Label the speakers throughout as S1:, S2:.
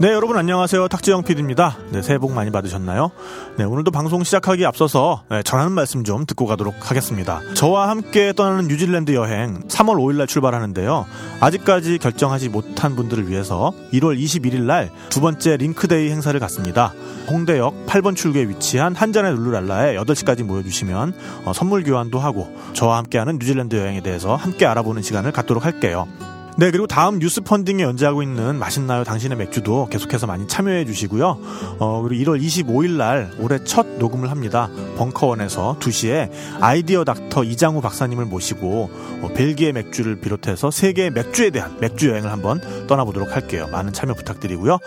S1: 네, 여러분 안녕하세요. 탁지영 PD입니다. 네, 새해 복 많이 받으셨나요? 네, 오늘도 방송 시작하기 앞서서 네, 전하는 말씀 좀 듣고 가도록 하겠습니다. 저와 함께 떠나는 뉴질랜드 여행 3월 5일 날 출발하는데요. 아직까지 결정하지 못한 분들을 위해서 1월 21일 날 두 번째 링크데이 행사를 갔습니다. 홍대역 8번 출구에 위치한 한잔의 룰루랄라에 8시까지 모여주시면 어, 선물 교환도 하고 저와 함께하는 뉴질랜드 여행에 대해서 함께 알아보는 시간을 갖도록 할게요. 네, 그리고 다음 뉴스 펀딩에 연재하고 있는 맛있나요 당신의 맥주도 계속해서 많이 참여해 주시고요. 어, 그리고 1월 25일 날 올해 첫 녹음을 합니다. 벙커원에서 2시에 아이디어 닥터 이장우 박사님을 모시고 어, 벨기에 맥주를 비롯해서 세계의 맥주에 대한 맥주 여행을 한번 떠나보도록 할게요. 많은 참여 부탁드리고요.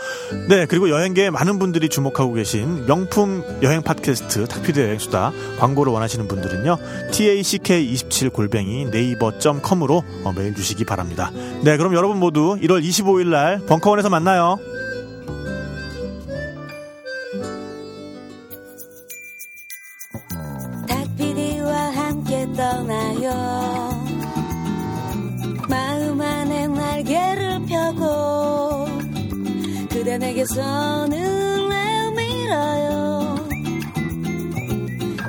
S1: 네, 그리고 여행계에 많은 분들이 주목하고 계신 명품 여행 팟캐스트 탁피드 여행수다 광고를 원하시는 분들은요. tack27골뱅이 네이버.com으로 어, 메일 주시기 바랍니다. 네, 그럼 여러분 모두 1월 25일 날 벙커원에서 만나요.
S2: 닭피디와 함께 떠나요 마음 안에 날개를 펴고 그대 내게 손을 내밀어요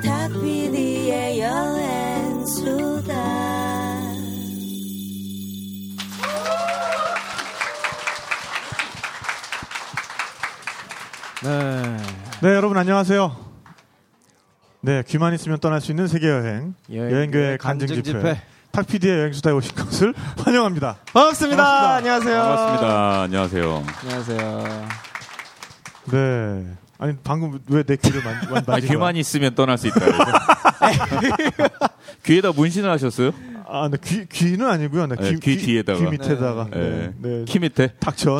S2: 닭피디의 여행수다
S3: 네.
S1: 네, 여러분 안녕하세요. 네, 귀만 있으면 떠날 수 있는 세계 여행
S3: 여행-
S1: 여행교회 간증
S3: 간증 집회.
S1: 집회 탁피디의 여행 수다에 오신 것을 환영합니다.
S3: 반갑습니다. 안녕하세요.
S4: 반갑습니다. 안녕하세요.
S3: 안녕하세요.
S1: 네. 아니 방금 왜 내 귀를 만, 만
S4: 아,
S1: 만진 거야?
S4: 귀만 있으면 떠날 수 있다. 그래서. 귀에다 문신을 하셨어요?
S1: 아, 네, 귀 귀는 아니고요. 네,
S4: 네,
S1: 귀,
S4: 귀 뒤에다가.
S1: 귀 밑에다가.
S4: 네.
S1: 네. 네.
S4: 키 밑에?
S1: 닥쳐.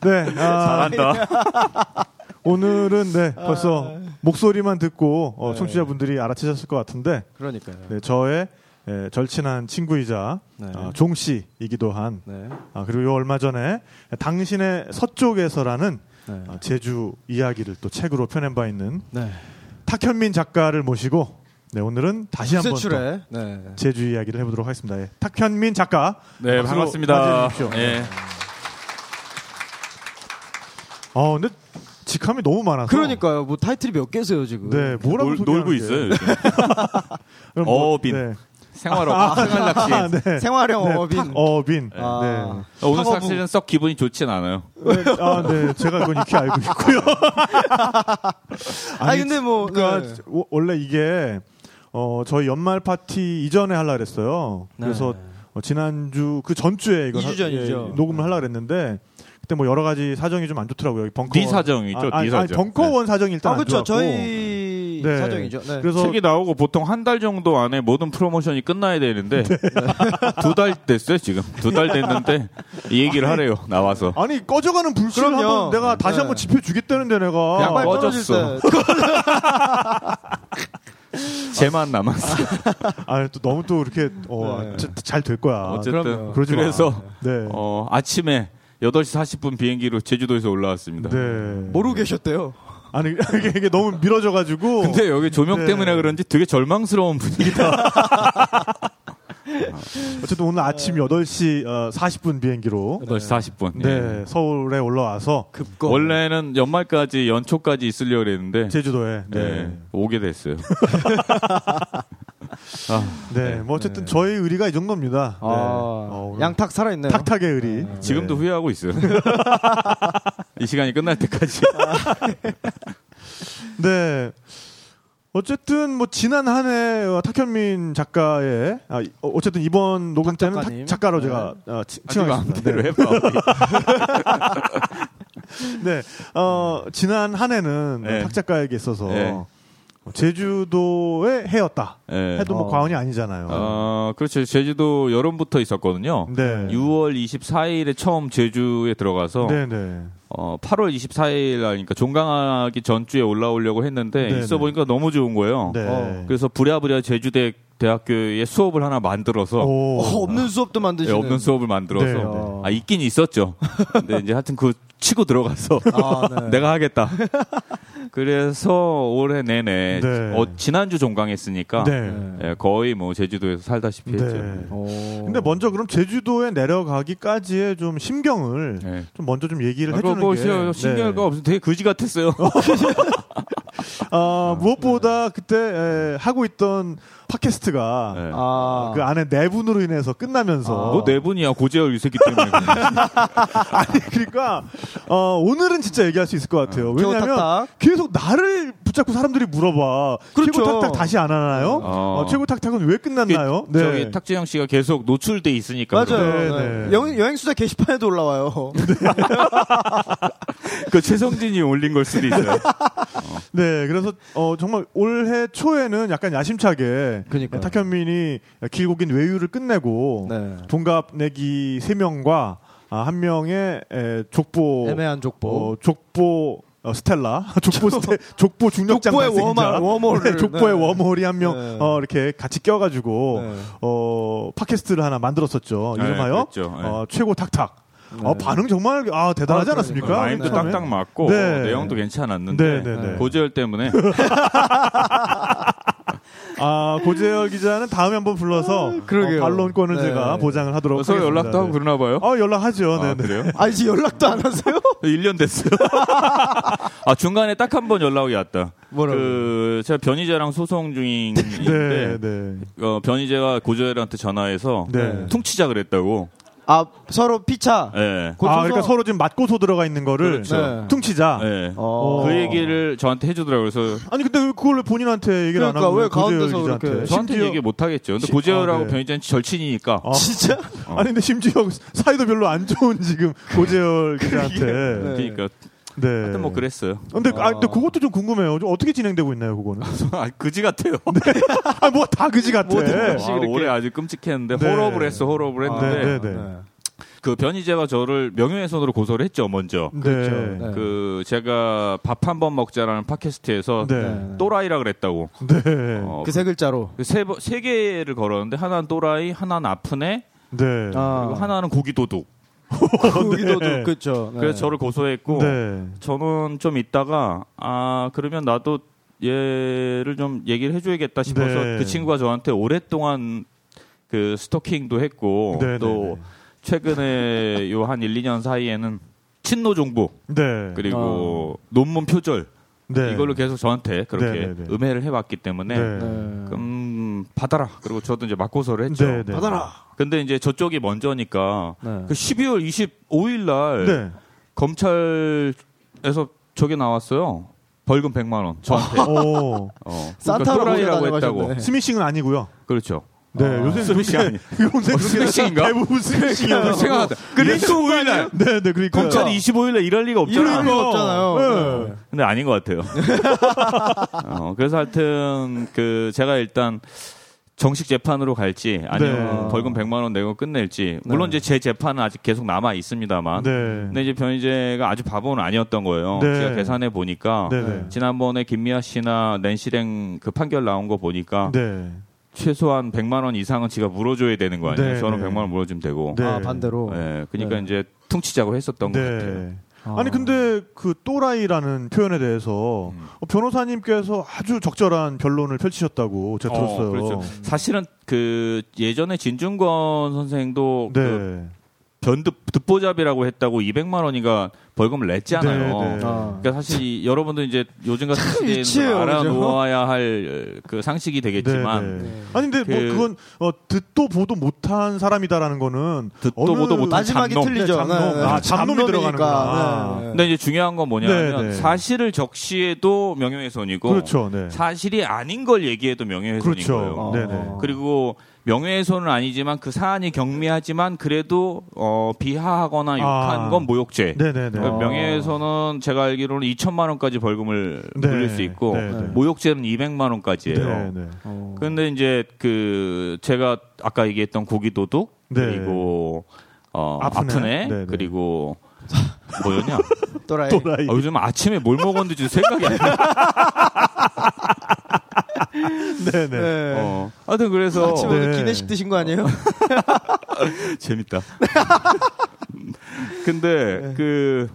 S1: 네. 아,
S4: 잘한다.
S1: 오늘은 네 벌써 목소리만 듣고 어,
S3: 아. 네.
S1: 청취자분들이 알아채셨을 것 같은데
S3: 그러니까요.
S1: 네, 저의 예, 절친한 친구이자
S3: 네.
S1: 어, 종 씨이기도 한
S3: 네.
S1: 아, 그리고 요 얼마 전에 당신의 서쪽에서라는
S3: 네.
S1: 어, 제주 이야기를 또 책으로 펴낸 바 있는
S3: 네.
S1: 탁현민 작가를 모시고 네, 오늘은 다시 한번 어. 또
S3: 세출에. 네.
S1: 제주 이야기를 해보도록 하겠습니다. 예, 탁현민 작가.
S4: 네,
S1: 박수로
S4: 반갑습니다.
S1: 맞이해 주십시오. 네.
S4: 예.
S1: 어, 근데 직함이 너무 많아서.
S3: 그러니까요. 뭐 타이틀이 몇 개세요 지금?
S1: 네, 뭐라고
S4: 놀,
S1: 소개하는
S4: 놀고
S1: 게.
S4: 있어요.
S1: 그럼
S4: 어빈. 예.
S1: 네.
S4: 생활업. 생활낚시.
S1: 아, 네.
S3: 생활형
S1: 네,
S3: 어빈.
S1: 탁 어빈.
S4: 예.
S3: 아,
S4: 오늘
S3: 상어부.
S4: 사실은 썩 기분이 좋진 않아요.
S1: 네. 네, 아, 네. 제가 그건 익히 알고 있고요.
S3: 아니, 근데 뭐
S1: 그러니까 워- 원래 이게 어 저희 연말 파티 이전에 하려 그랬어요.
S3: 네.
S1: 그래서 어, 지난주 그 전주에 이걸
S3: 이주
S1: 하-
S3: 전이죠.
S1: 예, 녹음을 하려 그랬는데 그때 뭐 여러 가지 사정이 좀 안 좋더라고요. 여기 벙커
S4: 네 사정이죠,
S1: 아, 아니,
S4: 네
S1: 아니,
S4: 사정.
S1: 벙커원 사정이 일단
S3: 아
S1: 안 좋았고.
S3: 그렇죠. 저희
S1: 네.
S3: 사정이죠. 네.
S1: 그래서
S4: 책이 나오고 보통 한 달 정도 안에 모든 프로모션이 끝나야 되는데
S1: 네.
S4: 두 달 됐어요 지금 두 달 됐는데 이 얘기를 하래요 나와서
S1: 아니 꺼져가는 불씨를
S3: 그럼요.
S1: 한번 내가 다시
S3: 네.
S1: 한번 지펴 주겠다는데 내가
S4: 야,
S3: 양말
S4: 어,
S3: 떨어질
S4: 꺼졌어.
S3: 때.
S4: 제만 남았어
S1: 아, 또 너무 또 이렇게 어,
S3: 네.
S1: 잘 될 거야.
S4: 어쨌든
S3: 그럼요.
S4: 그
S1: 아, 그러지 마.
S4: 래서
S1: 네.
S4: 어, 아침에 8시 40분 비행기로 제주도에서 올라왔습니다.
S1: 네.
S3: 모르고 계셨대요.
S1: 아니 이게, 이게 너무 밀어져 가지고
S4: 근데 여기 조명
S1: 네.
S4: 때문에 그런지 되게 절망스러운 분위기다.
S1: 어쨌든 오늘 아침 8시 어, 40분 비행기로
S4: 8시 40분.
S1: 네, 서울에 올라와서
S3: 급거.
S4: 원래는 연말까지 연초까지 있으려고 그랬는데
S1: 제주도에
S4: 네,
S1: 네. 네.
S4: 오게 됐어요. 아,
S1: 뭐 어쨌든
S3: 네.
S1: 저희 의리가 이 정도입니다. 네.
S3: 아,
S1: 어, 오늘
S3: 양탁 살아있네요.
S1: 탁탁의 의리.
S4: 지금도 후회하고 있어요. 이 시간이 끝날 때까지.
S1: 네. 어쨌든 뭐 지난 한해 어, 탁현민 작가의 아, 이- 어, 어쨌든 이번 녹음 때는 탁,
S3: 작가님.
S1: 작가로
S3: 네.
S1: 제가 어, 치-
S4: 하지
S1: 칭하겠습니다.
S4: 마음대로
S1: 네.
S4: 해봐.
S1: 네. 어, 지난 한 해는
S4: 네.
S1: 탁 작가에게 있어서
S4: 네.
S1: 제주도의 해였다.
S4: 네.
S1: 해도 뭐
S3: 어.
S1: 과언이 아니잖아요.
S4: 어, 그렇죠. 제주도 여름부터 있었거든요.
S1: 네.
S4: 6월 24일에 처음 제주에 들어가서
S1: 네, 네.
S4: 어, 8월 24일 하니까 종강하기 전주에 올라오려고 했는데
S1: 네네.
S4: 있어 보니까 너무 좋은 거예요.
S1: 네.
S3: 어,
S4: 그래서 부랴부랴 제주대 대학교에 수업을 하나 만들어서
S1: 오.
S3: 어,
S1: 아.
S3: 없는 수업도
S4: 예,
S3: 만드시는.
S4: 없는 수업을 만들어서
S1: 네.
S3: 어.
S4: 아 있긴 있었죠. 근데 이제 하여튼 그 치고 들어가서
S3: 아, 네.
S4: 내가 하겠다. 그래서 올해 내내
S1: 네.
S4: 어, 지난주 종강했으니까
S1: 네.
S4: 예, 거의 뭐 제주도에서 살다시피 했죠.
S1: 네.
S3: 오.
S1: 근데 먼저 그럼 제주도에 내려가기까지의 좀 심경을
S4: 네.
S1: 좀 먼저 좀 얘기를
S4: 아, 그거
S1: 해주는
S4: 뭐
S1: 게
S4: 시- 신기할
S1: 네.
S4: 거 없어. 되게 거지 같았어요. 예.
S1: 아, 무엇보다 그때 에, 하고 있던 팟캐스트가
S4: 네.
S3: 아.
S1: 그 안에 내분으로 인해서 끝나면서
S4: 너뭐네 내분이야 고재열 유세기 때문에.
S1: 아니 그러니까 어, 오늘은 진짜 얘기할 수 있을 것 같아요.
S3: 겨우
S1: 왜냐하면
S3: 네. 탁탁.
S1: 계속 나를 붙잡고 사람들이 물어봐.
S3: 그렇죠. 아.
S1: 최고 탁탁 다시 안 하나요?
S4: 어.
S1: 어, 최고 탁탁은 왜 끝났나요?
S4: 그
S3: 그
S4: 저기 탁재영 씨가 계속 노출돼 있으니까.
S3: 맞아요.
S1: 네,
S3: 네.
S1: 네.
S3: 여행, 여행수다 게시판에도 올라와요.
S4: 그 최성진이 올린 걸 수도 있어요.
S1: 네, 그래서 어, 정말 올해 초에는 약간 야심차게
S3: 그러니까요.
S1: 탁현민이 길고 긴 외유를 끝내고
S3: 네.
S1: 동갑 내기 세 명과 아, 한 명의 에, 족보
S3: 애매한 족보.
S1: 어, 족보 어, 스텔라 족보 스텔 족보 중력장
S3: 족보의
S1: 발생자
S3: 웜홀, 웜홀을.
S1: 네, 족보의
S3: 네.
S1: 웜홀이 한 명
S3: 네.
S1: 어, 이렇게 같이 껴가지고
S3: 네.
S1: 어, 팟캐스트를 하나 만들었었죠
S4: 네,
S1: 이름하여
S4: 그랬죠. 네.
S1: 어, 최고 탁탁 어, 반응 정말 아 대단하지
S3: 네. 아,
S1: 않았습니까?
S3: 그러니까요.
S4: 마인드
S1: 처음에?
S4: 딱딱 맞고
S1: 네.
S4: 내용도 괜찮았는데
S1: 네, 네, 네.
S4: 고재열 때문에
S1: 아 고재열 기자는 다음에 한번 불러서
S3: 그러게요.
S1: 어, 반론권을
S3: 네.
S1: 제가 보장을 하도록
S4: 어, 서로
S1: 하겠습니다.
S4: 연락도 하고
S1: 네.
S4: 그러나 봐요.
S1: 어 연락하죠.
S4: 아,
S1: 네, 네.
S4: 그래요?
S3: 아, 이제 연락도 안 하세요?
S4: 1년 됐어요. 아 중간에 딱 한 번 연락이 왔다.
S3: 뭐라고요?
S4: 그 제가 변희재랑 소송 중인데
S1: 네, 네.
S4: 어, 변희재가 고재열한테 전화해서
S1: 네.
S4: 퉁치자 그랬다고.
S3: 아, 서로 피차.
S4: 예.
S1: 아 그러니까 서로 지금 맞고소 들어가 있는 거를
S4: 그렇죠.
S3: 네.
S1: 퉁치자.
S4: 예.
S3: 어.
S4: 그 얘기를 저한테 해주더라고요. 그래서
S1: 아니 근데 왜 그걸 왜 본인한테 얘기를
S3: 그러니까
S1: 안 하고
S3: 왜 가운데서
S1: 고재열 기자한테?
S3: 그렇게
S4: 저한테
S1: 네, 심지어-
S4: 얘기 못 하겠죠. 근데
S1: 시-
S4: 고재열하고
S1: 아, 네.
S4: 변희재는 절친이니까.
S1: 아,
S3: 진짜?
S4: 어.
S1: 아니 근데 심지어 사이도 별로 안 좋은 지금 고재열 기자한테.
S3: 네.
S1: 네.
S4: 그러니까 하여튼 뭐 그랬어요.
S1: 근데 아, 근데
S3: 아.
S1: 그것도 좀 궁금해요. 좀 어떻게 진행되고 있나요, 그거는?
S4: 아, 그지 같아요.
S1: 아 뭐 다 그지 같아.
S3: 모든
S4: 아,
S3: 역시 이렇게- 아,
S4: 올해 아주 끔찍했는데
S1: 네.
S4: 홀업을 했어, 홀업을 했는데
S1: 네, 네.
S4: 그 변희재가 저를 명예훼손으로 고소를 했죠, 먼저.
S1: 네.
S3: 그렇죠. 네.
S4: 그 제가 밥 한 번 먹자라는 팟캐스트에서
S1: 네.
S3: 네.
S4: 또라이라 그랬다고.
S1: 네.
S4: 어,
S3: 그 세 글자로.
S4: 그 세, 번- 세 개를 걸었는데 하나는 또라이, 하나는 아프네,
S1: 네.
S4: 그리고
S3: 아,
S4: 하나는 고기 도둑.
S3: 거기도
S1: 네.
S3: 그렇죠. 네.
S4: 그래서 저를 고소했고
S1: 네.
S4: 저는 좀 있다가 아 그러면 나도 얘를 좀 얘기를 해줘야겠다 싶어서
S1: 네.
S4: 그 친구가 저한테 오랫동안 그 스토킹도 했고
S1: 네,
S4: 어, 또 최근에 요 한 1, 2년 사이에는 친노 정보
S1: 네.
S4: 그리고 논문 표절
S1: 네.
S4: 이걸로 계속 저한테 그렇게
S1: 네, 네, 네.
S4: 음해를 해왔기 때문에
S3: 네.
S4: 그럼 받아라 그리고 저도 이제 맞고서를 했죠.
S1: 네, 네.
S3: 받아라.
S4: 근데 이제 저쪽이 먼저니까
S3: 네.
S4: 그 12월 25일 날
S1: 네.
S4: 검찰에서 저게 나왔어요. 벌금 100만 원 저한테.
S1: 아, 오.
S4: 어.
S3: 산타로
S4: 또라이라고
S3: 모셔다녀가셨네.
S4: 했다고.
S1: 스미싱은 아니고요.
S4: 그렇죠.
S1: 네,
S3: 아.
S1: 요새
S4: 스미싱 아니.
S1: 요새
S4: 어, 스미싱인가?
S1: 대부분 스미싱이에요.
S4: 생각하다. 그러니까 5일 날
S1: 예, 네, 네, 그러니까
S4: 검찰이 25일 날 일할 리가 없잖아.
S1: 일요일
S3: 거 없잖아요.
S1: 네.
S3: 네.
S4: 근데 아닌 것 같아요. 어, 그래서 하여튼 그 제가 일단 정식 재판으로 갈지 아니면
S1: 네.
S4: 벌금 100만 원 내고 끝낼지 물론 이제 제 재판은 아직 계속 남아 있습니다만
S1: 네.
S4: 근데 이제 변희재가 아주 바보는 아니었던 거예요.
S1: 네.
S4: 제가 계산해 보니까
S1: 네, 네.
S4: 지난번에 김미아 씨나 낸실행 그 판결 나온 거 보니까
S1: 네.
S4: 최소한 100만 원 이상은 지가 물어줘야 되는 거 아니에요?
S1: 네,
S4: 저는
S1: 네.
S4: 100만 원 물어주면 되고.
S1: 네.
S3: 아, 반대로.
S4: 예, 그러니까
S3: 네.
S4: 이제 퉁치자고 했었던 것 같아요. 음.
S1: 네. 아니 근데 그 또라이라는 표현에 대해서 어, 변호사님께서 아주 적절한 변론을 펼치셨다고 제가 들었어요.
S4: 어, 그렇죠. 사실은 그 예전에 진중권 선생도 그
S1: 네.
S4: 변득 듣보잡이라고 했다고 200만 원인가 벌금을 냈잖아요.
S1: 네, 네.
S3: 아.
S4: 그러니까 사실 이- 여러분도 이제 요즘 같은 시대에는
S3: 유치해요,
S4: 알아놓아야 할 그 상식이 되겠지만
S1: 네, 네. 아니 근데 뭐
S4: 그-
S1: 그건 어, 듣도 보도 못한 사람이다라는 거는
S4: 듣도
S1: 네. 어느-
S4: 보도 못한
S3: 마지막이
S4: 잡놈.
S3: 틀리죠.
S1: 네, 잡놈. 아, 잡놈이 들어가는구나.
S3: 네.
S4: 근데 이제 중요한 건 뭐냐면
S1: 네, 네.
S4: 사실을 적시해도 명예훼손이고
S1: 그렇죠. 네.
S4: 사실이 아닌 걸 얘기해도 명예훼손인
S1: 그렇죠.
S4: 거예요.
S1: 네, 네.
S3: 어.
S4: 그리고 명예훼손은 아니지만 그 사안이 경미하지만 그래도 어, 비하하거나 욕한
S1: 아.
S4: 건 모욕죄.
S1: 네, 네, 네.
S4: 그러니까
S3: 어.
S4: 명예훼손은 제가 알기로는 2천만 원까지 벌금을
S1: 네.
S4: 물릴 수 있고 뭐
S1: 네, 네.
S4: 모욕죄는 200만 원까지예요.
S1: 네, 네.
S3: 어.
S4: 근데 이제 그 제가 아까 얘기했던 고기 도둑
S1: 네.
S4: 그리고 어,
S1: 아프네.
S4: 아프네,
S1: 네, 네.
S4: 그리고 뭐였냐?
S3: 또라이.
S1: 또라이.
S4: 아, 요즘 아침에 뭘 먹었는지 지금 생각이 안 나.
S1: 네, 네.
S3: 네.
S4: 어. 하여튼 그래서
S3: 아침에 오늘
S1: 네.
S3: 기내식 드신 거 아니에요?
S1: 네.
S4: 재밌다. 근데 그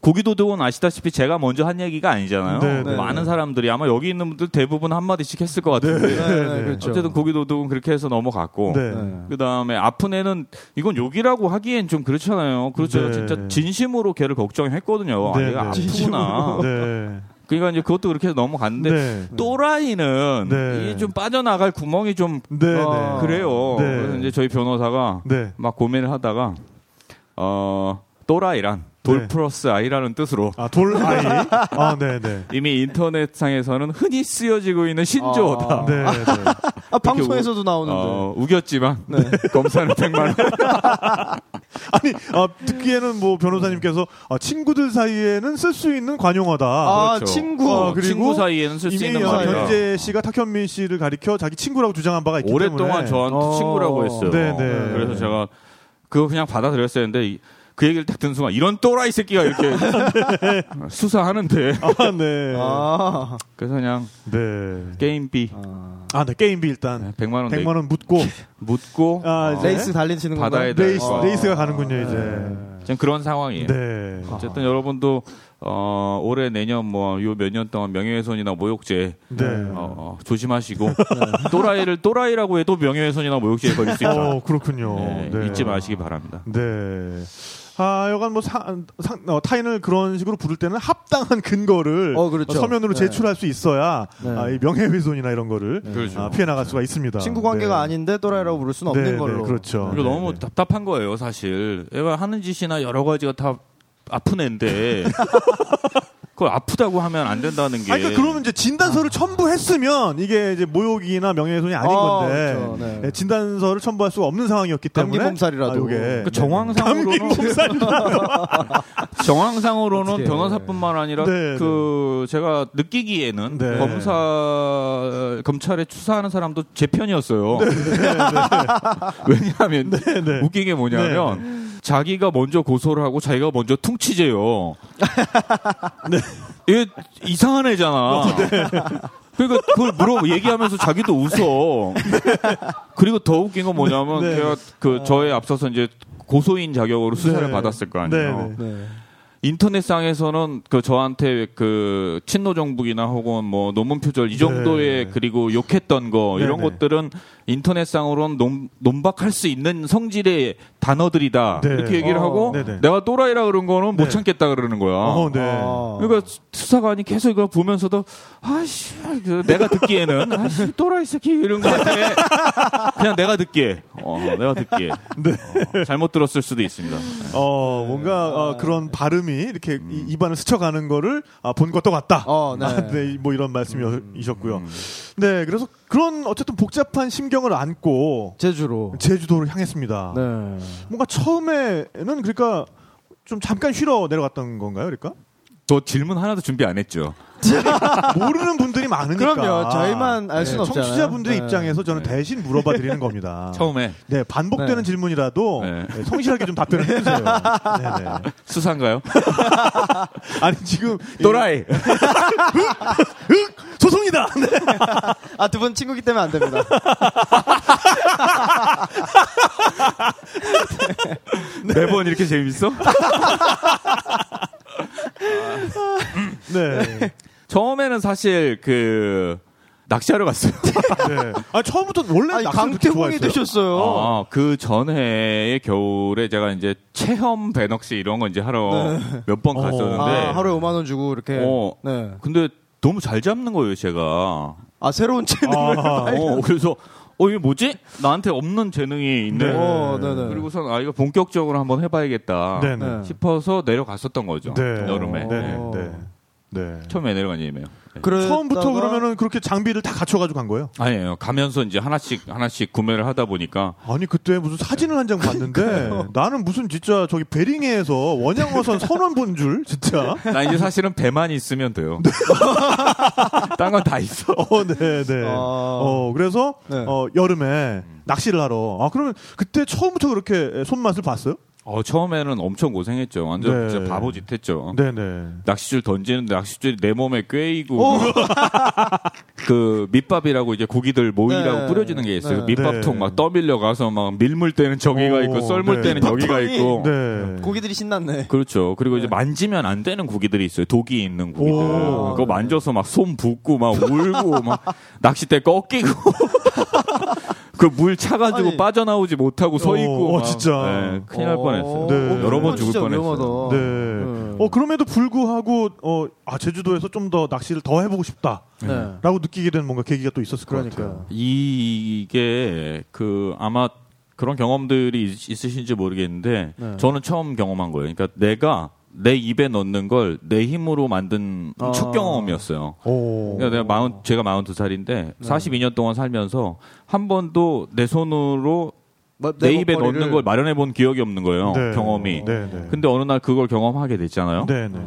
S4: 고기도 도원 아시다시피 제가 먼저 한 얘기가 아니잖아요.
S1: 네, 네,
S4: 많은 사람들이 아마 여기 있는 분들 대부분 한 마디씩 했을 것 같은데
S3: 네, 네, 그렇죠.
S4: 어쨌든 고기도 도원 그렇게 해서 넘어갔고
S1: 네.
S3: 네.
S4: 그 다음에 아픈 애는 이건 욕이라고 하기엔 좀 그렇잖아요. 그렇죠.
S1: 네.
S4: 진짜 진심으로 걔를 걱정했거든요.
S1: 네,
S4: 아, 얘가
S1: 네.
S4: 아프구나.
S1: 네.
S4: 그러니까 이제 그것도 그렇게 해서 넘어갔는데
S1: 네.
S4: 또라이는
S1: 네.
S4: 이게 좀 빠져나갈 구멍이 좀
S1: 네.
S4: 어.
S3: 아,
S1: 네.
S4: 그래요.
S1: 네.
S4: 그래서 이제 저희 변호사가
S1: 네.
S4: 막 고민을 하다가 어 또라이란 돌
S1: 네.
S4: 플러스 아이라는 뜻으로
S1: 아, 돌 아이. 아, 네, 네.
S4: 이미 인터넷상에서는 흔히 쓰여지고 있는 신조어다.
S3: 아.
S1: 네. 네.
S3: 아, 방송에서도 나오는데.
S4: 어, 우겼지만 검사는 100만 원.
S1: 아니, 아, 듣기에는 뭐 변호사님께서 아, 친구들 사이에는 쓸 수 있는 관용어다.
S3: 아, 친구.
S1: 어,
S4: 그리고
S1: 그리고
S4: 친구 사이에는 쓸 수
S1: 이미
S4: 있는
S1: 어,
S3: 말이다.
S4: 말이야.
S1: 변재 씨가 탁현민 씨를 가리켜 자기 친구라고 주장한 바가 있기
S4: 오랫동안
S1: 때문에
S4: 저한테
S3: 어.
S4: 친구라고 했어요.
S1: 네, 네.
S4: 그래서 제가 그거 그냥 받아들였어야 했는데 이- 그 얘기를 딱 듣는 순간 이런 또라이 새끼가 이렇게 수사하는데
S1: 아, 네.
S3: 아.
S4: 그래서 그냥
S1: 네.
S4: 게임비
S3: 아.
S1: 아, 네. 게임비 일단
S4: 100만 원
S1: 100만 원 묻고
S4: 네. 묻고
S1: 아, 이제
S3: 레이스 달리시는 건가요?
S4: 바다에 네.
S1: 레이스
S3: 아.
S1: 레이스가 가는군요,
S3: 네.
S1: 이제.
S4: 지금 그런 상황이에요.
S1: 네.
S4: 어쨌든 여러분도 어, 올해 내년 뭐요몇년 동안 명예훼손이나 모욕죄
S1: 네.
S4: 어, 어, 조심하시고 또라이를 또라이라고 해도 명예훼손이나 모욕죄에 걸릴 수 있다.
S1: 어, 그렇군요.
S4: 네, 잊지 마시기 바랍니다.
S1: 네. 아, 여간 뭐 상, 상, 어, 타인을 그런 식으로 부를 때는 합당한 근거를
S3: 어, 그렇죠.
S1: 서면으로
S3: 네.
S1: 제출할 수 있어야
S3: 네.
S1: 아, 이 명예훼손이나 이런 거를
S4: 그렇죠.
S1: 아, 피해 나갈 수가 있습니다.
S3: 친구 관계가
S1: 네.
S3: 아닌데 또라이라고 부를 수는 없는
S1: 네,
S3: 걸로.
S1: 네, 그렇죠.
S4: 이거
S1: 네,
S4: 너무
S1: 네.
S4: 답답한 거예요, 사실. 애가 하는 짓이나 여러 가지가 다 아픈 애인데 그걸 아프다고 하면 안 된다는 게.
S1: 아니, 그러니까 그러면 이제 진단서를 첨부했으면 이게 이제 모욕이나 명예훼손이 아닌
S3: 아,
S1: 건데
S3: 그렇죠. 네.
S1: 네, 진단서를 첨부할 수가 없는 상황이었기 때문에
S3: 감기몸살이라도.
S1: 아, 요게
S4: 그 정황상으로는 정황상으로는
S3: 어떡해.
S4: 변호사뿐만 아니라
S1: 네,
S4: 그 제가 느끼기에는
S1: 네.
S4: 검사 검찰에 추사하는 사람도 제 편이었어요.
S1: 네,
S4: 왜냐하면 웃긴 게 뭐냐면
S1: 네,
S4: 자기가 먼저 고소를 하고 자기가 먼저 퉁치재요.
S1: 네.
S4: 이게 이상한 애잖아. 그러니까 그걸 물어 얘기하면서 자기도 웃어. 그리고 더 웃긴 건 뭐냐면
S1: 네.
S4: 제가 그 저에 앞서서 이제 고소인 자격으로 수사를
S1: 네.
S4: 받았을 거 아니에요.
S1: 네, 네.
S3: 네.
S4: 인터넷상에서는 그 저한테 그 친노 정북이나 혹은 뭐 논문 표절 이 정도의
S1: 네.
S4: 그리고 욕했던 거 이런
S1: 네, 네.
S4: 것들은 인터넷상으로는 논, 논박할 수 있는 성질의 단어들이다
S1: 네.
S4: 이렇게 얘기를
S3: 어.
S4: 하고
S1: 네, 네.
S4: 내가 또라이라 그런 거는
S1: 네.
S4: 못 참겠다 그러는 거야.
S1: 어, 네.
S3: 아.
S4: 그러니까 수- 수사관이 계속 이걸 보면서도 아씨 내가 듣기에는 아씨 또라이 새끼 이런 거 같아 그냥 내가 듣기에 어 내가 듣기에 어, 잘못 들었을 수도 있습니다
S1: 어, 뭔가 어, 그런 발음이 이렇게 이- 입안을 스쳐가는 거를 아, 본 것도 같다.
S3: 어, 네. 음,
S1: 아, 네, 뭐 이런 말씀이셨고요. 네, 그래서 그런 어쨌든 복잡한 심경을 안고
S3: 제주로.
S1: 제주도를 향했습니다.
S3: 네.
S1: 뭔가 처음에는 그러니까 좀 잠깐 쉬러 내려갔던 건가요, 그러니까?
S4: 너 질문 하나도 준비 안 했죠
S1: 모르는 분들이 많으니까.
S3: 그럼요. 저희만 알 수는 없잖아요.
S1: 청취자분들의
S3: 네.
S1: 입장에서 저는 대신 물어봐 드리는 겁니다.
S4: 처음에
S1: 네, 반복되는
S3: 네.
S1: 질문이라도
S4: 네.
S1: 네, 성실하게 좀 답변을 해주세요. 네, 네.
S4: 수사인가요 예.
S1: 아니, 지금. 이-
S4: 또라이
S1: 소송이다! 네.
S3: 아, 두 분 친구기 때문에 안 됩니다.
S4: 네. 매번 이렇게 재밌어
S1: 네.
S4: 처음에는 사실 그 낚시하러 갔어요
S1: 네. 아 처음부터 원래
S3: 아니,
S1: 낚시를 그렇게
S3: 강태공이
S1: 좋아했어요.
S3: 되셨어요.
S4: 아, 그 전해의 겨울에 제가 이제 체험 배낚시 이런 거 이제 하러 몇 번
S1: 어.
S4: 갔었는데
S3: 아, 하루에 5만 원 주고 이렇게.
S4: 네. 어.
S3: 네.
S4: 근데 너무 잘 잡는 거예요, 제가.
S3: 아, 새로운 채널을.
S1: 아,
S4: 어, 그래서 어 이게 뭐지? 나한테 없는 재능이 있네.
S1: 네.
S3: 어, 네네.
S4: 그리고선 아이가 본격적으로 한번 해봐야겠다
S1: 네, 네.
S4: 싶어서 내려갔었던 거죠.
S1: 네.
S4: 여름에
S1: 네, 네.
S3: 어.
S1: 네. 네.
S4: 처음에 내려간 예매요.
S3: 그러다가-
S1: 처음부터 그러면은 그렇게 장비를 다 갖춰가지고 간 거예요?
S4: 아니에요. 가면서 이제 하나씩 하나씩 구매를 하다 보니까
S1: 아니 그때 무슨 사진을 한 장 봤는데 나는 무슨 진짜 저기 베링에에서 원양어선 선원 본 줄 진짜.
S4: 나 이제 사실은 배만 있으면 돼요. 딴 건 다 있어.
S1: 어, 네, 네.
S3: 아.
S1: 어, 그래서
S3: 네.
S4: 음.
S1: 어, 여름에 낚시를 하러. 아 그러면 그때 처음부터 그렇게 손맛을 봤어요?
S4: 어, 처음에는 엄청 고생했죠. 완전
S1: 네.
S4: 진짜 바보 짓했죠.
S1: 네네.
S4: 낚싯줄 던지는데 낚싯줄이 내 몸에
S3: 어.
S4: 꿰이고 그 밑밥이라고 이제 고기들 모이라고
S3: 네.
S4: 뿌려지는 게 있어요.
S3: 네.
S4: 밑밥통
S1: 네.
S4: 막 떠밀려 가서 막 밀물 때는 저기가
S1: 오,
S4: 있고 썰물
S1: 네.
S4: 때는 여기가
S3: 밑밥통이-
S4: 있고
S1: 네.
S3: 고기들이 신났네.
S4: 그렇죠. 그리고 이제 만지면 안 되는 고기들이 있어요. 독이 있는 고기들.
S1: 오.
S4: 그거 만져서 막 손 붓고 막 울고 막 낚싯대 꺾이고 그 물 차가지고
S3: 아니.
S4: 빠져나오지 못하고 서
S1: 어,
S4: 있고.
S1: 어,
S4: 막.
S1: 진짜.
S4: 네, 큰일 날
S3: 어.
S4: 뻔했어요.
S1: 네.
S3: 어,
S1: 여러 번
S3: 그건
S4: 죽을
S3: 진짜
S4: 뻔했어요.
S1: 네.
S3: 위험하다. 음.
S1: 어 그럼에도 불구하고 어 아, 제주도에서 좀 더 낚시를 더 해보고 싶다라고
S3: 네.
S1: 느끼게 된 뭔가 계기가 또 있었을 것
S3: 그러니까요.
S1: 같아요.
S4: 이게 그 아마 그런 경험들이 있- 있으신지 모르겠는데
S3: 네.
S4: 저는 처음 경험한 거예요. 그러니까 내가 내 입에 넣는 걸 내 힘으로 만든
S3: 아.
S4: 첫 경험이었어요.
S1: 오.
S4: 그러니까 내가 마흔 제가 42살인데 42년 동안 살면서 한 번도 내 손으로
S3: 마-
S4: 내, 입에
S3: 먹거리를-
S4: 넣는 걸 마련해 본 기억이 없는 거예요.
S1: 네.
S4: 어, 경험이.
S1: 네네.
S4: 근데 어느 날 그걸 경험하게 되잖아요.
S1: 네네.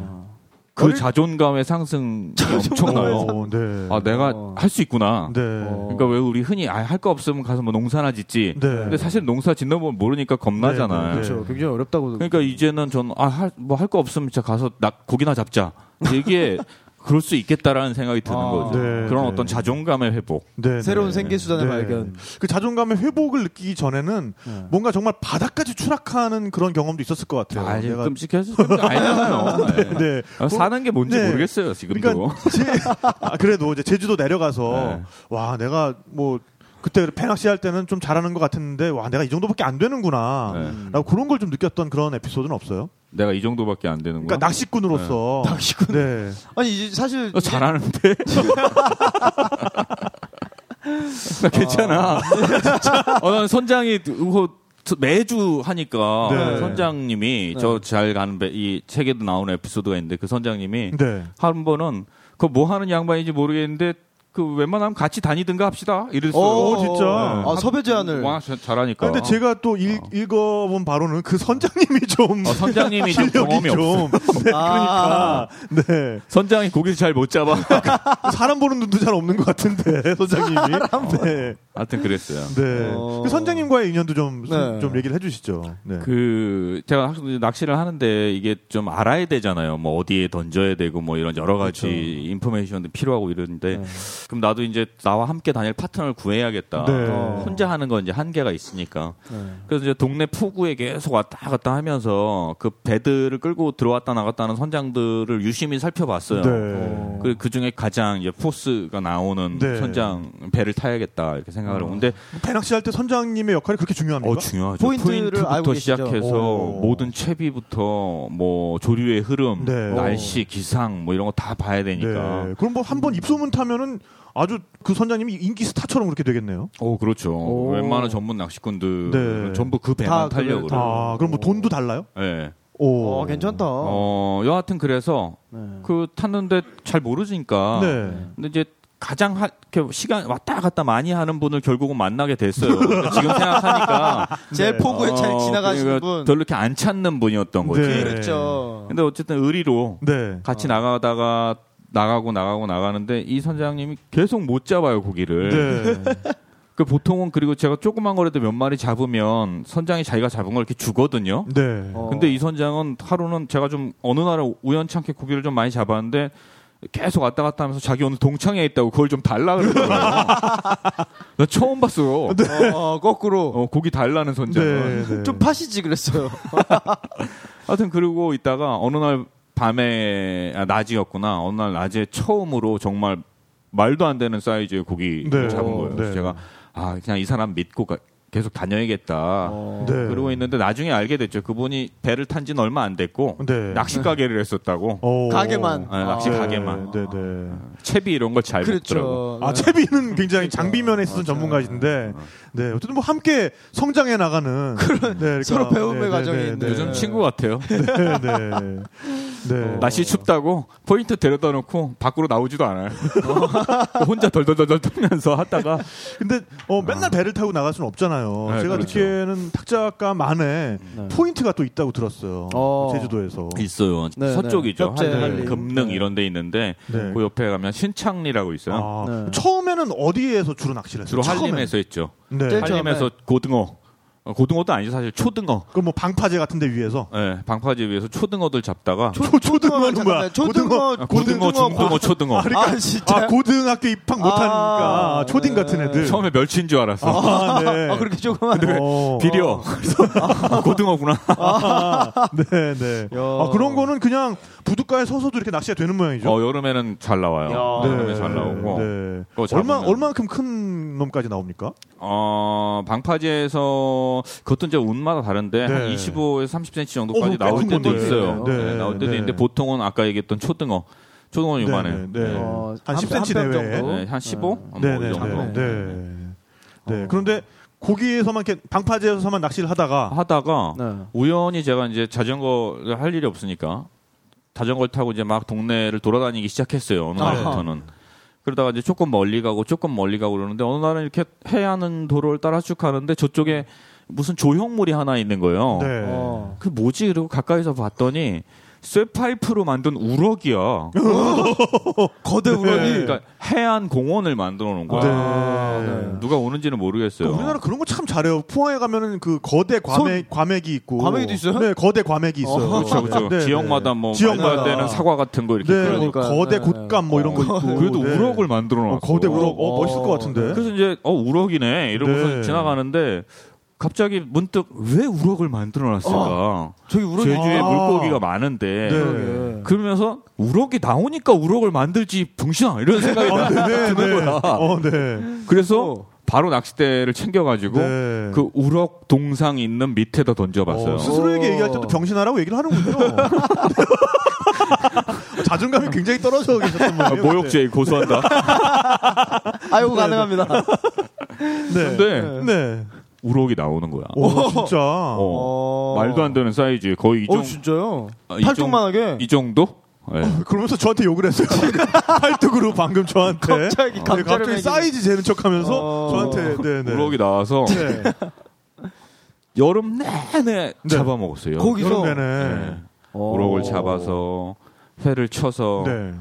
S4: 그
S3: 어릴-
S4: 자존감의 상승이
S3: 자존감의
S4: 엄청나요.
S1: 오, 네.
S4: 아, 내가
S3: 어.
S4: 할 수 있구나.
S1: 네.
S3: 어.
S4: 그러니까 왜 우리 흔히 아, 할 거 없으면 가서 뭐 농사나 짓지.
S1: 네.
S4: 근데 사실 농사 짓는 법 모르니까 겁나잖아요.
S1: 네, 네,
S3: 그렇죠. 굉장히 어렵다고.
S4: 그러니까 이제는 전 아, 할, 뭐 할 거 없으면 진짜 가서 낙 고기나 잡자. 이게 그럴 수 있겠다라는 생각이 드는
S3: 아.
S4: 거죠.
S1: 네,
S4: 그런
S1: 네.
S4: 어떤 자존감의 회복.
S1: 네네.
S3: 새로운 생계 수단의
S1: 네.
S3: 발견.
S1: 그 자존감의 회복을 느끼기 전에는
S3: 네.
S1: 뭔가 정말 바닥까지 추락하는 그런 경험도 있었을 것 같아요.
S4: 아,
S1: 네, 내가-
S4: 끔찍해서 끔찍 아니잖아요. 네.
S1: 네.
S4: 아, 사는 게 뭔지
S1: 네.
S4: 모르겠어요 지금도.
S1: 그러니까 제, 아, 그래도 이제 제주도 내려가서
S4: 네.
S1: 와 내가 뭐 그때 펜낚시 할 때는 좀 잘하는 것 같았는데 와 내가 이 정도밖에 안 되는구나
S4: 네.
S1: 라고 그런 걸 좀 느꼈던 그런 에피소드는 없어요?
S4: 내가 이 정도밖에 안 되는 거야.
S1: 그러니까 낚시꾼으로서 낚시꾼 네.
S3: 아니 이제 사실
S4: 어, 잘하는데.
S3: 네.
S4: 나 괜찮아. 어, 난 선장이 그 매주 하니까
S1: 네.
S4: 선장님이 저 잘 가는 배, 이 책에도 나오는 에피소드가 있는데 그 선장님이
S1: 네.
S4: 한 번은 그 뭐 하는 양반인지 모르겠는데 그 웬만하면 같이 다니든가 합시다 이랬어요. 네.
S1: 오, 진짜.
S3: 아 섭외 제안을.
S4: 와 자- 잘하니까.
S1: 아, 근데 제가 또 읽, 읽어본 바로는 그 선장님이 좀
S4: 어, 선장님이 좀 경험이
S1: 실력이
S4: 없어.
S1: 좀 네, 그러니까 네
S4: 선장이 고기를 잘 못 잡아.
S1: 사람 보는 눈도 잘 없는 것 같은데 선장님이 네,
S4: 하여튼 그랬어요.
S1: 네.
S3: 어.
S1: 그 선장님과의 인연도 좀 좀
S3: 네.
S1: 얘기를 해주시죠 네.
S4: 그 제가 확실히 낚시를 하는데 이게 좀 알아야 되잖아요. 뭐 어디에 던져야 되고 뭐 이런 여러 가지
S1: 그렇죠.
S4: 인포메이션도 필요하고 이러는데
S1: 네.
S4: 그럼 나도 이제 나와 함께 다닐 파트너를 구해야겠다.
S1: 네.
S3: 어.
S4: 혼자 하는 건 이제 한계가 있으니까.
S3: 네.
S4: 그래서 이제 동네 포구에 계속 왔다 갔다 하면서 그 배들을 끌고 들어왔다 나갔다 하는 선장들을 유심히 살펴봤어요.
S1: 네.
S4: 그, 그 중에 가장 이제 포스가 나오는
S1: 네. 아.
S4: 선장 배를 타야겠다 이렇게 생각을 하고 근데
S1: 배낚시 할 때 선장님의 역할이 그렇게 중요합니까?
S4: 어 중요하죠.
S3: 포인트를
S4: 포인트부터
S3: 알고 계시죠?
S4: 시작해서
S1: 오.
S4: 모든 채비부터 뭐 조류의 흐름,
S1: 네.
S4: 날씨, 기상 뭐 이런 거 다 봐야 되니까.
S1: 네. 그럼 뭐 한 번 입소문 타면은 아주 그 선장님이 인기 스타처럼 그렇게 되겠네요.
S4: 오 그렇죠.
S3: 오.
S4: 웬만한 전문 낚시꾼들
S1: 네.
S4: 은 전부 그
S3: 다
S4: 배만
S3: 그
S4: 타려고
S3: 배
S4: 그래요.
S3: 타-
S1: 아, 그럼 뭐 돈도 달라요?
S4: 예.
S1: 오.
S3: 어 괜찮다.
S4: 어 여하튼 그래서
S3: 네.
S4: 그 탔는데 잘 모르니까.
S1: 네.
S4: 근데 이제 가장 하, 이렇게 시간 왔다 갔다 많이 하는 분을 결국은 만나게 됐어요. 그러니까 지금 생각하니까
S3: 제일 포구에 잘
S4: 어,
S3: 지나가시는
S4: 그러니까
S3: 분. 그
S4: 별로 이렇게 안 찾는 분이었던 거지.
S1: 네.
S3: 그렇죠.
S4: 근데 어쨌든 의리로
S1: 네.
S4: 같이 나가다가 나가고 나가고 나가는데 이 선장님이 계속 못 잡아요 고기를.
S1: 네.
S4: 그 보통은 그리고 제가 조그만 거라도 몇 마리 잡으면 선장이 자기가 잡은 걸 이렇게 주거든요.
S1: 네.
S3: 어.
S4: 근데 이 선장은 하루는 제가 좀 어느 날은 우연찮게 고기를 좀 많이 잡았는데 계속 왔다 갔다 하면서 자기 오늘 동창회 있다고 그걸 좀 달라 그러더라고요. 나 처음 봤어요.
S3: 어, 어, 거꾸로
S4: 어, 고기 달라는 선장은.
S1: 네. 네.
S3: 좀 파시지 그랬어요.
S4: 하여튼 그리고 있다가 어느 날 밤에 아, 낮이었구나 어느 날 낮에 처음으로 정말 말도 안 되는 사이즈의 고기
S1: 네.
S4: 를 잡은 거예요.
S1: 네.
S4: 그래서 제가 아 그냥 이 사람 믿고 가- 계속 다녀야겠다.
S3: 어.
S1: 네.
S4: 그러고 있는데 나중에 알게 됐죠. 그분이 배를 탄 지는 얼마 안 됐고
S1: 네.
S4: 낚시 가게를 했었다고
S1: 오.
S3: 아, 가게만.
S4: 네, 낚시
S1: 네.
S4: 가게만.
S1: 네, 네.
S4: 채비 이런 걸 잘 먹더라고.
S3: 그렇죠.
S1: 아, 채비는 굉장히 장비면에 있어서 전문가이신데, 네. 어쨌든 뭐 함께 성장해 나가는. 그런, 네.
S3: 서로 배움의 과정이
S1: 네,
S3: 있는.
S1: 네,
S4: 요즘
S1: 네.
S4: 친구 같아요.
S1: 네, 네. 네.
S3: 어.
S4: 날씨 춥다고 포인트 데려다 놓고 밖으로 나오지도 않아요.
S1: 어.
S4: 혼자 덜덜덜덜 떨면서 하다가 아.
S1: 근데 어, 맨날 배를 타고 나갈 수는 없잖아요.
S4: 네,
S1: 제가
S4: 그렇죠. 네.
S1: 듣기에는 탁자가만에 포인트가 또 있다고 들었어요.
S3: 어.
S1: 제주도에서.
S4: 있어요.
S3: 네,
S4: 서쪽이죠.
S3: 네.
S4: 한림,
S1: 네.
S4: 금능 이런 데 있는데
S1: 네.
S4: 그 옆에 가면 신창리라고 있어요.
S1: 아,
S3: 네.
S1: 처음에는 어디에서 주로 낚시를 했어요?
S4: 주로 한림에서 했죠.
S1: 처음에는? 네.
S3: 제일
S4: 한림에서 고등어 어, 고등어도 아니죠 사실 초등어.
S1: 그 뭐 방파제 같은데 위에서
S4: 예, 방파제 위에서 초등어들 잡다가
S1: 초- 초등어는 뭐야?
S3: 잠깐만요. 초등어,
S4: 아, 고등어, 중등어, 초등어.
S1: 그러니까-
S3: 아, 진짜.
S1: 아 고등학교 입학 못하니까
S3: 아,
S1: 초딩
S3: 네.
S1: 같은 애들
S4: 처음에 멸치인 줄 알았어.
S1: 아, 네.
S3: 아, 그렇게 조그만.
S1: 어.
S4: 비려. 그래서 고등어구나.
S1: 네, 네.
S3: 야.
S1: 아, 그런 거는 그냥 부둣가에 서서도 이렇게 낚시가 되는 모양이죠.
S4: 어, 여름에는 잘 나와요.
S3: 야.
S4: 여름에 잘 나오고.
S1: 네.
S4: 그거 잡으면-
S1: 얼마 얼만큼 큰 놈까지 나옵니까?
S4: 어, 방파제에서 그것도 이제 운마다 다른데
S1: 네.
S4: 한 25에서 30cm
S1: 어, 꽤
S4: 정도까지 뭐 나올
S1: 큰
S4: 때도
S1: 건데.
S4: 있어요.
S1: 네.
S4: 네, 나올 때도
S1: 네.
S4: 있는데 보통은 아까 얘기했던 초등어. 초등어 요만해.
S1: 네, 네.
S4: 네.
S3: 어,
S1: 한
S3: 한
S1: 10cm
S3: 뼘
S1: 내외.
S3: 정도?
S4: 네, 한 15?
S1: 네,
S4: 뭐이
S1: 네,
S4: 정도. 어.
S1: 네. 네. 네. 그런데 고기에서만 이렇게 방파제에서만 낚시를 하다가
S4: 하다가
S3: 네.
S4: 우연히 제가 이제 자전거를 할 일이 없으니까 자전거를 타고 이제 막 동네를 돌아다니기 시작했어요. 어느
S3: 아하.
S4: 날부터는. 그러다가 이제 조금 멀리 가고 조금 멀리 가고 그러는데 어느 날은 이렇게 해안은 도로를 따라 쭉 가는데 저쪽에 무슨 조형물이 하나 있는 거예요.
S1: 네.
S3: 어.
S4: 그 뭐지? 그러고 가까이서 봤더니 쇠파이프로 만든 우럭이야.
S3: 거대 우럭이.
S4: 그러니까 해안 공원을 만들어 놓은 거야.
S3: 아,
S1: 네.
S3: 네.
S4: 누가 오는지는 모르겠어요.
S1: 그러니까 우리나라 그런 거 참 잘해요. 포항에 가면은 그 거대 과메, 과메기 있고.
S3: 과메기도 있어요?
S1: 네, 거대 과메기 있어요.
S3: 어,
S4: 그렇죠, 그렇죠.
S1: 네, 네.
S4: 지역마다 뭐
S1: 지역마다.
S4: 말도 안 되는 사과 같은 거 이렇게.
S1: 네,
S4: 그려놓고
S1: 뭐
S3: 그러니까.
S1: 거대
S3: 네,
S1: 곶감 뭐 이런 거 있고.
S4: 그래도
S1: 네.
S4: 우럭을 만들어 놨어.
S1: 어, 거대 우럭. 어,
S3: 어,
S1: 멋있을 것 같은데.
S4: 그래서 이제 어 우럭이네 이러고서
S1: 네.
S4: 지나가는데 갑자기 문득 왜 우럭을 만들어 놨을까?
S3: 저기 우럭이.
S4: 제주에
S1: 아.
S4: 물고기가 많은데
S1: 네.
S3: 우럭이.
S4: 그러면서 우럭이 나오니까 우럭을 만들지 병신아 이런 생각이
S1: 아, 네, 네, 네.
S4: 드는 거야.
S1: 어, 네.
S4: 그래서
S3: 어.
S4: 바로 낚싯대를 챙겨가지고
S1: 네.
S4: 그 우럭 동상 있는 밑에다 던져봤어요.
S1: 어, 스스로에게
S3: 오.
S1: 얘기할 때도 병신하라고 얘기를 하는군요. 자존감이 굉장히 떨어져 계셨던
S4: 아,
S1: 모양이에요.
S4: 모욕죄 고소한다.
S3: 아이고, 가능합니다.
S1: 네. 네.
S4: 근데
S1: 네.
S4: 우럭이 나오는 거야.
S1: 오, 진짜.
S4: 어, 말도 안 되는 사이즈 거의 이
S3: 아. 어,
S4: 정도.
S3: 진짜요?
S4: 아, 이
S3: 팔뚝만하게.
S4: 이 정도? 예.
S1: 그러면서 저한테 욕을 했어요. 팔뚝으로 방금 저한테.
S3: 갑자기
S1: 네,
S3: 감자를
S1: 갑자기
S3: 먹이는-
S1: 사이즈 재는 척 하면서
S3: 어.
S1: 저한테. 네네.
S4: 우럭이 나와서
S1: 네.
S4: 여름 내내
S1: 네.
S4: 잡아먹었어요.
S3: 거기서
S1: 여름
S4: 네.
S1: 내내.
S3: 어.
S4: 우럭을 잡아서 회를 쳐서
S1: 네.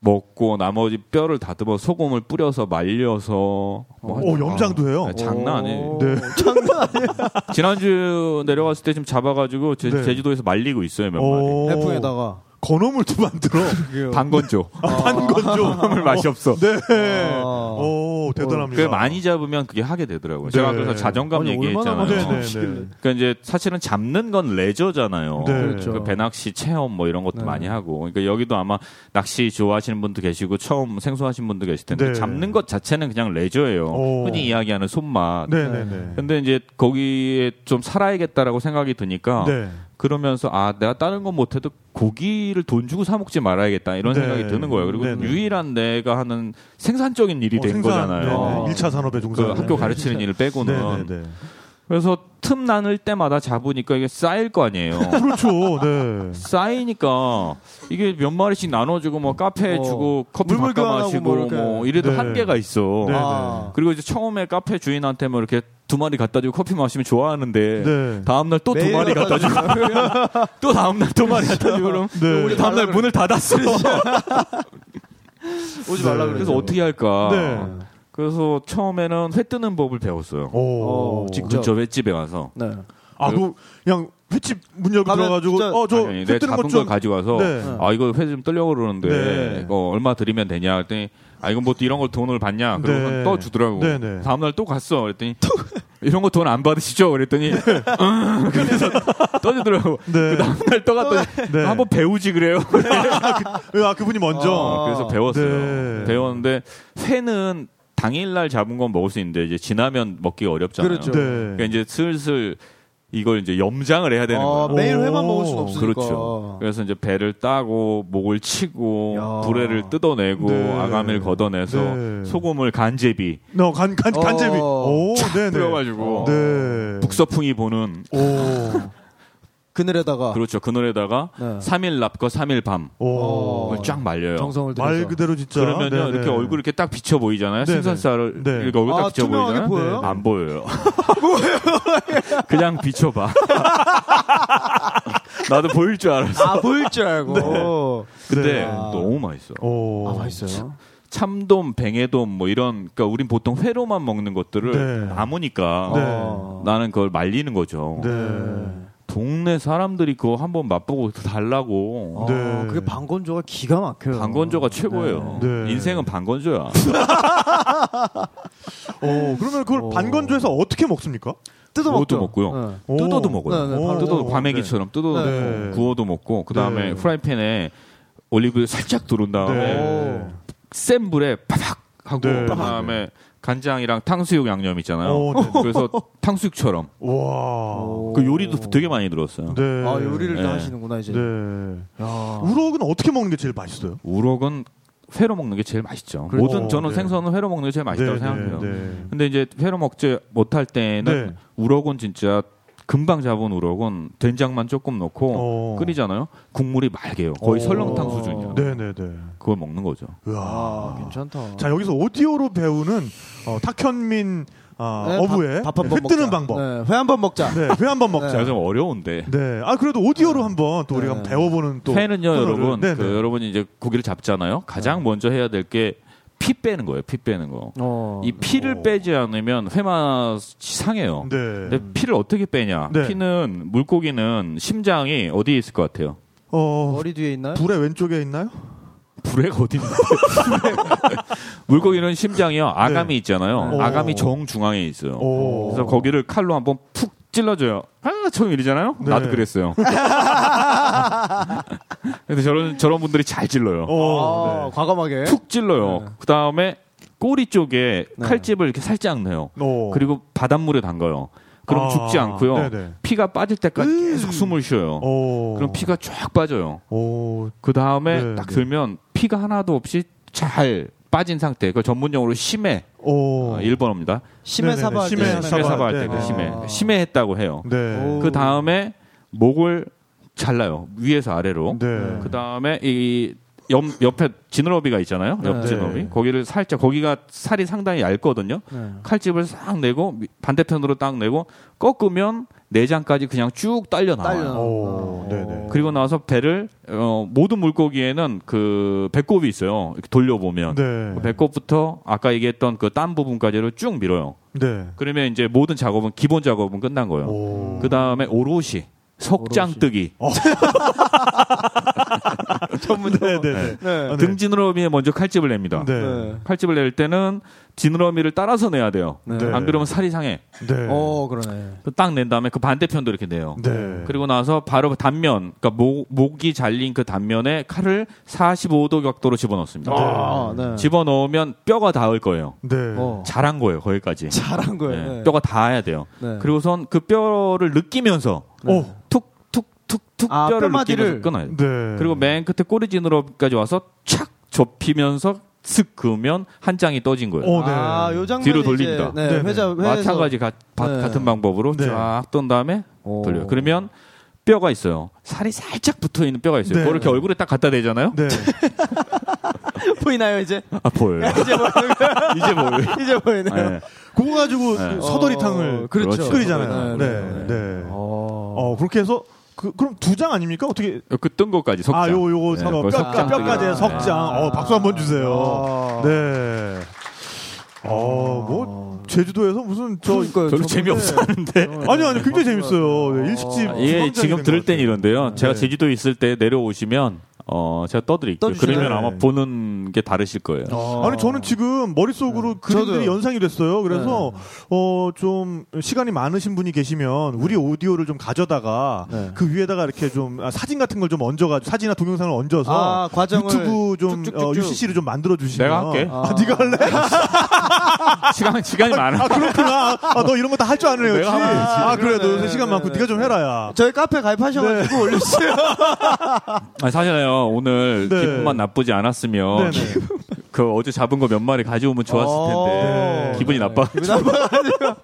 S4: 먹고 나머지 뼈를 다듬어 소금을 뿌려서 말려서 뭐
S1: 오, 어, 염장도 해요.
S4: 네,
S3: 어.
S4: 장난 아니에요.
S1: 네.
S3: 장난 아니에요.
S4: 지난주 내려갔을 때 지금 잡아가지고 제,
S1: 네.
S4: 주도에서 말리고 있어요 몇 마리.
S3: 네.
S1: 오.
S3: 해풍에다가.
S1: 건어물 두 만들어. 아,
S4: 방건조.
S1: 한건 좀.
S4: 물 맛이 없어.
S1: 네.
S3: 아.
S1: 오, 대단합니다.
S4: 그게 많이 잡으면 그게 하게 되더라고요.
S1: 네.
S4: 제가 그래서 자존감
S3: 아니, 얼마나
S4: 얘기했잖아요.
S3: 많이
S1: 네, 네,
S3: 잡으시길래.
S1: 네.
S4: 그러니까 이제 사실은 잡는 건 레저잖아요.
S1: 네.
S3: 그렇죠.
S4: 그 배낚시 체험 뭐 이런 것도
S3: 네.
S4: 많이 하고 그러니까 여기도 아마 낚시 좋아하시는 분도 계시고 처음 생소하신 분도 계실 텐데
S1: 네.
S4: 잡는 것 자체는 그냥 레저예요.
S1: 오.
S4: 흔히 이야기하는 손맛.
S1: 네네네.
S4: 근데 이제 거기에 좀 살아야겠다라고 생각이 드니까
S1: 네.
S4: 그러면서 아 내가 다른 건 못해도 고기를 돈 주고 사 먹지 말아야겠다 이런
S1: 네.
S4: 생각이 드는 거예요. 그리고
S1: 네네.
S4: 유일한 내가 하는 생산적인 일이
S1: 어,
S4: 된
S1: 생산,
S4: 거잖아요.
S1: 네네. 1차 산업의
S4: 그
S1: 종사.
S4: 학교 가르치는 일 빼고는
S1: 네네네.
S4: 그래서 틈 나눌 때마다 잡으니까 이게 쌓일 거 아니에요.
S1: 그렇죠. 네.
S4: 쌓이니까 이게 몇 마리씩 나눠주고 뭐 카페에
S3: 어.
S4: 주고 커피
S3: 물물
S4: 바꿔
S3: 교환하고
S4: 마시고
S3: 뭐
S4: 뭐
S3: 이렇게.
S4: 이래도
S1: 네.
S4: 한계가 있어.
S1: 네.
S3: 아.
S4: 그리고 이제 처음에 카페 주인한테 뭐 이렇게 두 마리 갖다 주고 커피 마시면 좋아하는데
S1: 네.
S4: 다음 날 또 두
S3: 매일
S4: 마리 갖다 주고 또 다음 날 두 마리 갖다 주고 그럼
S1: 네.
S4: 우리 다음 날 문을 닫았어.
S3: 오지
S1: 네.
S3: 말라 그래서
S4: 그래서 어떻게 할까?
S1: 네.
S4: 그래서 처음에는 회 뜨는 법을 배웠어요.
S1: 오.
S3: 어, 직접.
S4: 근처 횟집에 와서
S3: 네.
S1: 아, 그 그냥 횟집 문 열고
S3: 가면
S1: 들어가지고
S3: 진짜-
S1: 어, 저
S4: 아니,
S1: 회
S4: 내
S1: 뜨는
S4: 잡은
S1: 것
S4: 걸
S1: 좀.
S4: 가지고 와서
S1: 네.
S4: 아 이거 회 좀 뜨려고 그러는데
S1: 네.
S4: 이거 얼마 드리면 되냐 그랬더니 아 이건 뭐 이런 걸 돈을 받냐 그러고
S1: 네.
S4: 떠 주더라고
S1: 네, 네.
S4: 다음날 또 갔어 그랬더니 이런 거 돈 안 받으시죠 그랬더니 음, 그래서 떠주더라고
S1: 네.
S4: 그 다음날 떠갔더니
S1: 네.
S4: 한번 배우지 그래요
S1: 아, 그분이 먼저.
S3: 아.
S4: 어, 그래서 배웠어요
S1: 네.
S4: 배웠는데 회는 당일날 잡은 건 먹을 수 있는데 이제 지나면 먹기 어렵잖아요
S3: 그렇죠.
S1: 네.
S4: 그러니까 이제 슬슬 이걸 이제 염장을 해야 되는
S3: 아,
S4: 거예요.
S3: 매일
S1: 오.
S3: 회만 먹을 순 없으니까.
S4: 그렇죠. 그래서 이제 배를 따고 목을 치고
S3: 야.
S4: 불에를 뜯어내고
S1: 네.
S4: 아가미를 걷어내서
S1: 네.
S4: 소금을 간제비
S1: 너 간, 간, 간제비.
S3: 어.
S1: 오, 네네.
S4: 뿌려가지고
S1: 네.
S4: 북서풍이 보는
S1: 오.
S3: 그늘에다가
S4: 그렇죠 그늘에다가
S3: 네.
S4: 삼일 낮과 삼일 밤을
S1: 오.
S3: 어.
S4: 쫙 말려요.
S3: 정성을 들여서.
S1: 말 그대로 진짜.
S4: 그러면요
S1: 네네.
S4: 이렇게 얼굴 이렇게 딱 비쳐 보이잖아요.
S1: 네,
S4: 생선살을
S1: 네.
S4: 이렇게 얼굴 딱
S3: 아,
S4: 비쳐
S3: 투명하게
S4: 보이잖아요.
S3: 보여요?
S1: 네.
S4: 안 보여요. 그냥 비춰봐. 나도 보일 줄 알았어.
S3: 아 보일 줄 알고.
S1: 네.
S4: 근데
S3: 아.
S4: 너무 맛있어.
S1: 오.
S3: 아 맛있어요.
S4: 참돔, 뱅에돔 뭐 이런 그러니까 우린 보통 회로만 먹는 것들을
S1: 네.
S4: 남으니까
S1: 네.
S3: 어.
S4: 나는 그걸 말리는 거죠.
S1: 네.
S4: 동네 사람들이 그거 한번 맛보고 달라고
S3: 아,
S1: 네.
S3: 그게 방건조가 기가 막혀요.
S4: 방건조가 최고예요.
S1: 네. 네.
S4: 인생은 방건조야.
S1: 어, 그러면 그걸
S3: 어.
S1: 반건조해서 어떻게 먹습니까?
S3: 뜯어 먹죠.
S4: 모두 먹고요.
S3: 네.
S1: 오.
S4: 뜯어도 먹어요.
S3: 네, 네,
S1: 바로
S4: 뜯어도
S1: 먹어요.
S4: 과메기처럼 뜯어도
S1: 네.
S4: 먹고, 구워도 먹고 그 다음에
S1: 네.
S4: 프라이팬에 올리브유 살짝 두른 다음에
S1: 네.
S4: 센 불에 파박 하고
S1: 네.
S4: 그다음에 간장이랑 탕수육 양념 있잖아요.
S1: 오, 네.
S4: 그래서 탕수육처럼
S1: 와.
S4: 그 요리도 되게 많이 들었어요.
S1: 네.
S3: 아 요리를
S4: 네.
S3: 다 하시는구나 이제.
S1: 네.
S3: 야.
S1: 아. 우럭은 어떻게 먹는 게 제일 맛있어요?
S4: 우럭은 회로 먹는 게 제일 맛있죠.
S1: 그렇죠.
S4: 모든 저는
S1: 네.
S4: 생선은 회로 먹는 게 제일 맛있다고
S1: 네,
S4: 생각해요.
S1: 네, 네.
S4: 근데 이제 회로 먹지 못할 때는
S1: 네.
S4: 우럭은 진짜 금방 잡은 우럭은 된장만 조금 넣고
S1: 어.
S4: 끓이잖아요. 국물이 맑게요. 뭐 거의
S3: 어.
S4: 설렁탕 수준이요.
S1: 네, 네, 네.
S4: 그걸 먹는 거죠.
S1: 으아.
S3: 아 괜찮다.
S1: 자, 여기서 오디오로 배우는 어, 탁현민 어,
S3: 네,
S1: 어부의
S3: 밥- 밥한번
S1: 회 뜨는
S3: 먹자.
S1: 방법.
S3: 네, 회 한 번 먹자.
S1: 네, 회 한번 먹자.
S4: 제가
S1: 네.
S4: 좀 어려운데
S1: 아, 그래도 오디오로 한번 또 우리가
S3: 네.
S1: 배워보는 또.
S4: 회는요
S1: 코너를.
S4: 여러분
S1: 네,
S4: 그
S1: 네.
S4: 여러분이 이제 고기를 잡잖아요 가장 먼저 해야 될 게 피 빼는 거예요 피 빼는 거이
S3: 어.
S4: 피를
S1: 오.
S4: 빼지 않으면 회맛이 상해요
S1: 네.
S4: 근데 피를 어떻게 빼냐
S1: 네.
S4: 피는 물고기는 심장이 어디에 있을 것 같아요
S1: 어,
S3: 머리 뒤에 있나요?
S1: 불의 왼쪽에 있나요?
S4: 불에가 어디 있나 물고기는 심장이요 아감이 있잖아요
S1: 네. 오.
S4: 아감이 정중앙에 있어요
S1: 오.
S4: 그래서 거기를 칼로 한번 푹 찔러줘요. 아, 처음 일이잖아요.
S1: 네.
S4: 나도 그랬어요. 근데 저런 저런 분들이 잘 찔러요.
S1: 어,
S3: 아, 과감하게.
S4: 푹 찔러요.
S3: 네.
S4: 그 다음에 꼬리 쪽에
S3: 네.
S4: 칼집을 이렇게 살짝 넣어요.
S1: 네. 어.
S4: 그리고 바닷물에 담가요. 그럼
S1: 아,
S4: 죽지 않고요.
S1: 네네.
S4: 피가 빠질 때까지 계속 숨을 쉬어요.
S1: 어.
S4: 그럼 피가 쫙 빠져요.
S1: 어.
S4: 그 다음에
S1: 네,
S4: 딱
S1: 네.
S4: 들면 피가 하나도 없이 잘 빠진 상태. 그 전문용어로 심해.
S1: 어.
S4: 어, 일본어입니다.
S3: 심해
S1: 네네네.
S3: 사바.
S1: 심해
S4: 심해 사바할
S1: 네,
S4: 때 그
S1: 네.
S4: 심해.
S3: 아.
S4: 심해했다고 해요.
S1: 네.
S3: 오.
S4: 그 다음에 목을 잘라요. 위에서 아래로.
S1: 네.
S4: 그 다음에 이 옆, 옆에 지느러미가 있잖아요. 옆
S3: 네.
S4: 지느러미. 거기를 살짝 거기가 살이 상당히 얇거든요.
S1: 네.
S3: 네.
S4: 칼집을 싹 내고 미- 반대편으로 딱 내고 꺾으면 내장까지 그냥 쭉 딸려
S3: 딸려. 아,
S4: 나와요.
S1: 아, 오, 네네.
S4: 그리고 나서 배를 어, 모든 물고기에는 그 배꼽이 있어요. 이렇게 돌려보면
S1: 네.
S4: 그 배꼽부터 아까 얘기했던 그 땀 부분까지를 쭉 밀어요.
S1: 네.
S4: 그러면 이제 모든 작업은 기본 작업은 끝난 거예요.
S1: 오.
S4: 그 다음에 오롯이
S3: 오롯이.
S4: 석장뜨기
S1: 네, 네, 네.
S3: 네.
S1: 아, 네.
S4: 등지느러미에 먼저 칼집을 냅니다.
S1: 네.
S4: 칼집을 낼 때는 지느러미를 따라서 내야 돼요.
S3: 네.
S1: 네.
S4: 안 그러면 살이 상해.
S1: 네.
S3: 어 그러네.
S4: 딱 낸 다음에 그 반대편도 이렇게 내요.
S1: 네.
S4: 그리고 나서 바로 단면, 그러니까 목, 목이 잘린 그 단면에 칼을 45도 각도로 집어넣습니다.
S3: 아, 네.
S4: 집어넣으면 뼈가 닿을 거예요.
S1: 네.
S3: 어.
S4: 잘한 거예요, 거기까지.
S3: 잘한 거예요.
S4: 네,
S3: 네.
S4: 뼈가 닿아야 돼요.
S3: 네.
S4: 그리고선 그 뼈를 느끼면서
S1: 오.
S4: 툭, 툭, 툭, 툭
S3: 아,
S4: 뼈를
S3: 뼈마디를.
S4: 느끼면서 끊어요.
S1: 네.
S4: 그리고 맨 끝에 꼬리지느러기까지 와서 착 접히면서 슥 그으면 한 장이 떠진 거예요.
S1: 어, 네.
S3: 아, 요 장면
S4: 뒤로 돌립니다.
S3: 네,
S1: 네네.
S3: 회자 회에서
S4: 마찬가지 가- 바-
S3: 네.
S4: 같은 방법으로
S1: 네.
S4: 쫙 떤 다음에
S3: 오.
S4: 돌려요. 그러면 뼈가 있어요. 살이 살짝 붙어 있는 뼈가 있어요.
S1: 네.
S4: 그걸 이렇게 얼굴에 딱 갖다 대잖아요.
S1: 네.
S3: 보이나요 이제?
S4: 아 보여요.
S3: 이제 보이는 거예요?
S4: 이제 보여요.
S3: 이제 네. 보이네요.
S4: 네.
S1: 그거 가지고
S4: 네.
S1: 서더리탕을
S3: 어, 그렇죠.
S1: 끓이잖아요.
S3: 네,
S1: 네.
S3: 네,
S1: 네.
S3: 어.
S1: 어, 그렇게 해서 그 그럼 두 장 아닙니까? 어떻게
S4: 그뜬 것까지 석장.
S1: 아, 요 요거
S4: 네,
S1: 네, 뼈,
S4: 거의 석장
S1: 뼈, 까지
S4: 뜨기로.
S1: 석장.
S3: 네.
S1: 어, 박수 한 번 주세요.
S4: 어.
S3: 아.
S1: 네. 어, 뭐 제주도에서 무슨 저
S3: 그러니까요,
S4: 별로
S3: 저번에-
S4: 재미없었는데.
S1: 음. 아니 아니 굉장히 재밌어요.
S3: 아.
S1: 예, 일식집
S3: 아,
S4: 예,
S1: 주방장이
S4: 지금
S1: 된
S4: 들을
S1: 것
S4: 땐
S1: 같아요.
S4: 이런데요. 제가
S1: 네.
S4: 제주도 있을 때 내려오시면 어 제가 떠드릴게요.
S3: 떠주시나요?
S4: 그러면 아마
S1: 네.
S4: 보는 게 다르실 거예요.
S3: 어.
S1: 아니 저는 지금 머릿속으로 그림들이
S3: 저도요.
S1: 연상이 됐어요. 그래서 어 좀 시간이 많으신 분이 계시면 우리 오디오를 좀 가져다가
S3: 네.
S1: 그 위에다가 이렇게 좀 아, 사진 같은 걸 좀 얹어가지고 사진이나 동영상을 얹어서
S3: 아, 과정을
S1: 유튜브 좀
S3: 쭉쭉쭉쭉.
S1: 어, UCC를 좀 만들어 주시면
S4: 내가 할게.
S1: 아, 네가 할래?
S4: 시간 시간이 많아.
S1: 아 그렇구나. 아, 너 이런 거 다 할 줄 아는 애였지.
S4: 내가 하면 되지.
S1: 아 그래 너
S3: 네,
S1: 시간
S3: 네,
S1: 많고
S3: 네,
S1: 네가 좀 해라야.
S3: 저희 카페 가입하셔가지고 올려주세요.
S4: 아니, 사실은요 오늘
S1: 네.
S4: 기분만 나쁘지 않았으면
S1: 네네. 아,
S4: 그 어제 잡은 거 몇 마리 가져오면 좋았을 텐데
S1: 네.
S4: 기분이 나빠.
S3: 어. 기분이 나빠가지고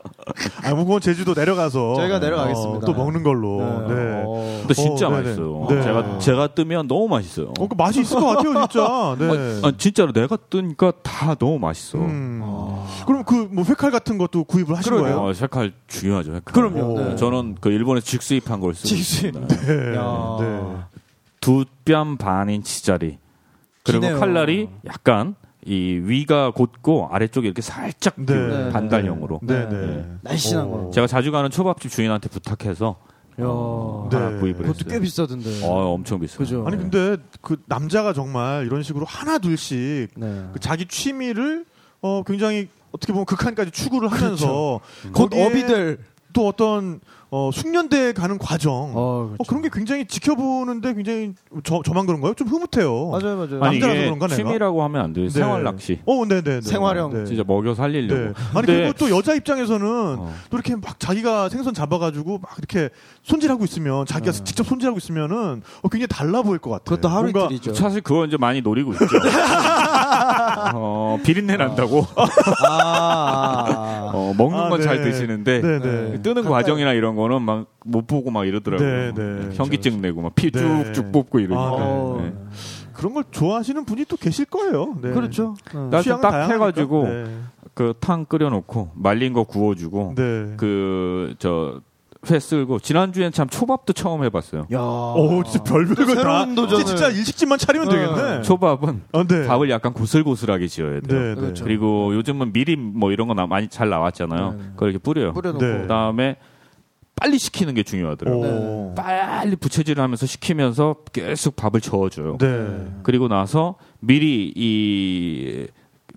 S1: 아 무거운 제주도 내려가서
S3: 저희가
S1: 어,
S3: 내려가겠습니다.
S1: 또 먹는 걸로. 네.
S3: 어.
S4: 근데 진짜
S1: 어, 네네.
S4: 맛있어요.
S1: 네.
S4: 제가 제가 뜨면 너무 맛있어요.
S1: 어, 그 맛이 있을 것 같아요 진짜. 네.
S4: 아, 진짜로 내가 뜨니까 다 너무 맛있어.
S1: 음. 그럼 그 뭐 회칼 같은 것도 구입을 하신 거예요?
S4: 어, 색깔 중요하죠. 색깔.
S3: 그럼요.
S1: 어.
S3: 네.
S4: 저는 그 일본에서 직수입한 걸 쓰고
S3: 직수입.
S4: 있습니다.
S1: 네.
S3: 야.
S1: 네.
S4: 두 뺨 반인치짜리 그리고
S3: 기네요.
S4: 칼날이 약간 이 위가 곧고 아래쪽에 이렇게 살짝
S1: 네.
S4: 기울어요.
S3: 네.
S4: 반달형으로.
S1: 네네.
S3: 네. 날씬한 거.
S4: 제가 자주 가는 초밥집 주인한테 부탁해서
S1: 네.
S3: 야.
S4: 하나 구입을
S3: 그것도 꽤
S4: 했어요.
S3: 비싸던데.
S4: 어, 엄청 비싸요.
S3: 그죠.
S1: 아니 근데 그 남자가 정말 이런 식으로 하나 둘씩
S3: 네.
S1: 그 자기 취미를 어 굉장히 어떻게 보면 극한까지 추구를 하면서 음.
S3: 곧
S1: 거기에
S3: 어비들.
S1: 또 어떤 어 숙련대에 가는 과정 어,
S3: 어, 그렇죠.
S1: 그런게 굉장히 지켜보는데 굉장히 저 저만 그런가요? 좀 흐뭇해요.
S3: 맞아요, 맞아요.
S1: 아니,
S4: 아니
S1: 남자라서
S4: 이게
S1: 그런가, 내가?
S4: 취미라고 하면 안 돼요.
S1: 네.
S4: 생활 낚시.
S1: 어, 네네.
S3: 생활형.
S1: 네.
S4: 진짜 먹여 살리려고.
S1: 네. 아니 그리고 또 여자 입장에서는
S4: 어.
S1: 또 이렇게 막 자기가 생선 잡아가지고 막 이렇게 손질하고 있으면 자기가
S3: 네.
S1: 직접 손질하고 있으면은 어, 굉장히 달라 보일 것 같아요.
S3: 그것도 하루
S1: 뭔가
S3: 이틀이죠.
S4: 사실 그거 이제 많이 노리고 있죠. 어, 비린내 난다고.
S3: 아, 아, 아.
S4: 어, 먹는
S1: 아,
S4: 건 잘
S1: 네.
S4: 드시는데
S1: 네네. 그러니까
S3: 네.
S4: 뜨는
S3: 가까이-
S4: 과정이나 이런 거는 막 못 보고 막
S1: 네,
S4: 이러더라고요.
S1: 네.
S4: 현기증 내고 막 피
S1: 네.
S4: 쭉쭉 뽑고 이러니까.
S1: 아, 네.
S3: 어.
S4: 네.
S1: 그런 걸 좋아하시는 분이 또 계실 거예요. 네.
S3: 그렇죠. 어.
S4: 나-
S1: 취향은
S4: 딱
S1: 다양하니까.
S4: 해가지고.
S1: 네.
S4: 그 탕 끓여놓고 말린 거 구워주고
S1: 네.
S4: 어. 그 저 회 쓸고 지난주엔 참 초밥도 처음 해봤어요.
S3: 야.
S1: 오, 진짜 별별 거 다.
S3: 새로운 도전을.
S1: 진짜 일식집만 차리면
S3: 네.
S1: 되겠네.
S4: 초밥은
S1: 아, 네.
S4: 밥을 약간 고슬고슬하게 지어야 돼요.
S1: 네, 네.
S3: 그렇죠.
S4: 그리고 요즘은 미림 뭐 이런 거 나- 많이 잘 나왔잖아요.
S3: 네, 네.
S4: 그걸 이렇게 뿌려요.
S3: 뿌려놓고.
S1: 네.
S4: 그다음에 빨리 식히는 게 중요하더라고요.
S1: 오.
S4: 빨리 부채질을 하면서 식히면서 계속 밥을 저어줘요.
S1: 네.
S4: 그리고 나서 미리 이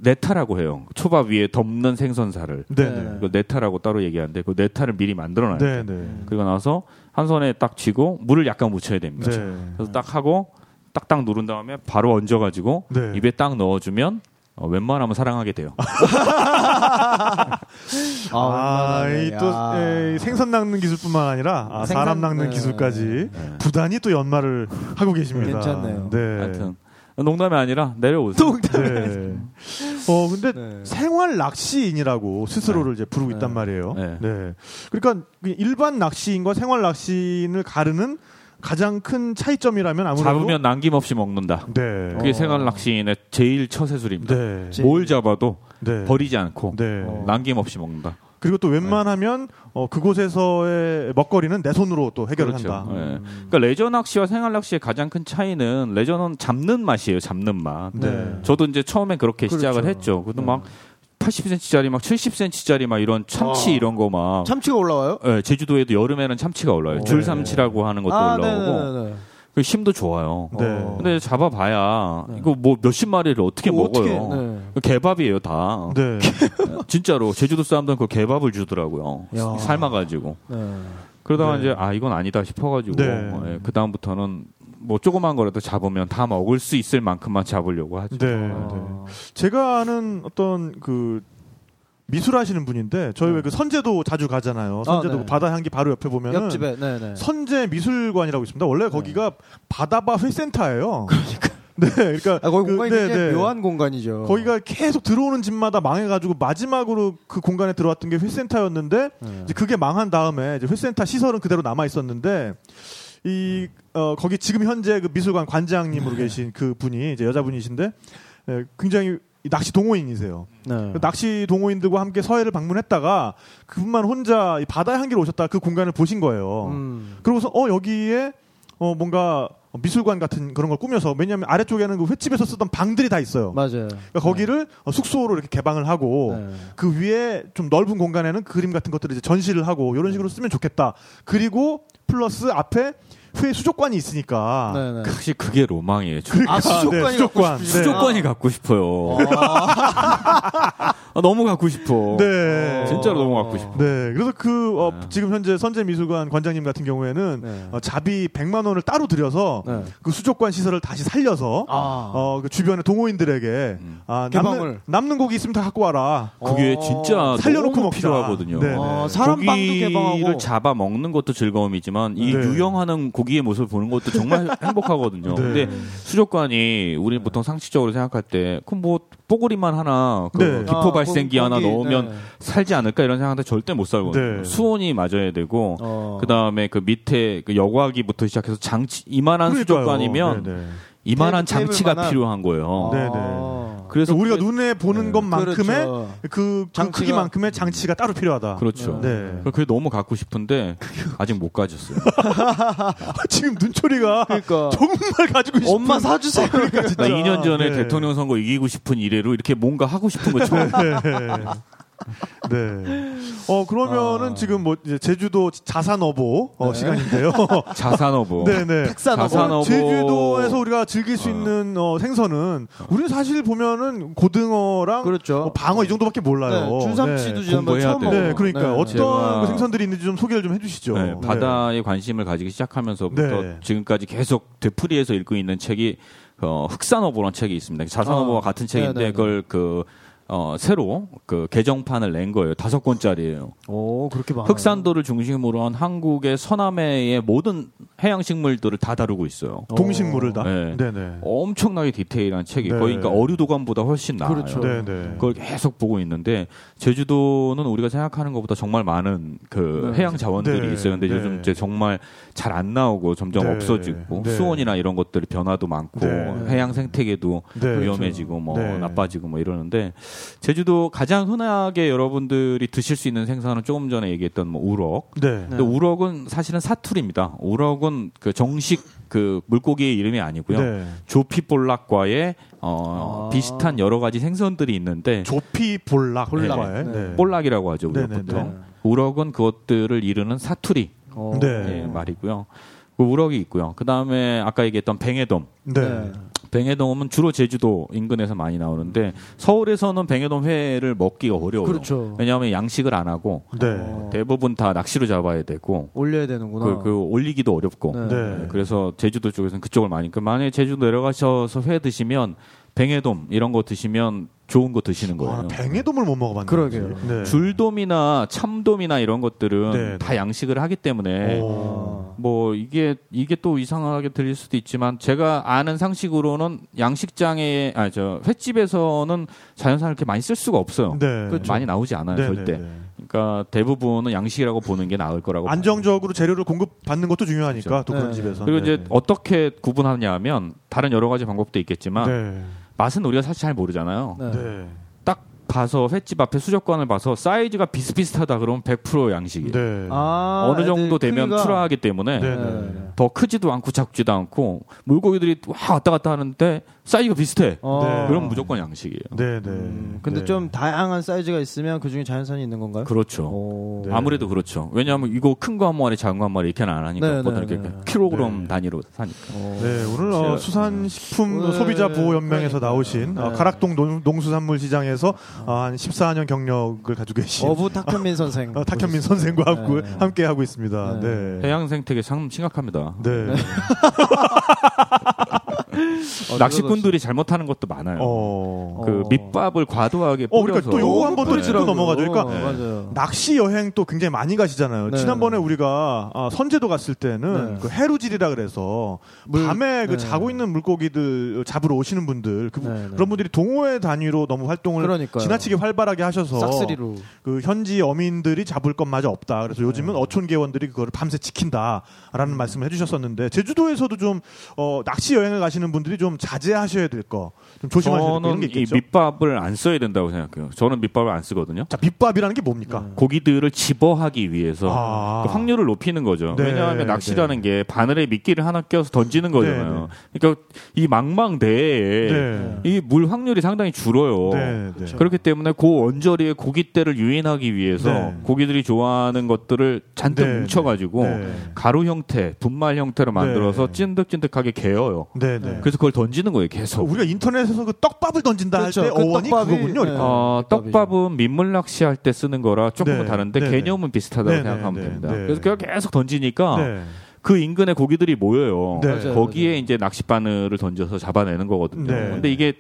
S4: 네타라고 해요. 초밥 위에 덮는 생선살을.
S1: 네.
S3: 네.
S1: 네.
S4: 그 네타라고 따로 얘기하는데 그 네타를 미리 만들어놔요.
S1: 네. 네.
S4: 그리고 나서 한 손에 딱 쥐고 물을 약간 묻혀야 됩니다.
S1: 네.
S4: 그래서 딱 하고 딱딱 누른 다음에 바로 얹어가지고
S1: 네.
S4: 입에 딱 넣어주면 어, 웬만하면 사랑하게 돼요.
S1: 아,
S3: 얼마나,
S1: 이
S3: 네.
S1: 또
S3: 야.
S1: 에, 생선 낚는 기술뿐만 아니라 아,
S3: 생선,
S1: 사람 낚는
S3: 네.
S1: 기술까지 부단히 또 연마를 하고 계십니다.
S3: 괜찮네요.
S1: 네.
S4: 하여튼 농담이 아니라 내려오세요.
S1: 네. 어 근데
S3: 네.
S1: 생활 낚시인이라고 스스로를 이제 부르고
S3: 네.
S1: 있단 말이에요. 네.
S4: 네.
S1: 그러니까 그냥 일반 낚시인과 생활 낚시인을 가르는 가장 큰 차이점이라면 아무래도
S4: 잡으면 남김없이 먹는다.
S1: 네.
S4: 그게
S3: 어.
S4: 생활 낚시인의 제일 처세술입니다.
S1: 네.
S3: 제-
S4: 뭘 잡아도
S1: 네.
S4: 버리지 않고
S1: 네.
S3: 어.
S4: 남김없이 먹는다.
S1: 그리고 또 웬만하면 어, 그곳에서의 먹거리는 내 손으로 또 해결을
S4: 그렇죠.
S1: 한다.
S4: 예. 그러니까 레저 낚시와 생활 낚시의 가장 큰 차이는 레저는 잡는 맛이에요. 잡는 맛.
S1: 네.
S4: 저도 이제 처음에 그렇게
S3: 그렇죠.
S4: 시작을 했죠. 그래도
S3: 네.
S4: 막 80cm짜리, 막 70cm짜리, 막 이런 참치
S3: 아.
S4: 이런 거 막.
S3: 참치가 올라와요?
S4: 예, 제주도에도 여름에는 참치가 올라요.
S3: 오.
S4: 줄삼치라고 하는 것도
S3: 아,
S4: 올라오고.
S3: 네네네.
S4: 그 힘도 좋아요.
S1: 네.
S3: 어.
S4: 근데 잡아봐야
S3: 네.
S4: 이거 뭐 몇십 마리를 어떻게 먹어요? 그
S3: 네.
S4: 개밥이에요 다.
S1: 네.
S4: 진짜로 제주도 사람들은 그 개밥을 주더라고요.
S3: 야.
S4: 삶아가지고.
S3: 네.
S4: 그러다가
S1: 네.
S4: 이제 아 이건 아니다 싶어가지고
S1: 네.
S4: 그 다음부터는 뭐 조그만 거라도 잡으면 다 먹을 수 있을 만큼만 잡으려고 하죠.
S1: 네. 네.
S3: 아. 어.
S1: 제가 아는 어떤 그 미술하시는 분인데 저희
S3: 네.
S1: 왜 그 선제도 자주 가잖아요.
S3: 아,
S1: 선제도
S3: 네.
S1: 바다 향기 바로 옆에 보면
S3: 옆집에 네. 네네.
S1: 선제 미술관이라고 있습니다. 원래 거기가 바다바 회센터예요. 그러니까 네, 그러니까
S3: 아, 거기
S1: 그,
S3: 공간이
S1: 네,
S3: 굉장히
S1: 네.
S3: 묘한 공간이죠.
S1: 거기가 계속 들어오는 집마다 망해가지고 마지막으로 그 공간에 들어왔던 게 회센터였는데
S3: 네.
S1: 이제 그게 망한 다음에 이제 회센터 시설은 그대로 남아 있었는데 이 어, 거기 지금 현재 그 미술관 관장님으로
S3: 네.
S1: 계신 그 분이 이제 여자분이신데 예, 굉장히 이 낚시 동호인이세요.
S3: 네.
S1: 그 낚시 동호인들과 함께 서해를 방문했다가 그분만 혼자 이 바다 향기로 오셨다 그 공간을 보신 거예요.
S3: 음.
S1: 그러고서 어 여기에 어 뭔가 미술관 같은 그런 걸 꾸며서 왜냐하면 아래쪽에는 그 횟집에서 쓰던 방들이 다 있어요.
S3: 맞아요.
S1: 그러니까 거기를 어, 숙소로 이렇게 개방을 하고
S3: 네.
S1: 그 위에 좀 넓은 공간에는 그림 같은 것들을 이제 전시를 하고 이런 식으로 쓰면 좋겠다. 그리고 플러스 앞에 회 수족관이 있으니까
S3: 네네.
S4: 사실 그게 로망이에요. 저-
S1: 그러니까,
S3: 아, 수족관이
S1: 네,
S3: 갖고
S1: 수족관.
S3: 싶으시구나.
S1: 네.
S4: 수족관이 갖고 싶어요. 아, 너무 갖고 싶어.
S1: 네.
S4: 진짜로 너무 갖고 싶어.
S1: 네, 그래서 그 어, 지금 현재 선제 미술관 관장님 같은 경우에는
S3: 네.
S1: 어, 자비 100만 원을 따로 들여서
S3: 네.
S1: 그 수족관 시설을 다시 살려서
S3: 아.
S1: 어, 그 주변의 동호인들에게 아, 남는,
S3: 개방을.
S1: 남는 고기 있으면 다 갖고 와라.
S4: 그게
S3: 어.
S4: 진짜
S1: 살려놓고
S4: 너무
S1: 먹자.
S4: 필요하거든요. 아,
S1: 네.
S3: 어, 사람 방도
S4: 고기를
S3: 개방하고
S4: 잡아 먹는 것도 즐거움이지만 이
S1: 네.
S4: 유영하는 고기의 모습을 보는 것도 정말 행복하거든요.
S1: 네.
S4: 근데 수족관이 우리 보통 상식적으로 생각할 때 그 뭐 뽀글이만 하나 그
S1: 네.
S4: 기포
S3: 아, 거기,
S4: 발생기 하나
S3: 거기,
S4: 넣으면
S3: 네.
S4: 살지 않을까 이런 생각도 절대 못 살거든요.
S1: 네.
S4: 수온이 맞아야 되고
S3: 어.
S4: 그다음에 그 밑에 그 여과기부터 시작해서 장치 이만한
S1: 그러니까요.
S4: 수족관이면
S1: 네, 네.
S4: 이만한
S3: 테이블,
S4: 장치가
S3: 테이블만한-
S4: 필요한 거예요.
S1: 네.
S3: 아.
S4: 그래서
S1: 우리가 눈에 보는
S4: 네.
S1: 것만큼의
S3: 그렇죠.
S1: 그, 그
S3: 장치가-
S1: 크기만큼의 장치가 따로 필요하다.
S4: 그렇죠.
S1: 네.
S4: 그게 너무 갖고 싶은데 아직 못 가졌어요.
S1: 지금 눈초리가
S3: 그러니까
S1: 정말 가지고 싶은
S3: 엄마 사주세요.
S4: 어.
S1: 그러니까 진짜.
S4: 나 2년 전에
S1: 네.
S4: 대통령 선거 이기고 싶은 이래로 이렇게 뭔가 하고 싶은 거 처음.
S1: 네. 어 그러면은
S3: 아.
S1: 지금 뭐 이제 제주도 자산어보 어,
S3: 네.
S1: 시간인데요.
S4: 자산어보.
S1: 네네.
S3: 택산어보.
S4: 자산어- 자산어보.
S1: 제주도에서 우리가 즐길 수
S4: 어.
S1: 있는 어, 생선은
S4: 아.
S1: 우리는 사실 보면은 고등어랑
S3: 그렇죠.
S1: 뭐 방어 이 정도밖에 몰라요.
S3: 네, 준삼치도 지금 한번
S4: 공부해야
S3: 처음
S4: 돼요.
S3: 먹어.
S1: 네, 그러니까 어떤
S4: 제가-
S1: 그 생선들이 있는지 좀 소개를 좀 해주시죠.
S4: 네, 바다에 관심을 가지기 시작하면서부터
S1: 네.
S4: 지금까지 계속 되풀이해서 읽고 있는 책이 어, 흑산어보라는 책이 있습니다. 자산어보와
S3: 아,
S4: 같은
S3: 네,
S4: 책인데
S3: 네, 네.
S4: 그걸 그 어, 새로 그 개정판을 낸 거예요. 다섯 권짜리예요.
S3: 오 어, 그렇게 많아.
S4: 흑산도를 중심으로 한 한국의 서남해의 모든 해양 식물들을 다 다루고 있어요.
S1: 네. 동식물을
S3: 아,
S1: 다.
S4: 네.
S1: 네, 네.
S4: 엄청나게 디테일한 책이
S1: 네.
S4: 거의 그러니까 어류도감보다 훨씬 나아요.
S3: 그렇죠.
S1: 네, 네.
S4: 그걸 계속 보고 있는데 제주도는 우리가 생각하는 것보다 정말 많은 그
S3: 네.
S4: 해양 자원들이
S1: 네.
S4: 있어요. 근데
S1: 네.
S4: 요즘 이제 정말 잘 안 나오고 점점
S1: 네.
S4: 없어지고
S1: 네.
S4: 수온이나 이런 것들이 변화도 많고
S1: 네.
S4: 해양 생태계도
S1: 네.
S4: 위험해지고 뭐
S1: 네.
S4: 나빠지고 뭐 이러는데 제주도 가장 흔하게 여러분들이 드실 수 있는 생선은 조금 전에 얘기했던 뭐 우럭
S1: 네.
S3: 네.
S4: 근데 우럭은 사실은 사투리입니다. 우럭은 그 정식 그 물고기의 이름이 아니고요.
S1: 네.
S4: 조피볼락과의 어,
S3: 아.
S4: 비슷한 여러 가지 생선들이 있는데
S1: 조피 볼락.
S3: 볼락.
S1: 볼락과의,
S3: 네.
S1: 네.
S4: 볼락이라고 하죠
S1: 네네네.
S4: 우럭부터. 우럭은 그것들을 이르는 사투리
S3: 어.
S1: 네.
S4: 예, 말이고요. 그 우럭이 있고요. 그 다음에 아까 얘기했던 뱅에돔.
S1: 네.
S4: 뱅에돔은 주로 제주도 인근에서 많이 나오는데 서울에서는 뱅에돔 회를 먹기가 어려워요.
S3: 그렇죠.
S4: 왜냐하면 양식을 안 하고
S1: 네.
S3: 어.
S4: 대부분 다 낚시로 잡아야 되고
S3: 올려야 되는구나.
S4: 그, 그 올리기도 어렵고
S3: 네.
S1: 네.
S4: 그래서 제주도 쪽에서는 그쪽을 많이. 그 만약에 제주도 내려가셔서 회 드시면 뱅에돔 이런 거 드시면 좋은 거 드시는
S1: 아,
S4: 거예요.
S1: 뱅에돔을 못 먹어봤네.
S3: 그러게요.
S1: 네.
S4: 네. 줄돔이나 참돔이나 이런 것들은
S1: 네.
S4: 다 양식을 하기 때문에
S1: 오.
S3: 어.
S4: 뭐 이게 이게 또 이상하게 들릴 수도 있지만 제가 아는 상식으로는 양식장에 아 저 횟집에서는 자연산을 이렇게 많이 쓸 수가 없어요.
S1: 네.
S3: 그렇죠.
S4: 많이 나오지 않아요
S1: 네,
S4: 절대.
S1: 네, 네.
S4: 그러니까 대부분은 양식이라고 보는 게 나을 거라고. 봐요. 그렇죠.
S1: 안정적으로 재료를 공급받는 것도 중요하니까 또 그런
S3: 네.
S1: 집에서.
S4: 그리고 이제
S1: 네.
S4: 어떻게 구분하냐 하면 다른 여러 가지 방법도 있겠지만
S1: 네.
S4: 맛은 우리가 사실 잘 모르잖아요.
S3: 네.
S1: 네.
S4: 딱 봐서 횟집 앞에 수족관을 봐서 사이즈가 비슷비슷하다 그러면 100% 양식이에요.
S1: 네.
S3: 아,
S4: 어느
S3: 애들
S4: 정도 되면
S3: 크기가-
S4: 출하하기 때문에
S1: 네.
S4: 더 크지도 않고 작지도 않고 물고기들이 와 왔다 갔다 하는데 사이즈가 비슷해.
S3: 어.
S1: 네.
S4: 그럼 무조건 양식이에요.
S1: 네, 네.
S3: 음, 근데
S1: 네.
S3: 좀 다양한 사이즈가 있으면 그 중에 자연산이 있는 건가요?
S4: 그렇죠.
S3: 오.
S1: 네.
S4: 아무래도 그렇죠. 왜냐하면 이거 큰 거 한 마리, 작은 거 한 마리 이렇게는 안 하니까
S3: 네,
S4: 보통
S3: 네,
S4: 이렇게
S3: 네.
S4: 킬로그램
S1: 네.
S4: 단위로 사니까.
S3: 오.
S1: 네, 오늘 어,
S4: 제가-
S1: 수산식품
S3: 네.
S1: 소비자 보호 연맹에서
S3: 그러니까요.
S1: 나오신 어,
S3: 네.
S1: 가락동 농, 농수산물 시장에서 어, 한 14년 경력을 가지고 계신
S3: 어부 탁현민 선생.
S1: 어, 탁현민 선생과 함께,
S3: 네.
S1: 함께 하고 있습니다.
S3: 네.
S1: 네.
S4: 해양 생태계 참 심각합니다.
S1: 네.
S3: 어,
S4: 낚시꾼들이 잘못하는 것도 많아요.
S1: 아, 어.
S4: 그
S3: 어.
S4: 밑밥을 과도하게
S1: 어, 그러니까
S4: 뿌려서
S1: 또 요거 한번 또
S4: 네.
S1: 짚고 넘어가죠. 그러니까
S3: 어, 맞아요.
S1: 낚시 여행 또 굉장히 많이 가시잖아요.
S3: 네.
S1: 지난번에 우리가 아, 선제도 갔을 때는
S3: 네.
S1: 그 해루질이라 그래서
S3: 물-
S1: 밤에 그
S3: 네.
S1: 자고 있는 물고기들 잡으러 오시는 분들 그,
S3: 네, 네.
S1: 런 분들이 동호회 단위로 너무 활동을
S3: 그러니까요.
S1: 지나치게 활발하게 하셔서
S3: 싹쓸이로.
S1: 그 현지 어민들이 잡을 것마저 없다. 그래서
S3: 네.
S1: 요즘은 어촌계원들이 그거를 밤새
S3: 음.
S1: 지킨다라는 말씀을 해주셨었는데 제주도에서도 좀 어, 낚시 여행을 가시는 분들이 좀 자제하셔야 될 거, 좀 조심하셔야 될 거 이런 게
S4: 저는 이
S1: 있겠죠.
S4: 밑밥을 안 써야 된다고 생각해요. 저는 밑밥을 안 쓰거든요.
S1: 자, 밑밥이라는 게 뭡니까?
S4: 고기들을 집어하기
S3: 네.
S4: 위해서
S1: 아.
S4: 그 확률을 높이는 거죠.
S1: 네,
S4: 왜냐하면 낚시라는 게 바늘에 미끼를 하나 껴서 던지는 거잖아요. 그러니까 이 망망대해에
S1: 네.
S4: 이 물 확률이 상당히 줄어요.
S1: 네, 네.
S4: 뭐 그렇기 때문에 그 언저리에 고깃대를 유인하기 위해서
S1: 네.
S4: 고기들이 좋아하는 것들을 잔뜩
S1: 네,
S4: 뭉쳐가지고
S1: 네.
S4: 가루 형태, 분말 형태로 만들어서
S1: 네.
S4: 찐득찐득하게 개어요.
S1: 네, 네.
S4: 그래서 그걸 던지는 거예요, 계속.
S1: 우리가 인터넷에서 그 떡밥을 던진다
S3: 그렇죠.
S1: 할 때
S3: 그
S1: 어원이
S3: 떡밥이-
S1: 그거군요.
S3: 네.
S4: 어,
S3: 떡밥이죠.
S4: 떡밥은 민물 낚시할 때 쓰는 거라 조금은
S1: 네,
S4: 다른데
S1: 네, 네.
S4: 개념은 비슷하다고
S1: 네, 네,
S4: 생각하면
S1: 네,
S4: 됩니다.
S1: 네.
S4: 그래서 그걸 계속
S3: 어.
S4: 던지니까
S1: 네.
S4: 그 인근에 고기들이 모여요.
S1: 네.
S3: 맞아요,
S4: 거기에
S3: 맞아요.
S4: 이제 낚싯바늘을 던져서 잡아내는 거거든요.
S1: 네.
S4: 근데 이게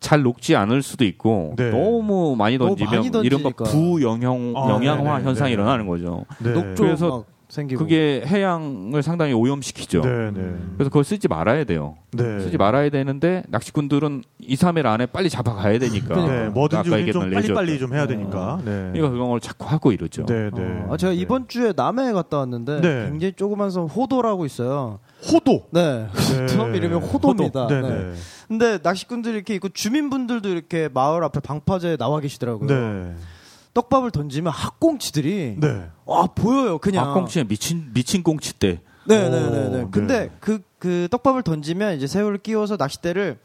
S4: 잘 녹지 않을 수도 있고
S1: 네.
S4: 너무 많이
S3: 너무
S4: 던지면
S3: 많이
S4: 이른바
S3: 던지니까.
S4: 부영향
S1: 아, 네,
S4: 영양화
S1: 네,
S4: 현상이
S1: 네.
S4: 일어나는 거죠.
S1: 네.
S3: 아, 녹조
S4: 그래서
S3: 막 생기고.
S4: 그게 해양을 상당히 오염시키죠.
S1: 네, 네.
S4: 그래서 그걸 쓰지 말아야 돼요.
S1: 네.
S4: 쓰지 말아야 되는데 낚시꾼들은 2, 3일 안에 빨리 잡아가야 되니까.
S3: 그러니까.
S1: 네, 뭐든지
S4: 아까
S1: 우리 좀
S4: 얘기했던
S1: 빨리빨리
S4: 레이저
S1: 좀 해야 되니까. 네.
S4: 이거 그런 걸 자꾸 하고 이러죠.
S1: 네,
S3: 어,
S1: 네.
S3: 아, 제가 이번 주에 남해에 갔다 왔는데
S1: 네.
S3: 굉장히 조그만 섬 호도라고 있어요.
S1: 호도.
S3: 네.
S1: 네.
S3: 섬 이름이 호도입니다.
S1: 네,
S3: 네.
S1: 네.
S3: 근데 낚시꾼들이 이렇게 있고 주민분들도 이렇게 마을 앞에 방파제에 나와 계시더라고요.
S1: 네.
S3: 떡밥을 던지면 학꽁치들이
S1: 네.
S3: 아 보여요 그냥.
S4: 악꽁치에 미친 미친 꽁치 때.
S3: 네네네네.
S1: 오,
S3: 근데
S1: 네.
S3: 그 그 떡밥을 던지면 이제 새우를 끼워서 낚싯대를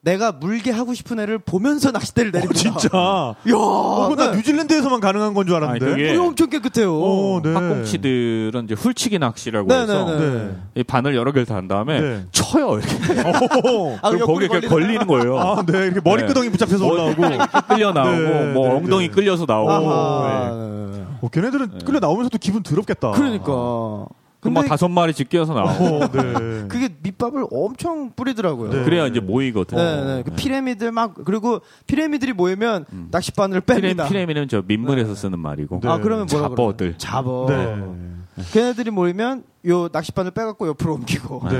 S3: 내가 물게 하고 싶은 애를 보면서 낚싯대를 내립니다.
S1: 진짜.
S3: 아, 야,
S1: 어, 그거 나
S3: 네.
S1: 뉴질랜드에서만 가능한 건 줄 알았는데.
S4: 아니, 그게-
S3: 물이 엄청 깨끗해요.
S1: 어, 네.
S4: 학꽁치들은 이제 훌치기 낚시라고 해서
S3: 네네네.
S1: 네.
S4: 이 바늘 여러 개를 단 다음에
S1: 네.
S4: 쳐요 이렇게.
S1: 오.
S3: 아,
S4: 그럼
S3: 옆구리
S4: 거기에 이렇게 걸리는 거예요.
S1: 어. 아, 네. 이렇게 머리끄덩이 붙잡혀서 올라오고.
S4: 끌려 나오고
S1: 네,
S4: 뭐
S1: 네,
S4: 엉덩이
S1: 네.
S4: 끌려서 나오고.
S3: 아하. 네,
S4: 네.
S3: 네, 네.
S1: 어, 걔네들은 끌려 나오면서도 기분 더럽겠다.
S3: 그러니까.
S4: 그럼 막
S3: 근데
S4: 다섯 마리씩 끼어서 나오고.
S1: 어, 네.
S3: 그게 밑밥을 엄청 뿌리더라고요.
S1: 네.
S4: 그래야 이제 모이거든. 어.
S3: 네, 네. 그 피라미드 막 그리고 피라미드들이 모이면 낚싯바늘을 뺍니다.
S4: 피레, 미는저 민물에서 쓰는 말이고.
S1: 네.
S3: 아 그러면 뭐라 그래?
S4: 잡어들.
S3: 잡어.
S1: 네.
S3: 걔네들이 모이면 요 낚싯바늘 빼갖고 옆으로 옮기고.
S1: 네.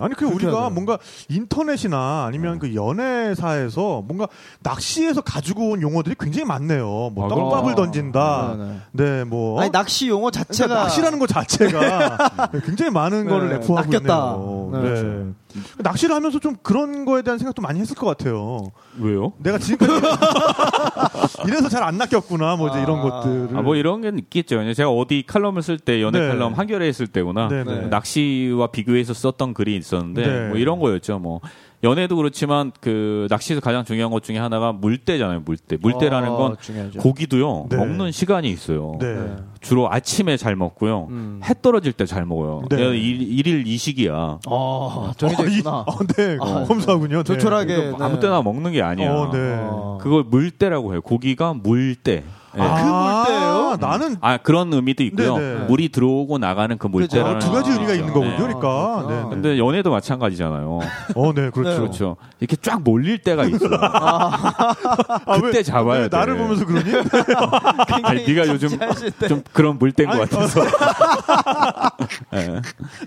S1: 아니 그 우리가
S3: 하더라고요.
S1: 뭔가 인터넷이나 아니면 그 연애사에서 뭔가 낚시에서 가지고 온 용어들이 굉장히 많네요. 뭐
S4: 아,
S1: 떡밥을
S4: 그럼.
S1: 던진다.
S3: 어. 네, 네.
S1: 네, 뭐
S3: 아니 낚시 용어 자체가
S1: 그러니까 낚시라는 것 자체가 굉장히 많은
S3: 네,
S1: 거를 내포하고
S3: 낚였다.
S1: 있네요.
S3: 네,
S1: 네. 낚시를 하면서 좀 그런 거에 대한 생각도 많이 했을 것 같아요.
S4: 왜요?
S1: 내가 지금까지 이래서 잘 안 낚였구나. 뭐 이제 이런
S3: 아.
S1: 것들을.
S4: 아, 뭐 이런 게 있겠죠. 이제 제가 어디 칼럼을 쓸 때 연애
S1: 네.
S4: 칼럼 한겨레에 쓸 때구나
S1: 네, 네.
S4: 낚시와 비교해서 썼던 글이 있었는데
S1: 네.
S4: 뭐 이런 거였죠. 뭐 연애도 그렇지만 그 낚시에서 가장 중요한 것 중에 하나가 물때잖아요. 물때. 물때라는
S3: 어,
S4: 건
S3: 중요하죠.
S4: 고기도요
S1: 네.
S4: 먹는 시간이 있어요.
S1: 네.
S3: 네.
S4: 주로 아침에 잘 먹고요.
S3: 음.
S4: 해 떨어질 때 잘 먹어요.
S1: 네.
S4: 일, 일일 이식이야.
S3: 어, 정해져
S1: 아, 이-
S3: 있구나.
S1: 아, 네.
S3: 아,
S1: 검사군요. 네.
S3: 조촐하게 네.
S4: 뭐 아무 때나 뭐 먹는 게 아니야.
S1: 어, 네.
S3: 어.
S4: 그걸 물때라고 해요. 고기가 물때. 예.
S1: 아,
S4: 아.
S3: 그 물때예요?
S1: 나는
S4: 그런 의미도 있고요.
S1: 네, 네.
S4: 물이 들어오고 나가는 그 물때라는
S1: 아, 두 가지
S4: 의미도
S1: 의미가 있는
S4: 있죠.
S1: 거군요.
S4: 네.
S1: 그러니까.
S3: 아, 그렇구나.
S1: 네. 네.
S4: 근데 연애도 마찬가지잖아요.
S1: 어, 네, 그렇죠.
S3: 네.
S4: 그렇죠. 이렇게 쫙 몰릴 때가 있어. 요
S1: 아, 왜-
S4: 그때 잡아야
S1: 왜
S4: 돼.
S1: 나를 보면서 그러니?
S4: 아니, 네가 요즘
S3: 진지하실 때.
S4: 좀 그런 물때인 것
S1: 아니, 어.
S4: 같아서. 예.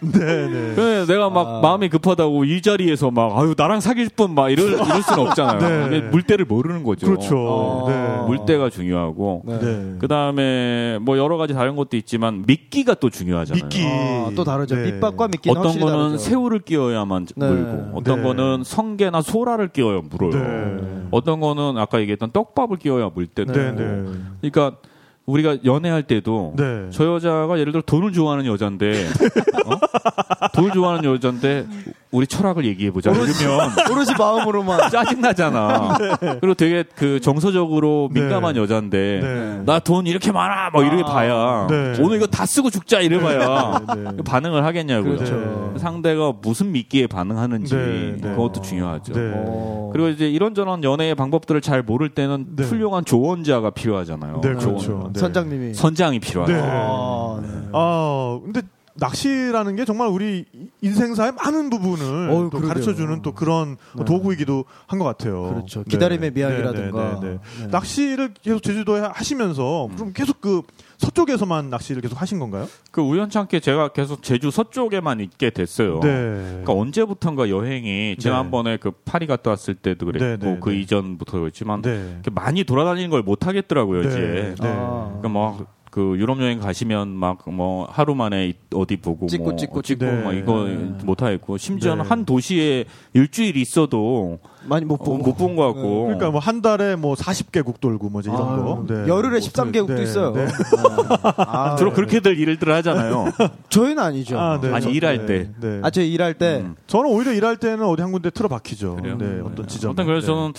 S1: 네, 네.
S4: 그래, 내가 막 마음이 급하다고 이 자리에서 막 아유 나랑 사귈 뻔 막 이럴 이럴 순 없잖아요.
S1: 네.
S4: 근데 물때를 모르는 거죠.
S1: 그렇죠.
S3: 어.
S1: 네.
S4: 물때가 중요하고
S3: 네.
S1: 네.
S4: 그 다음에 뭐 여러 가지 다른 것도 있지만 미끼가 또 중요하잖아요.
S1: 미끼.
S3: 아, 또 다르죠.
S1: 네.
S3: 밑밥과 미끼는
S4: 어떤
S3: 확실히
S4: 거는
S3: 다르죠.
S4: 새우를 끼워야만
S3: 네.
S4: 물고, 어떤
S1: 네.
S4: 거는 성게나 소라를 끼워야 물어요.
S1: 네.
S4: 어떤 거는 아까 얘기했던 떡밥을 끼워야 물 때도.
S1: 네,
S4: 있고.
S1: 네.
S4: 그러니까 우리가 연애할 때도
S1: 네.
S4: 저 여자가 예를 들어 돈을 좋아하는 여잔데 어? 돈을 좋아하는 여잔데 우리 철학을 얘기해 보자.
S3: 그렇죠.
S4: 이러면
S3: 오로지 마음으로만.
S4: 짜증 나잖아.
S3: 네.
S4: 그리고 되게 그 정서적으로
S1: 네.
S4: 민감한 여잔데
S1: 네.
S4: 나 돈 이렇게 많아 뭐 이렇게
S3: 아.
S4: 봐야
S1: 네.
S4: 오늘 이거 다 쓰고 죽자 이래 봐야
S1: 네.
S4: 반응을 하겠냐고요.
S1: 그렇죠.
S4: 네. 상대가 무슨 미끼에 반응하는지
S1: 네, 네.
S4: 그것도 중요하죠.
S1: 네.
S3: 어.
S4: 그리고 이제 이런저런 연애의 방법들을 잘 모를 때는
S1: 네.
S4: 훌륭한 조언자가 필요하잖아요.
S1: 네,
S4: 조언.
S1: 그렇죠. 네.
S3: 선장님이.
S4: 선장이 필요하죠.
S1: 네.
S3: 아, 네.
S1: 아, 근데 낚시라는 게 정말 우리 인생사의 많은 부분을
S3: 어우,
S1: 또
S3: 그러게요. 네.
S1: 가르쳐 주는 또 그런 도구이기도 한 것 같아요.
S3: 그렇죠.
S1: 네.
S3: 기다림의 미학이라든가.
S1: 네, 네, 네, 네.
S3: 네. 음.
S1: 낚시를 계속 제주도에 하시면서 그럼 계속 그 서쪽에서만 낚시를 계속 하신 건가요?
S4: 그 우연찮게 제가 계속 제주 서쪽에만 있게 됐어요.
S1: 네.
S4: 그러니까 언제부턴가 여행이 지난번에 그 파리 갔다 왔을 때도 그랬고
S1: 네, 네,
S4: 그
S1: 네.
S4: 이전부터 그랬지만
S1: 네.
S4: 이렇게 많이 돌아다니는 걸 못 하겠더라고요 이제.
S1: 네.
S3: 아.
S4: 그러니까 막 그 유럽 여행 가시면 막 뭐 하루 만에 이- 어디 보고
S3: 찍고
S4: 뭐
S3: 찍고
S4: 찍고
S1: 찍고.
S4: 막
S1: 네.
S4: 이거 못 하겠고 심지어는
S1: 네.
S4: 한 도시에 일주일 있어도
S3: 많이 뭐, 못 본.
S4: 못 본 것 같고. 네.
S1: 그러니까 뭐 한 달에 뭐 40개국 돌고 뭐 이제 이런 거. 네.
S3: 열흘에 13개국도
S1: 네,
S3: 있어요.
S1: 네.
S3: 아,
S4: 주로 그렇게들 일들 하잖아요.
S3: 저희는 아니죠.
S1: 아, 네.
S4: 아니,
S1: 저- 네.
S4: 일할 때.
S1: 네.
S3: 아, 저 일할 때
S4: 음.
S1: 저는 오히려 일할 때는 어디 한 군데 틀어박히죠.
S4: 그래요?
S1: 네, 어떤 지점.
S4: 아무튼 그래서 저는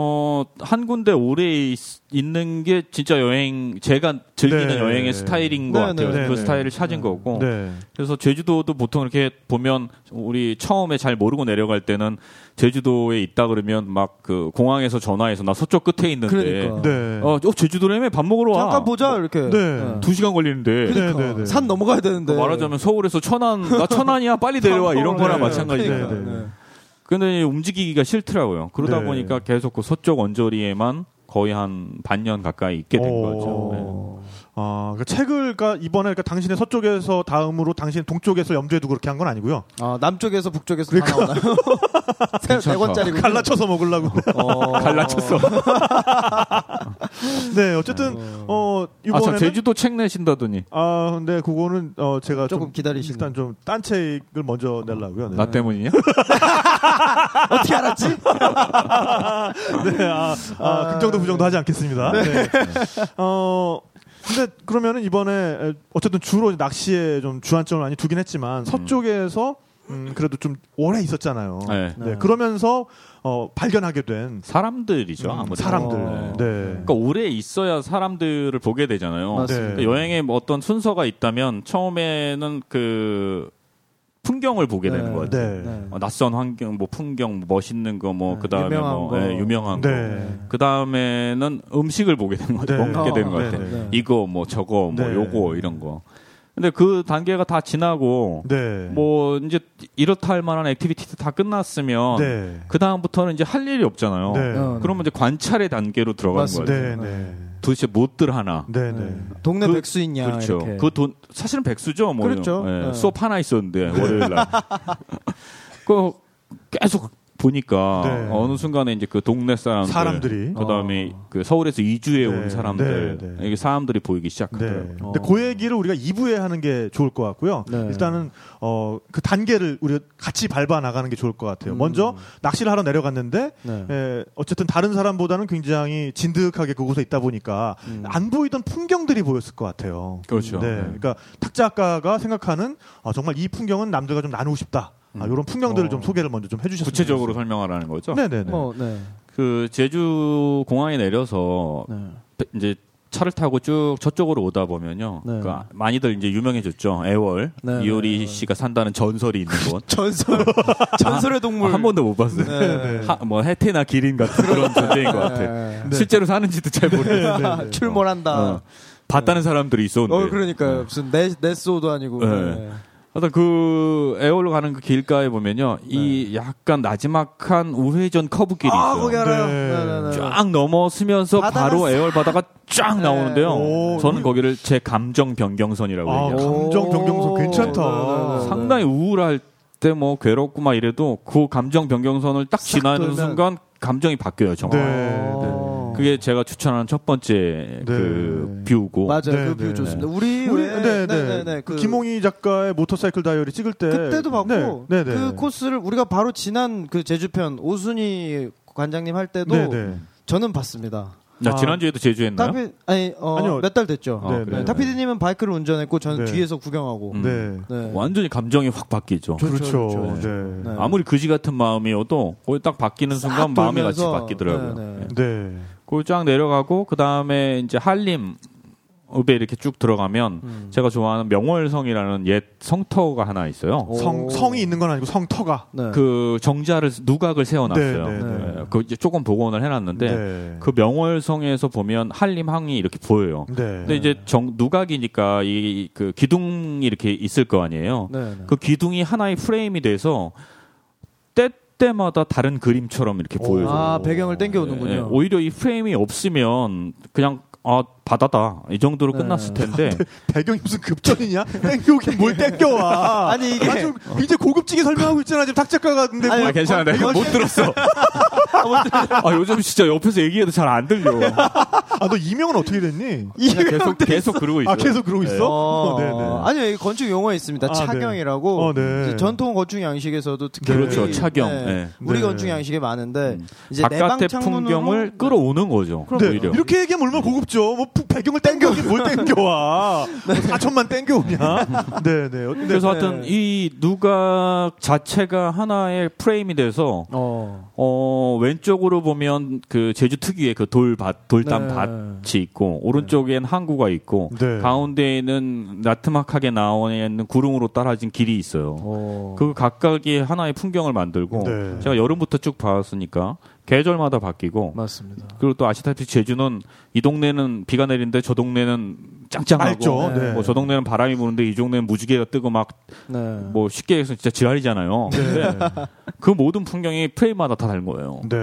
S4: 어한 군데 오래 있, 있는 게 진짜 여행 제가 즐기는
S1: 네.
S4: 여행의 스타일인 것
S3: 네,
S4: 같아요.
S1: 네,
S4: 그
S1: 네.
S4: 스타일을 찾은 거고.
S1: 네.
S4: 그래서 제주도도 보통 이렇게 보면 우리 처음에 잘 모르고 내려갈 때는 제주도에 있다 그러면 막 그 공항에서 전화해서 나 서쪽 끝에 있는데
S3: 그러니까.
S1: 네.
S4: 어, 어, 제주도라며 밥 먹으러 와.
S3: 잠깐 보자 이렇게.
S1: 네.
S4: 두 시간 걸리는데 그
S1: 네,
S3: 그러니까
S1: 네, 네.
S3: 산 넘어가야 되는데.
S4: 뭐 말하자면 서울에서 천안 나 천안이야 빨리 내려와 이런 거나
S1: 네,
S4: 마찬가지니까.
S1: 네, 네.
S3: 그러니까.
S4: 근데 움직이기가 싫더라고요. 그러다
S1: 네.
S4: 보니까 계속 그 서쪽 언저리에만 거의 한 반년 가까이 있게 된
S1: 어.
S4: 거죠. 네.
S1: 어, 그 책을 그러니까 이번에 그러니까 당신의 서쪽에서 다음으로 당신의 동쪽에서 염두에 두고 그렇게 한 건 아니고요.
S3: 어, 남쪽에서 북쪽에서 다 나오나요? 세- 네
S4: 괜찮다.
S3: 권짜리
S1: 갈라쳐서 먹으려고.
S3: 어...
S4: 갈라쳤어.
S1: 네, 어쨌든 어
S4: 아, 참,
S1: 이번에는
S4: 제주도 책 내신다더니.
S1: 아, 근데 그거는 어 제가
S3: 조금
S1: 좀
S3: 기다리시고.
S1: 일단 좀 딴 책을
S4: 어.
S1: 먼저 내려고요. 네.
S4: 나 때문이냐?
S3: 어떻게 알았지?
S1: 네, 아, 아, 긍정도 부정도 하지 않겠습니다. 네. 어, 근데 그러면은 이번에 어쨌든 주로 이제 낚시에 좀 주안점을 많이 두긴 했지만
S4: 음.
S1: 서쪽에서 음, 그래도 좀 오래 있었잖아요.
S4: 네.
S1: 네, 그러면서 어, 발견하게 된 음,
S4: 사람들이죠. 그렇죠. 아무래도.
S1: 사람들.
S3: 어.
S1: 네.
S4: 그러니까 오래 있어야 사람들을 보게 되잖아요.
S3: 맞습니다.
S1: 네.
S4: 그러니까 여행에 뭐 어떤 순서가 있다면 처음에는 그 풍경을 보게 되는 거
S1: 네.
S4: 같아요.
S3: 네.
S4: 어, 낯선 환경, 뭐 풍경, 뭐 멋있는 거, 뭐
S3: 네,
S4: 그다음에
S3: 유명한
S4: 뭐
S3: 거.
S4: 예, 유명한 거.
S1: 네.
S4: 그 다음에는 음식을 보게 되는 거죠.
S1: 네.
S4: 먹게 되는
S3: 어,
S4: 것
S1: 네,
S4: 같아요.
S1: 네.
S4: 이거 뭐 저거 뭐
S1: 네.
S4: 요거 이런 거. 근데 그 단계가 다 지나고
S1: 네.
S4: 뭐 이제 이렇다 할 만한 액티비티도 다 끝났으면
S1: 네.
S4: 그 다음부터는 이제 할 일이 없잖아요.
S1: 네.
S3: 어,
S4: 그러면 이제 관찰의 단계로 들어가는
S3: 맞습니다.
S4: 거예요.
S1: 네, 네.
S4: 도대체 무엇들 하나.
S1: 네,
S3: 네.
S1: 네.
S3: 동네
S4: 그-
S3: 백수 있냐
S4: 그렇죠.
S3: 이렇게.
S4: 그 돈 사실은 백수죠, 뭐.
S3: 그렇죠.
S4: 예,
S3: 네.
S4: 수업 하나 있었는데 월요일 날. 그 계속 보니까
S1: 네.
S4: 어느 순간에 이제 그 동네 사람들,
S1: 사람들이.
S4: 그다음에 그 서울에서
S1: 네.
S4: 이주해 온 사람들,
S1: 네, 네.
S4: 이게 사람들이 보이기
S1: 네.
S4: 시작하더라고요. 어.
S1: 근데 그 얘기를 우리가 2부에 하는 게 좋을 것 같고요.
S3: 네.
S1: 일단은 어, 그 단계를 우리가 같이 밟아 나가는 게 좋을 것 같아요.
S4: 음.
S1: 먼저 낚시를 하러 내려갔는데
S3: 네.
S1: 예, 어쨌든 다른 사람보다는 굉장히 진득하게 그곳에 있다 보니까
S3: 음.
S1: 안 보이던 풍경들이 보였을 것 같아요.
S4: 음. 그렇죠.
S1: 네, 그러니까 탁자 작가가 생각하는 아, 정말 이 풍경은 남들과 좀 나누고 싶다. 아, 이런 풍경들을
S3: 어.
S1: 좀 소개를 먼저 좀 해주셨으면
S4: 음. 구체적으로 설명하라는 거죠.
S1: 좋겠어요. 네네네.
S3: 뭐, 네.
S4: 그 제주 공항에 내려서
S3: 네.
S4: 배- 이제 차를 타고 쭉 저쪽으로 오다 보면요.
S3: 네.
S4: 그러니까 많이들 이제 유명해졌죠. 애월
S3: 네,
S4: 이효리
S3: 네, 네.
S4: 씨가 산다는 전설이 있는 곳.
S3: 전설 전설의 동물
S4: 아, 한 번도 못 봤어요.
S3: 네.
S4: 하- 뭐 해태나 기린 같은 그런 존재인 것 같아요.
S3: 네.
S4: 실제로 사는지도 잘 모르겠어요.
S1: 네.
S3: 출몰한다.
S4: 어. 봤다는 사람들이 있었는데.
S3: 어 그러니까 요 무슨 네, 네스오도 아니고
S4: 네. 하여튼 그 애월로 가는 그 길가에 보면요. 이 약간 나지막한 우회전 커브길이
S3: 네. 아
S4: 있어요.
S3: 거기 알아요.
S1: 네.
S3: 네, 네, 네.
S4: 쫙 넘어서면서
S3: 바다가
S4: 바로
S3: 싹-
S4: 애월 바다가 쫙
S3: 네.
S4: 나오는데요.
S1: 오,
S4: 저는
S1: 우리-
S4: 거기를 제 감정 변경선이라고
S1: 아,
S4: 얘기해요.
S1: 감정 변경선 괜찮다.
S3: 네, 네, 네.
S4: 상당히 우울할 때 뭐 괴롭고 막 이래도 그 감정 변경선을 딱
S3: 싹
S4: 지나는
S3: 돌면-
S4: 순간 감정이 바뀌어요.
S1: 네,
S4: 정말.
S3: 어.
S4: 그게 제가 추천하는 첫 번째 그 뷰고.
S3: 맞아요.
S1: 네,
S3: 그뷰
S1: 네,
S3: 좋습니다. 우리
S1: 우리
S3: 왜-
S1: 네네
S3: 예. 그
S1: 김홍희 작가의 모터사이클 다이어리 찍을 때
S3: 그때도 봤고
S1: 네, 네, 네.
S3: 그 코스를 우리가 바로 지난 그 제주편 오순이 관장님 할 때도
S1: 네, 네.
S3: 저는 봤습니다.
S4: 나
S1: 아.
S4: 지난주에도 제주했나요?
S3: 타피 아니 어,
S1: 아니요.
S3: 몇 달 됐죠.
S4: 아,
S1: 네,
S4: 그래요?
S1: 네.
S3: 타피디님은 바이크를 운전했고 저는
S1: 네.
S3: 뒤에서 구경하고.
S4: 음.
S1: 네.
S3: 네.
S4: 완전히 감정이 확 바뀌죠.
S1: 그렇죠.
S3: 그렇죠.
S1: 네.
S3: 네.
S4: 아무리 그지 같은 마음이어도 거기 딱 바뀌는 순간
S3: 싹
S4: 마음이 같이
S3: 돌면서,
S4: 바뀌더라고요.
S3: 네, 네.
S4: 예.
S1: 네.
S4: 거기 쫙 내려가고 그 다음에 이제 한림 읍에 이렇게 쭉 들어가면
S3: 음.
S4: 제가 좋아하는 명월성이라는 옛 성터가 하나 있어요.
S3: 오.
S1: 성 성이 있는 건 아니고 성터가.
S3: 네.
S4: 그 정자를 누각을 세워놨어요.
S1: 네,
S3: 네, 네.
S4: 예, 그 이제 조금 복원을 해놨는데
S1: 네.
S4: 그 명월성에서 보면 한림항이 이렇게 보여요.
S1: 네.
S4: 근데 이제 정 누각이니까 이 그 기둥이 이렇게 있을 거 아니에요.
S3: 네, 네.
S4: 그 기둥이 하나의 프레임이 돼서 때때마다 다른 그림처럼 이렇게
S1: 오.
S4: 보여요.
S3: 아 배경을 땡겨오는군요.
S1: 네,
S4: 예, 오히려 이 프레임이 없으면 그냥 아 바다다 이 정도로
S3: 네.
S4: 끝났을 텐데
S1: 배경이 무슨 급전이냐? 땡겨오긴 뭘 땡겨와.
S3: 아니, 이게-
S1: 아주 굉장히 고급지게 설명하고 있잖아. 지금 탁 작가가 근데
S3: 아니,
S1: 뭐-
S4: 아, 괜찮아 내가 못 들었어. 아 요즘 진짜 옆에서 얘기해도 잘 안 들려.
S1: 아, 너 이명은 어떻게 됐니?
S4: 그냥 계속 계속 그러고 있어.
S1: 아, 계속 그러고
S4: 네.
S1: 있어? 어, 네, 네.
S3: 어, 아니요, 이게 건축 용어에 있습니다.
S1: 아,
S3: 착용이라고.
S1: 네. 어, 네.
S3: 이제 전통 건축 양식에서도 특히
S1: 그렇죠,
S3: 우리,
S4: 착용.
S3: 네,
S4: 네.
S3: 우리
S1: 네.
S3: 건축 양식에 많은데
S4: 음.
S3: 이제
S4: 바깥의
S3: 내방 창문으로 네.
S4: 풍경을 끌어오는 거죠.
S1: 네,
S4: 오히려.
S1: 이렇게 얘기하면 얼마나 고급죠. 뭐 부- 배경을 땡겨오긴 뭘 땡겨와. 뭐 사천만 땡겨오냐. 네네. 어, 근데
S4: 그래서
S3: 네.
S4: 하여튼 이 누각 자체가 하나의 프레임이 돼서
S3: 어.
S4: 어 왼쪽으로 보면 그 제주 특유의 그 돌밭 돌담
S3: 네.
S4: 밭이 있고 오른쪽엔 항구가 있고
S1: 네.
S4: 가운데에는 나트막하게 나와 있는 구름으로 따라진 길이 있어요.
S3: 어.
S4: 그 각각이 하나의 풍경을 만들고
S1: 네.
S4: 어, 제가 여름부터 쭉 봤으니까 계절마다 바뀌고
S3: 맞습니다.
S4: 그리고 또 아시다시피 제주는 이 동네는 비가 내리는데 저 동네는 짱짱하고
S1: 알죠. 네.
S4: 뭐저 동네는 바람이 부는데 이 동네는 무지개가 뜨고 막 뭐
S3: 네.
S4: 쉽게 해서 진짜 지랄이잖아요.
S1: 네.
S4: 그 모든 풍경이 프레임마다 다 다른 거예요.
S1: 네.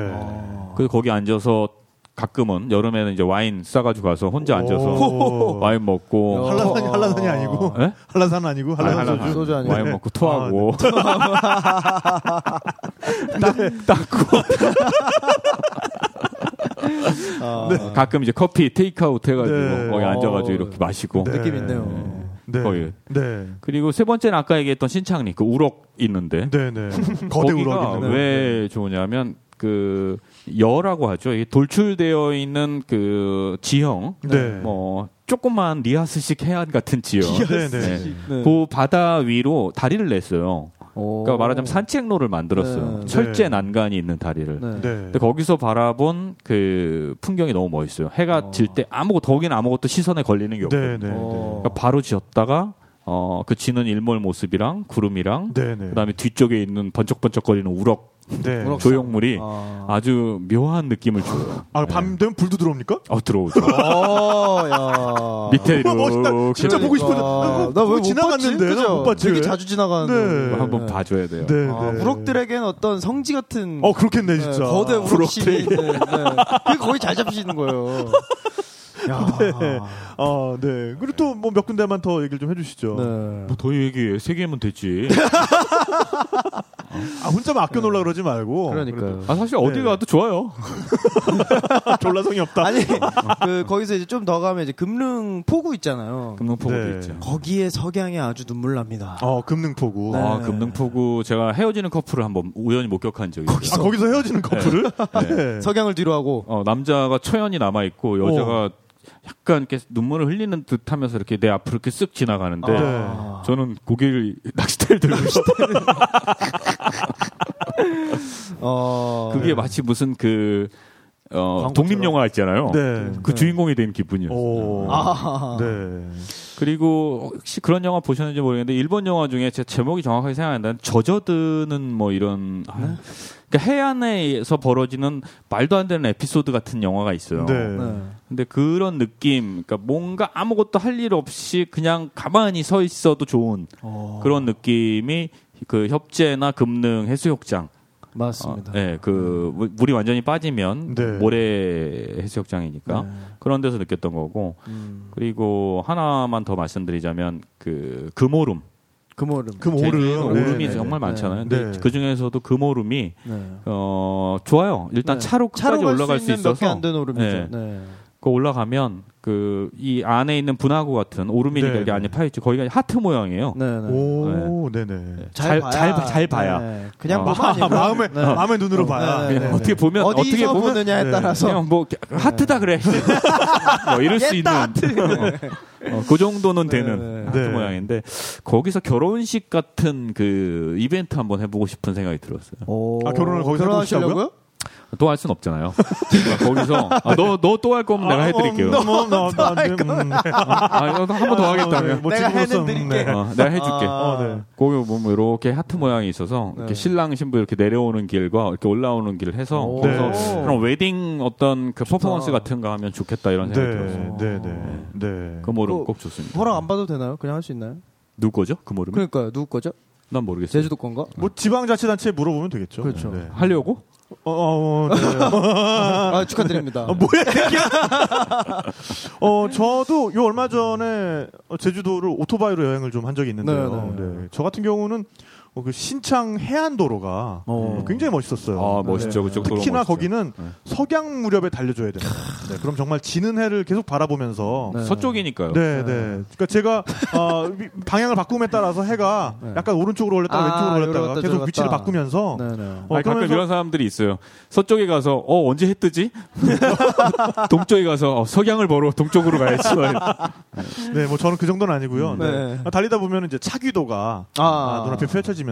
S4: 그래서 거기 앉아서 가끔은 여름에는 이제 와인 싸가지고 가서 혼자 앉아서
S1: 오. 어. 네.
S4: 와인 먹고
S1: 한라산이 한라산이 아니고
S4: 예?
S1: 한라산 아니고
S4: 아니,
S1: 한라산
S4: 한라산.
S1: 소주.
S3: 소주 아니에요?
S4: 와인 먹고 토하고
S1: 아, 네.
S4: 닦, 고
S3: 아,
S4: 네. 가끔 이제 커피 테이크아웃 해가지고
S1: 네.
S4: 거기
S3: 어.
S4: 앉아가지고 이렇게 마시고
S1: 네.
S3: 느낌 있네요.
S1: 네.
S4: 거의.
S1: 네.
S4: 그리고 세 번째는 아까 얘기했던 신창리 그 우럭 있는데
S1: 네, 네. 거대
S4: 거기가
S1: 뭐. 우럭이네.
S4: 왜 좋으냐면 그 여라고 하죠. 이게 돌출되어 있는 그 지형
S1: 네.
S4: 뭐 조금만 리하스식 해안 같은 지형.
S1: 네, 네.
S4: 네.
S3: 네.
S4: 그 바다 위로 다리를 냈어요.
S3: 오.
S4: 그러니까 말하자면 산책로를 만들었어요.
S3: 네.
S4: 철제
S1: 네.
S4: 난간이 있는 다리를.
S3: 네.
S1: 네.
S4: 근데 거기서 바라본 그 풍경이 너무 멋있어요. 해가
S3: 어.
S4: 질 때 아무것도 거기는 아무것도 시선에 걸리는 게 없고
S1: 네, 네. 네.
S3: 어.
S4: 그러니까 바로 지었다가 어, 그 지는 일몰 모습이랑 구름이랑
S1: 네, 네.
S4: 그다음에 뒤쪽에 있는 번쩍번쩍거리는 우럭
S1: 네.
S3: 우럭.
S4: 조형물이
S3: 아.
S4: 아주 묘한 느낌을 줘요.
S1: 아, 밤 되면 불도 들어옵니까?
S4: 어 들어오죠.
S3: 오, 야.
S1: 우와,
S4: 밑에
S1: 아. 어, 멋있다.
S4: 이렇게
S1: 진짜 보고 싶었는데. 어,
S3: 네. 아. 나왜
S1: 보고
S3: 못
S1: 지나갔는데.
S3: 봤지? 그죠?
S1: 못 봤지,
S3: 되게
S1: 왜?
S3: 자주 지나가는데.
S1: 네.
S4: 한번 봐줘야 돼요.
S1: 네,
S3: 아,
S1: 네.
S3: 우럭들에겐 어떤 성지 같은
S1: 어, 그렇겠네,
S3: 네,
S1: 진짜.
S3: 거대 우럭심이
S4: 우럭들이.
S3: 있는. 네. 그게 거의 잘 잡히시는 거예요. 야.
S1: 네. 아, 네. 그리고 또 뭐 몇 군데만 더 얘기를 좀 해주시죠.
S3: 네.
S4: 뭐 더 얘기해. 세 개면 되지.
S1: 아, 혼자만 아껴 놀라 그러지 말고.
S3: 그러니까요.
S4: 아 사실 어디
S1: 네.
S4: 가도 좋아요.
S1: 그래도 졸라성이 없다.
S3: 아니 그 거기서 이제 좀 더 가면 이제 금릉 포구 있잖아요.
S4: 금능포구도
S1: 네.
S4: 있죠.
S3: 거기에 석양이 아주 눈물 납니다.
S1: 어, 금능포구.
S3: 네.
S4: 아 금능포구 제가 헤어지는 커플을 한번 우연히 목격한 적이 있어요.
S1: 아, 거기서 헤어지는 커플을?
S4: 네.
S1: 네.
S3: 석양을 뒤로 하고
S4: 어, 남자가 초연이 남아 있고
S1: 어.
S4: 여자가 약간 이렇게 눈물을 흘리는 듯하면서 이렇게 내 앞으로 이렇게 쓱 지나가는데
S3: 아,
S1: 네.
S4: 저는 고개를 낚싯대를 들고 있어요.
S3: 어
S1: 아,
S4: 그게
S1: 네.
S4: 마치 무슨 그 어,
S3: 광고처럼.
S4: 독립 영화 있잖아요.
S1: 네.
S4: 그 주인공이 된 기분이었어요.
S1: 오.
S3: 아.
S1: 네.
S4: 그리고 혹시 그런 영화 보셨는지 모르겠는데 일본 영화 중에 제 제목이 정확하게 생각이 안 나는데 젖어드는 뭐 이런 아,
S3: 네.
S4: 그러니까 해안에서 벌어지는 말도 안 되는 에피소드 같은 영화가 있어요.
S1: 네.
S3: 네.
S4: 근데 그런 느낌, 그러니까 뭔가 아무것도 할 일 없이 그냥 가만히 서 있어도 좋은
S3: 어,
S4: 그런 느낌이 그 협재나 금능 해수욕장,
S3: 맞습니다. 네.
S4: 어, 예, 그 물- 물이 완전히 빠지면
S1: 네.
S4: 모래 해수욕장이니까
S3: 네.
S4: 그런 데서 느꼈던 거고
S3: 음,
S4: 그리고 하나만 더 말씀드리자면 그 금오름,
S3: 금오름.
S1: 금
S4: 제주에는
S1: 오름.
S4: 오름이
S1: 네.
S4: 정말
S3: 네.
S4: 많잖아요. 근데
S1: 네.
S4: 그 중에서도 금오름이
S3: 네.
S4: 어 좋아요. 일단
S3: 네.
S4: 차로
S3: 차로
S4: 끝까지 올라갈 수,
S3: 있는 몇개
S4: 있어서
S3: 안 된 오름이죠.
S4: 네.
S3: 네.
S4: 그 올라가면 그 이 안에 있는 분화구 같은 오름이니까
S1: 네.
S4: 이게 안에 파여 있죠. 거기가 하트 모양이에요.
S3: 네. 네.
S1: 오, 네네.
S4: 어. 잘- 잘 봐- 잘 봐야.
S3: 네. 그냥
S4: 어.
S3: 보면 아니고.
S1: 마음의,
S3: 네.
S1: 마음의 눈으로 봐야.
S3: 네, 네,
S4: 그냥 어떻게 보면 어떻게
S3: 어디서
S4: 보면
S3: 보느냐에
S1: 네.
S3: 따라서 네.
S4: 그냥 뭐 하트다 그래. 뭐 이럴 수 있는 어, 어, 그 정도는
S3: 네,
S4: 되는
S3: 네.
S4: 하트
S1: 네.
S4: 모양인데 거기서 결혼식 같은 그 이벤트 한번 해보고 싶은 생각이 들었어요.
S3: 오.
S1: 아, 결혼을 거기서
S3: 결혼하시려고요?
S4: 또 할 순 없잖아요. 그러니까 거기서 너 너 또 할 거면
S3: 아,
S4: 내가 해드릴게요.
S1: 음, 음, 음, 음, 음, 음.
S4: 아, 이거 한번 더
S1: 네,
S4: 하겠다면.
S1: 뭐
S3: 내가 해는
S1: 친구로서는,
S3: 드릴게.
S1: 네.
S4: 어, 내가 해줄게.
S3: 아. 네.
S1: 어, 네.
S4: 거기 보면 이렇게 하트 모양이 있어서 이렇게 신랑 신부 이렇게 내려오는 길과 이렇게 올라오는 길을 해서
S3: 오.
S4: 거기서
S1: 네.
S4: 그런 웨딩 어떤 그 퍼포먼스 같은 거 하면 좋겠다 이런 생각이 들었어요.
S1: 네, 네, 네, 네.
S4: 금오름
S3: 그거
S4: 꼭 좋습니다.
S3: 허락 안 받아도 되나요? 그냥 할 수 있나요?
S4: 누구 거죠? 금오름? 이
S3: 그러니까요. 누구 거죠?
S4: 난 모르겠어요.
S3: 제주도 건가?
S1: 뭐 지방자치단체에 물어보면 되겠죠.
S3: 그렇죠.
S1: 네.
S4: 하려고?
S1: 어, 어, 어, 네.
S3: 아, 축하드립니다.
S1: 어, 뭐야, 새끼야. 어, 저도 요 얼마 전에 제주도를 오토바이로 여행을 좀 한 적이 있는데요.
S3: 네, 네.
S1: 네. 저 같은 경우는 어, 그 신창 해안도로가
S3: 어.
S1: 굉장히 멋있었어요.
S4: 아 멋있죠 그쪽 도로
S1: 특히나
S4: 멋있죠.
S1: 거기는
S4: 네.
S1: 석양 무렵에 달려줘야 돼요. 네, 그럼 정말 지는 해를 계속 바라보면서
S3: 네.
S4: 서쪽이니까요.
S1: 네, 네. 그러니까 제가 어, 위- 방향을 바꿈에 따라서 해가
S3: 네.
S1: 약간 오른쪽으로 올렸다가
S3: 아,
S1: 왼쪽으로 올렸다가
S3: 요렇다,
S1: 계속
S3: 저렇다.
S1: 위치를 바꾸면서
S3: 네네.
S1: 어,
S4: 아니, 가끔
S1: 그러면서-
S4: 이런 사람들이 있어요. 서쪽에 가서 어 언제 해 뜨지? 동쪽에 가서 어, 석양을 보러 동쪽으로 가야지.
S1: 네, 뭐 저는 그 정도는 아니고요. 네.
S3: 네.
S1: 아, 달리다 보면 이제 차기도가
S3: 아,
S1: 아, 눈앞에 펼쳐지면서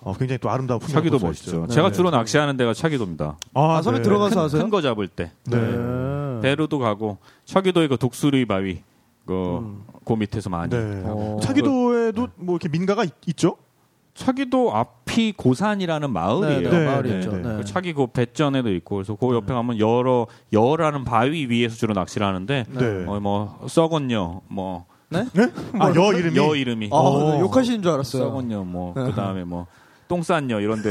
S1: 어, 굉장히 또 아름다운 풍경을
S4: 차기도
S1: 볼수
S4: 멋있죠.
S1: 있죠.
S4: 제가
S1: 네.
S4: 주로 낚시하는 데가 차기도입니다.
S1: 아,
S3: 아, 섬에 들어가서 하세요?
S4: 큰 거 잡을 때
S1: 네.
S4: 배로도 가고 차기도에 그 독수리 바위 그,
S3: 음.
S4: 그 밑에서 많이
S1: 네.
S3: 어.
S1: 차기도에도 뭐 이렇게 민가가 있, 죠
S4: 차기도 앞이 고산이라는 마을이에요.
S1: 네,
S3: 마을이
S1: 네,
S3: 있죠.
S1: 네.
S3: 네.
S4: 그 차기 그 배전에도 있고 그래서 그 옆에 가면 여러 여라는 바위 위에서 주로 낚시를 하는데
S1: 네.
S4: 어, 뭐 썩은여 뭐
S1: 네? 아, 여 이름이
S4: 여 이름이
S3: 아,
S1: 어.
S3: 네, 욕하시는 줄 알았어요.
S4: 썩은여 뭐 그다음에 뭐 또 똥 쌌녀 이런 데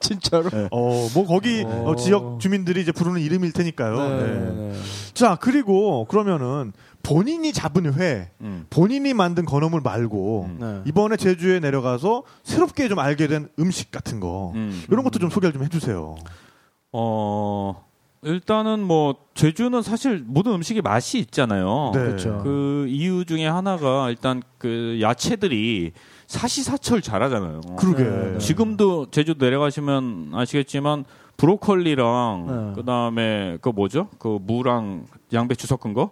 S3: 진짜로.
S1: 어, 뭐 거기
S3: 어.
S1: 어, 지역 주민들이 이제 부르는 이름일 테니까요. 네.
S3: 네.
S1: 자, 그리고 그러면은 본인이 잡은 회,
S4: 음.
S1: 본인이 만든 건어물 말고
S4: 음.
S3: 네.
S1: 이번에 제주에 내려가서 새롭게 좀 알게 된 음식 같은 거
S4: 음.
S1: 이런 것도 좀 소개를 좀 해주세요.
S4: 어 일단은 뭐 제주는 사실 모든 음식이 맛이 있잖아요.
S1: 네.
S3: 그렇죠.
S4: 그 이유 중에 하나가 일단 그 야채들이 사시사철 잘하잖아요.
S1: 그러게.
S3: 네, 네.
S4: 지금도 제주 내려가시면 아시겠지만 브로콜리랑
S3: 네.
S4: 그다음에 그 뭐죠? 그 무랑 양배추 섞은 거?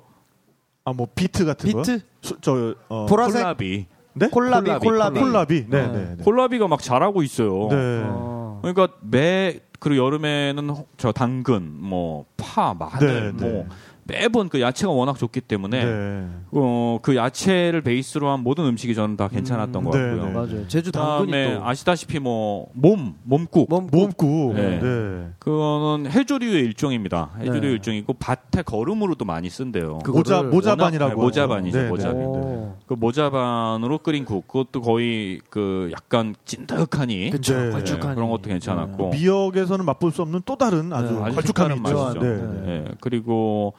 S1: 아, 뭐 비트 같은 거?
S3: 비트
S1: 수- 저 어,
S3: 보라색
S4: 콜라비.
S1: 네?
S3: 콜라비
S4: 콜라비,
S3: 콜라비.
S1: 콜라비. 네,
S3: 네.
S1: 네. 네.
S4: 콜라비가 막 잘하고 있어요.
S1: 네.
S3: 어.
S4: 그러니까 매 그리고 여름에는 혹- 저 당근, 뭐 파, 마늘,
S1: 네, 네.
S4: 뭐 매번 그 야채가 워낙 좋기 때문에
S1: 네.
S4: 어, 그 야채를 베이스로 한 모든 음식이 저는 다 괜찮았던
S1: 음,
S4: 것
S1: 네,
S4: 같고요.
S1: 네.
S3: 맞아요. 제주 당근이
S4: 그다음에
S3: 또
S4: 아시다시피 뭐 몸, 몸국.
S3: 몸
S1: 몸국.
S4: 네.
S1: 네.
S4: 그거는 해조류의 일종입니다. 해조류의
S3: 네.
S4: 일종이고 밭에 거름으로도 많이 쓴대요. 그,
S3: 그-
S1: 모자
S3: 그거를
S1: 모자반이라고.
S4: 워낙- 네, 모자반이죠,
S1: 네,
S4: 그 모자반.
S1: 네, 네.
S3: 오.
S4: 모자반으로 끓인 국 그것도 거의 그 약간 찐득하니
S3: 그쵸.
S1: 네.
S3: 걸쭉하니. 네.
S4: 그런 것도 괜찮았고.
S1: 미역에서는 맛볼 수 없는 또 다른 아주
S4: 어. 네, 아주
S1: 걸쭉함이
S4: 색다른
S1: 있죠.
S4: 맛이죠.
S1: 네,
S4: 예.
S1: 네.
S4: 그리고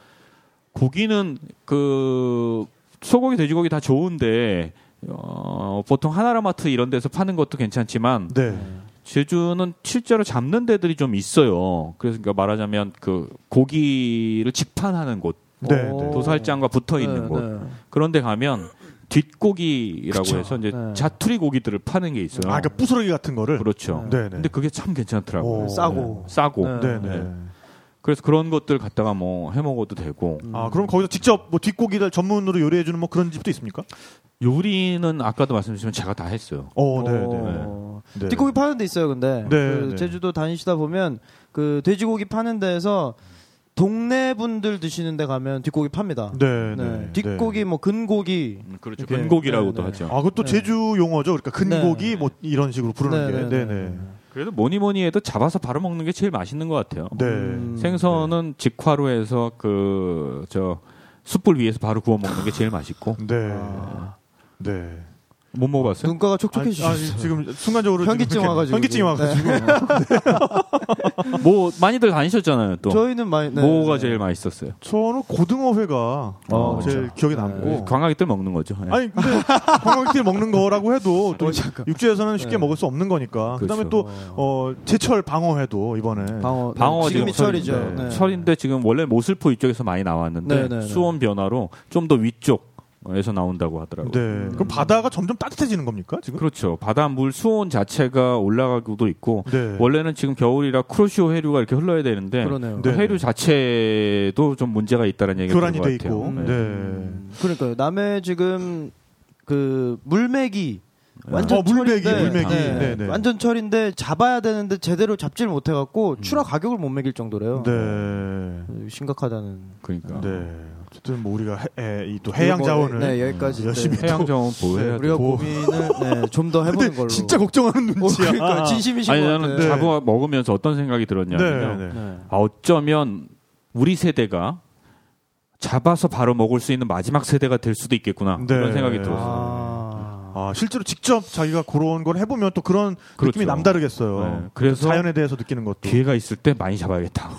S4: 고기는 그 소고기, 돼지고기 다 좋은데 어, 보통 하나라마트 이런 데서 파는 것도 괜찮지만
S1: 네.
S4: 제주는 실제로 잡는 데들이 좀 있어요. 그래서 그러니까 말하자면 그 고기를 직판하는 곳,
S1: 네,
S3: 오.
S1: 네.
S4: 도살장과 붙어 있는
S3: 어. 네,
S4: 곳
S3: 네.
S4: 그런데 가면 뒷고기라고 해서 이제
S3: 네.
S4: 자투리 고기들을 파는 게 있어요.
S1: 아, 그러니까 부스러기 같은 거를.
S4: 그렇죠.
S3: 네.
S1: 네, 네.
S4: 근데 그, 그게 참 괜찮더라고요.
S1: 오.
S3: 싸고.
S4: 싸고.
S3: 네.
S1: 네, 네.
S4: 음. 그래서 그런 것들 갖다가 뭐 해 먹어도 되고.
S1: 아, 그럼 거기서 직접 뭐 뒷고기를 전문으로 요리해 주는 뭐 그런 집도 있습니까?
S4: 요리는 아까도 말씀드렸지만 제가 다 했어요.
S1: 어, 네, 네. 네.
S3: 어.
S1: 네.
S3: 뒷고기 파는 데 있어요, 근데.
S1: 네,
S3: 그
S1: 네.
S3: 제주도 다니시다 보면 그 돼지고기 파는 데에서 동네 분들 드시는 데 가면 뒷고기 팝니다.
S1: 네,
S3: 네.
S1: 네.
S3: 뒷고기 뭐 근고기
S4: 그렇죠.
S3: 이렇게.
S4: 근곡이라고도
S3: 네, 네.
S4: 하죠.
S1: 아, 그것도
S3: 네.
S1: 제주 용어죠. 그러니까 큰
S3: 네.
S1: 고기 뭐 이런 식으로 부르는
S3: 네,
S1: 게.
S3: 네,
S1: 네, 네.
S4: 그래도 뭐니 뭐니 해도 잡아서 바로 먹는 게 제일 맛있는 것 같아요.
S1: 네.
S3: 음.
S4: 생선은 직화로 해서 그 저 숯불 위에서 바로 구워 먹는 게 제일 맛있고.
S1: 네.
S3: 아.
S1: 네.
S4: 못 먹어봤어요?
S3: 눈가가
S1: 아, 아,
S3: 촉촉해지셨어요.
S1: 지금 순간적으로
S3: 현기증
S1: 지금 이렇게
S3: 와가지고. 네.
S1: 현기증 와가지고.
S4: 뭐 많이들 다니셨잖아요. 또
S3: 저희는 많이 네,
S4: 뭐가
S3: 네.
S4: 제일 맛있었어요?
S1: 저는 고등어회가
S3: 아,
S1: 제일
S3: 그렇죠.
S1: 기억에
S3: 네.
S1: 남고.
S4: 관광객들 먹는 거죠. 예.
S1: 아니 근데 관광객들이 먹는 거라고 해도 또
S3: 어, 잠깐.
S1: 육지에서는 쉽게
S3: 네.
S1: 먹을 수 없는 거니까. 그다음에
S4: 그렇죠.
S1: 또 어, 제철 방어회도 이번에
S3: 방어,
S4: 방어
S3: 네, 지금이
S4: 지금
S3: 철이죠.
S1: 철인데.
S3: 네.
S4: 철인데 지금 원래 모슬포 이쪽에서 많이 나왔는데
S3: 네, 네, 네.
S4: 수온 변화로 좀 더 위쪽에서 나온다고 하더라고요.
S1: 네.
S3: 음.
S1: 그럼 바다가 점점 따뜻해지는 겁니까 지금?
S4: 그렇죠. 바닷물 수온 자체가 올라가고도 있고
S1: 네.
S4: 원래는 지금 겨울이라 크로시오 해류가 이렇게 흘러야 되는데
S3: 그러네요.
S1: 네.
S4: 해류 자체도 좀 문제가 있다는 얘기가
S1: 교란이 돼
S4: 들은 것 같아요.
S1: 있고.
S4: 네.
S1: 네.
S3: 음, 그러니까요. 남해 지금 그 물메기 완전
S1: 어, 물메기,
S3: 철인데,
S1: 물메기.
S3: 네,
S1: 네, 네.
S3: 완전 철인데 잡아야 되는데 제대로 잡질 못해갖고 출하 가격을 못 매길 정도래요.
S1: 음. 네.
S3: 심각하다는.
S4: 그러니까
S1: 네. 어쨌든 뭐 우리가 해, 이 또 해양 자원을
S3: 그렇죠.
S1: 음,
S3: 네 여기까지
S1: 열심히
S3: 네.
S4: 해양 자원 보호해야 돼.
S3: 우리가
S1: 보-
S3: 고민을 네, 좀 더 해보는 걸로.
S1: 진짜 걱정하는
S3: 어,
S1: 눈치야.
S3: 그러니까 진심이신
S4: 아니
S3: 것
S4: 나는
S3: 같아요.
S4: 잡아 먹으면서 어떤
S1: 네.
S4: 생각이 들었냐면요.
S1: 네. 네.
S3: 네.
S4: 아, 어쩌면 우리 세대가 잡아서 바로 먹을 수 있는 마지막 세대가 될 수도 있겠구나
S1: 네.
S4: 그런 생각이 들었어요.
S3: 아.
S1: 아, 실제로 직접 자기가 그런 걸 해보면 또 그런
S4: 그렇죠.
S1: 느낌이 남다르겠어요.
S4: 네. 그래서
S1: 자연에 대해서 느끼는 것도.
S4: 기회가 있을 때 많이 잡아야겠다.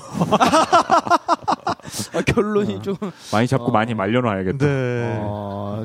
S3: 아, 결론이 좀.
S4: 많이 잡고
S1: 아.
S3: 어.
S4: 많이 말려놔야겠다.
S1: 네.
S3: 아,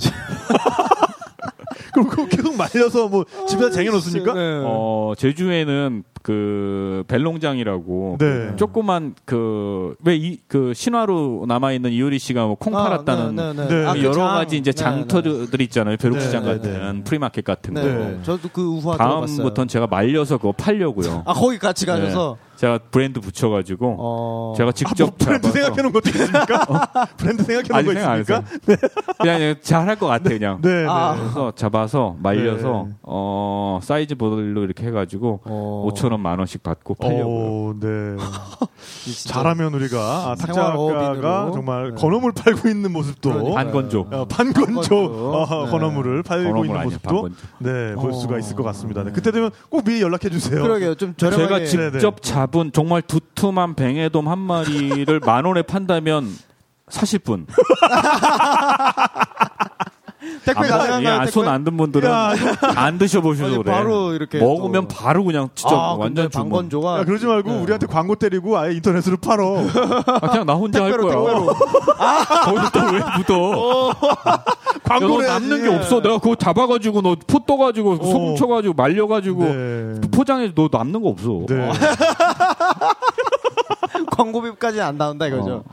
S1: 그럼 그거 계속 말려서 뭐
S3: 아,
S1: 집에다 쟁여놓습니까?
S3: 네.
S4: 어, 제주에는 그 벨롱장이라고
S1: 네.
S4: 조그만 그 왜 이 그 신화로 남아 있는 이효리 씨가 뭐콩
S3: 아,
S4: 팔았다는
S3: 네, 네,
S1: 네.
S3: 네. 아,
S1: 그
S4: 여러
S3: 장.
S4: 가지 이제
S3: 네, 네.
S4: 장터들이 있잖아요. 벼룩시장
S1: 네, 네,
S4: 같은 프리마켓 같은 거.
S3: 네.
S1: 네.
S3: 저도 그 우화 들어봤어요.
S4: 다음부터는 제가 말려서 그거 팔려고요.
S3: 아 거기 같이 가셔서
S4: 제가 브랜드 붙여가지고
S3: 어.
S4: 네. 제가
S1: 아, 뭐
S4: 직접
S1: 브랜드
S4: 잡아서. 어.
S1: 생각해놓은 것도 있습니까? 브랜드 생각해놓은
S4: 아니
S1: 거
S4: 생각 안
S1: 있습니까?
S4: 했어요. 그냥, 그냥 잘할 것 같아 그냥.
S1: 네, 네.
S3: 아.
S4: 그래서 잡아서 말려서
S1: 네.
S4: 어 사이즈별로 이렇게 해가지고
S3: 어.
S4: 5천 원 만 원씩 받고 팔려고요.
S1: 오, 어, 네.
S3: 아, 진짜.
S1: 잘하면 우리가 아, 탁자가가
S3: 생활어업인으로.
S1: 정말
S3: 네.
S1: 건어물 팔고 있는 모습도
S3: 그러니까요.
S4: 반건조.
S3: 네.
S1: 어, 반건조
S3: 반건조.
S1: 어,
S3: 네.
S1: 건어물을 팔고
S4: 건어물
S1: 있는
S4: 아니에요,
S1: 모습도
S4: 반건조.
S1: 네 볼
S3: 어.
S1: 수가 있을 것 같습니다. 네, 그때 되면 꼭 미리 연락해 주세요.
S3: 그러게요. 좀
S4: 제가
S3: 저렴하게
S1: 집-
S4: 직접
S1: 네네.
S4: 잡은 정말 두툼한 뱅에돔 한 마리를 만 원에 판다면 사실 분.
S3: 택배 가능한 거야. 택배?
S4: 손안 든 분들은 안
S3: 아니,
S4: 드셔보셔도 그래.
S3: 바로 이렇게
S4: 먹으면
S3: 또.
S4: 바로 그냥 진짜
S3: 아, 네.
S4: 완전
S3: 완전
S4: 주문.
S3: 방건조가
S1: 야, 그러지 말고 우리한테 광고 때리고 아예 인터넷으로 팔어.
S4: 아, 그냥 나 혼자 할 거야. 어, 거기서 또왜 묻어? 야, 너
S1: 광고를
S4: 남는 게
S3: 예.
S1: 해야지.
S4: 없어. 내가 그거 잡아가지고 너 풋 떠가지고
S1: 어.
S4: 소금 쳐가지고 말려가지고
S1: 네.
S4: 포장해 너 남는 거 없어.
S3: 아,
S1: 네.
S3: 광고비까지는 안 나온다 이거죠.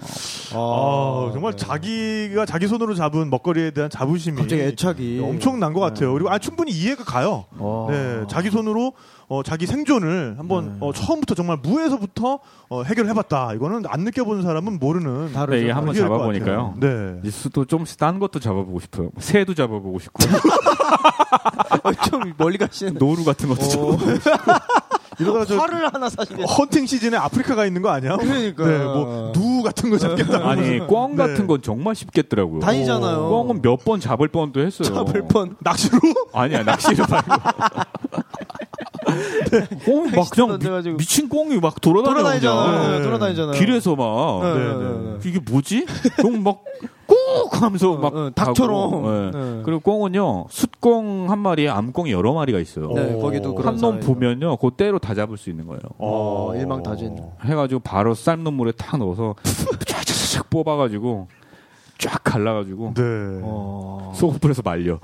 S4: 어.
S1: 아, 정말 자기가 자기 손으로 잡은 먹거리에 대한 자부심이 네,
S3: 네. 갑자기 애착이 네.
S1: 엄청난 것 같아요. 그리고 아, 충분히 이해가 가요.
S3: 어.
S1: 네, 자기 손으로 어, 자기 생존을
S3: 네.
S1: 한번 어, 처음부터 정말 무에서부터 어, 해결해봤다. 이거는 안 느껴본 사람은 모르는
S3: 다르죠. 그렇죠.
S4: 근데 네, 이게 한번
S1: 이해일 것 같아요.
S4: 잡아보니까요.
S1: 네.
S4: 리스도 좀씩 딴 것도 잡아보고 싶어요. 새도 잡아보고 싶고
S3: 어, 좀 멀리 가시는데
S4: 노루 같은
S3: 어.
S4: 것도 잡아보고 싶고.
S1: 어. 이러다가 저
S3: 화를 하나 사시네.
S1: 헌팅 시즌에 아프리카 가 있는 거 아니야?
S3: 그러니까.
S1: 네, 뭐누 같은 거 잡겠다.
S4: 아니 꿩 같은
S1: 네.
S4: 건 정말
S3: 네.
S4: 쉽겠더라고요.
S3: 어.
S1: 어.
S3: 다니잖아요.
S4: 꿩은 몇 번 잡을 뻔도 했어요.
S3: 잡을 뻔.
S1: 낚시로?
S4: 아니야 낚시를 말고.
S3: 네.
S4: 꽁, 막 그냥
S3: 던져가지고.
S4: 미, 친 꽁이 막 돌아다녀
S3: 돌아다니잖아.
S4: 그냥.
S1: 네.
S3: 요 돌아다니잖아.
S4: 길에서 막
S1: 네, 네, 네.
S4: 이게 뭐지? 꽁막꾹 하면서 막
S3: 어,
S4: 가고. 네.
S3: 닭처럼. 네.
S4: 그리고 꽁은요 숫꽁 한 마리에 암꽁이 여러 마리가 있어요.
S3: 네, 거기도 그런
S4: 한 놈
S3: 사람이-
S4: 보면요 그때로 다 잡을 수 있는 거예요.
S3: 어, 일망타진.
S1: 네.
S4: 해가지고 바로 쌀는 물에 탁 넣어서 쫙쫙쫙 뽑아가지고 쫙 갈라가지고
S1: 네.
S3: 어.
S4: 소금불에서 말려.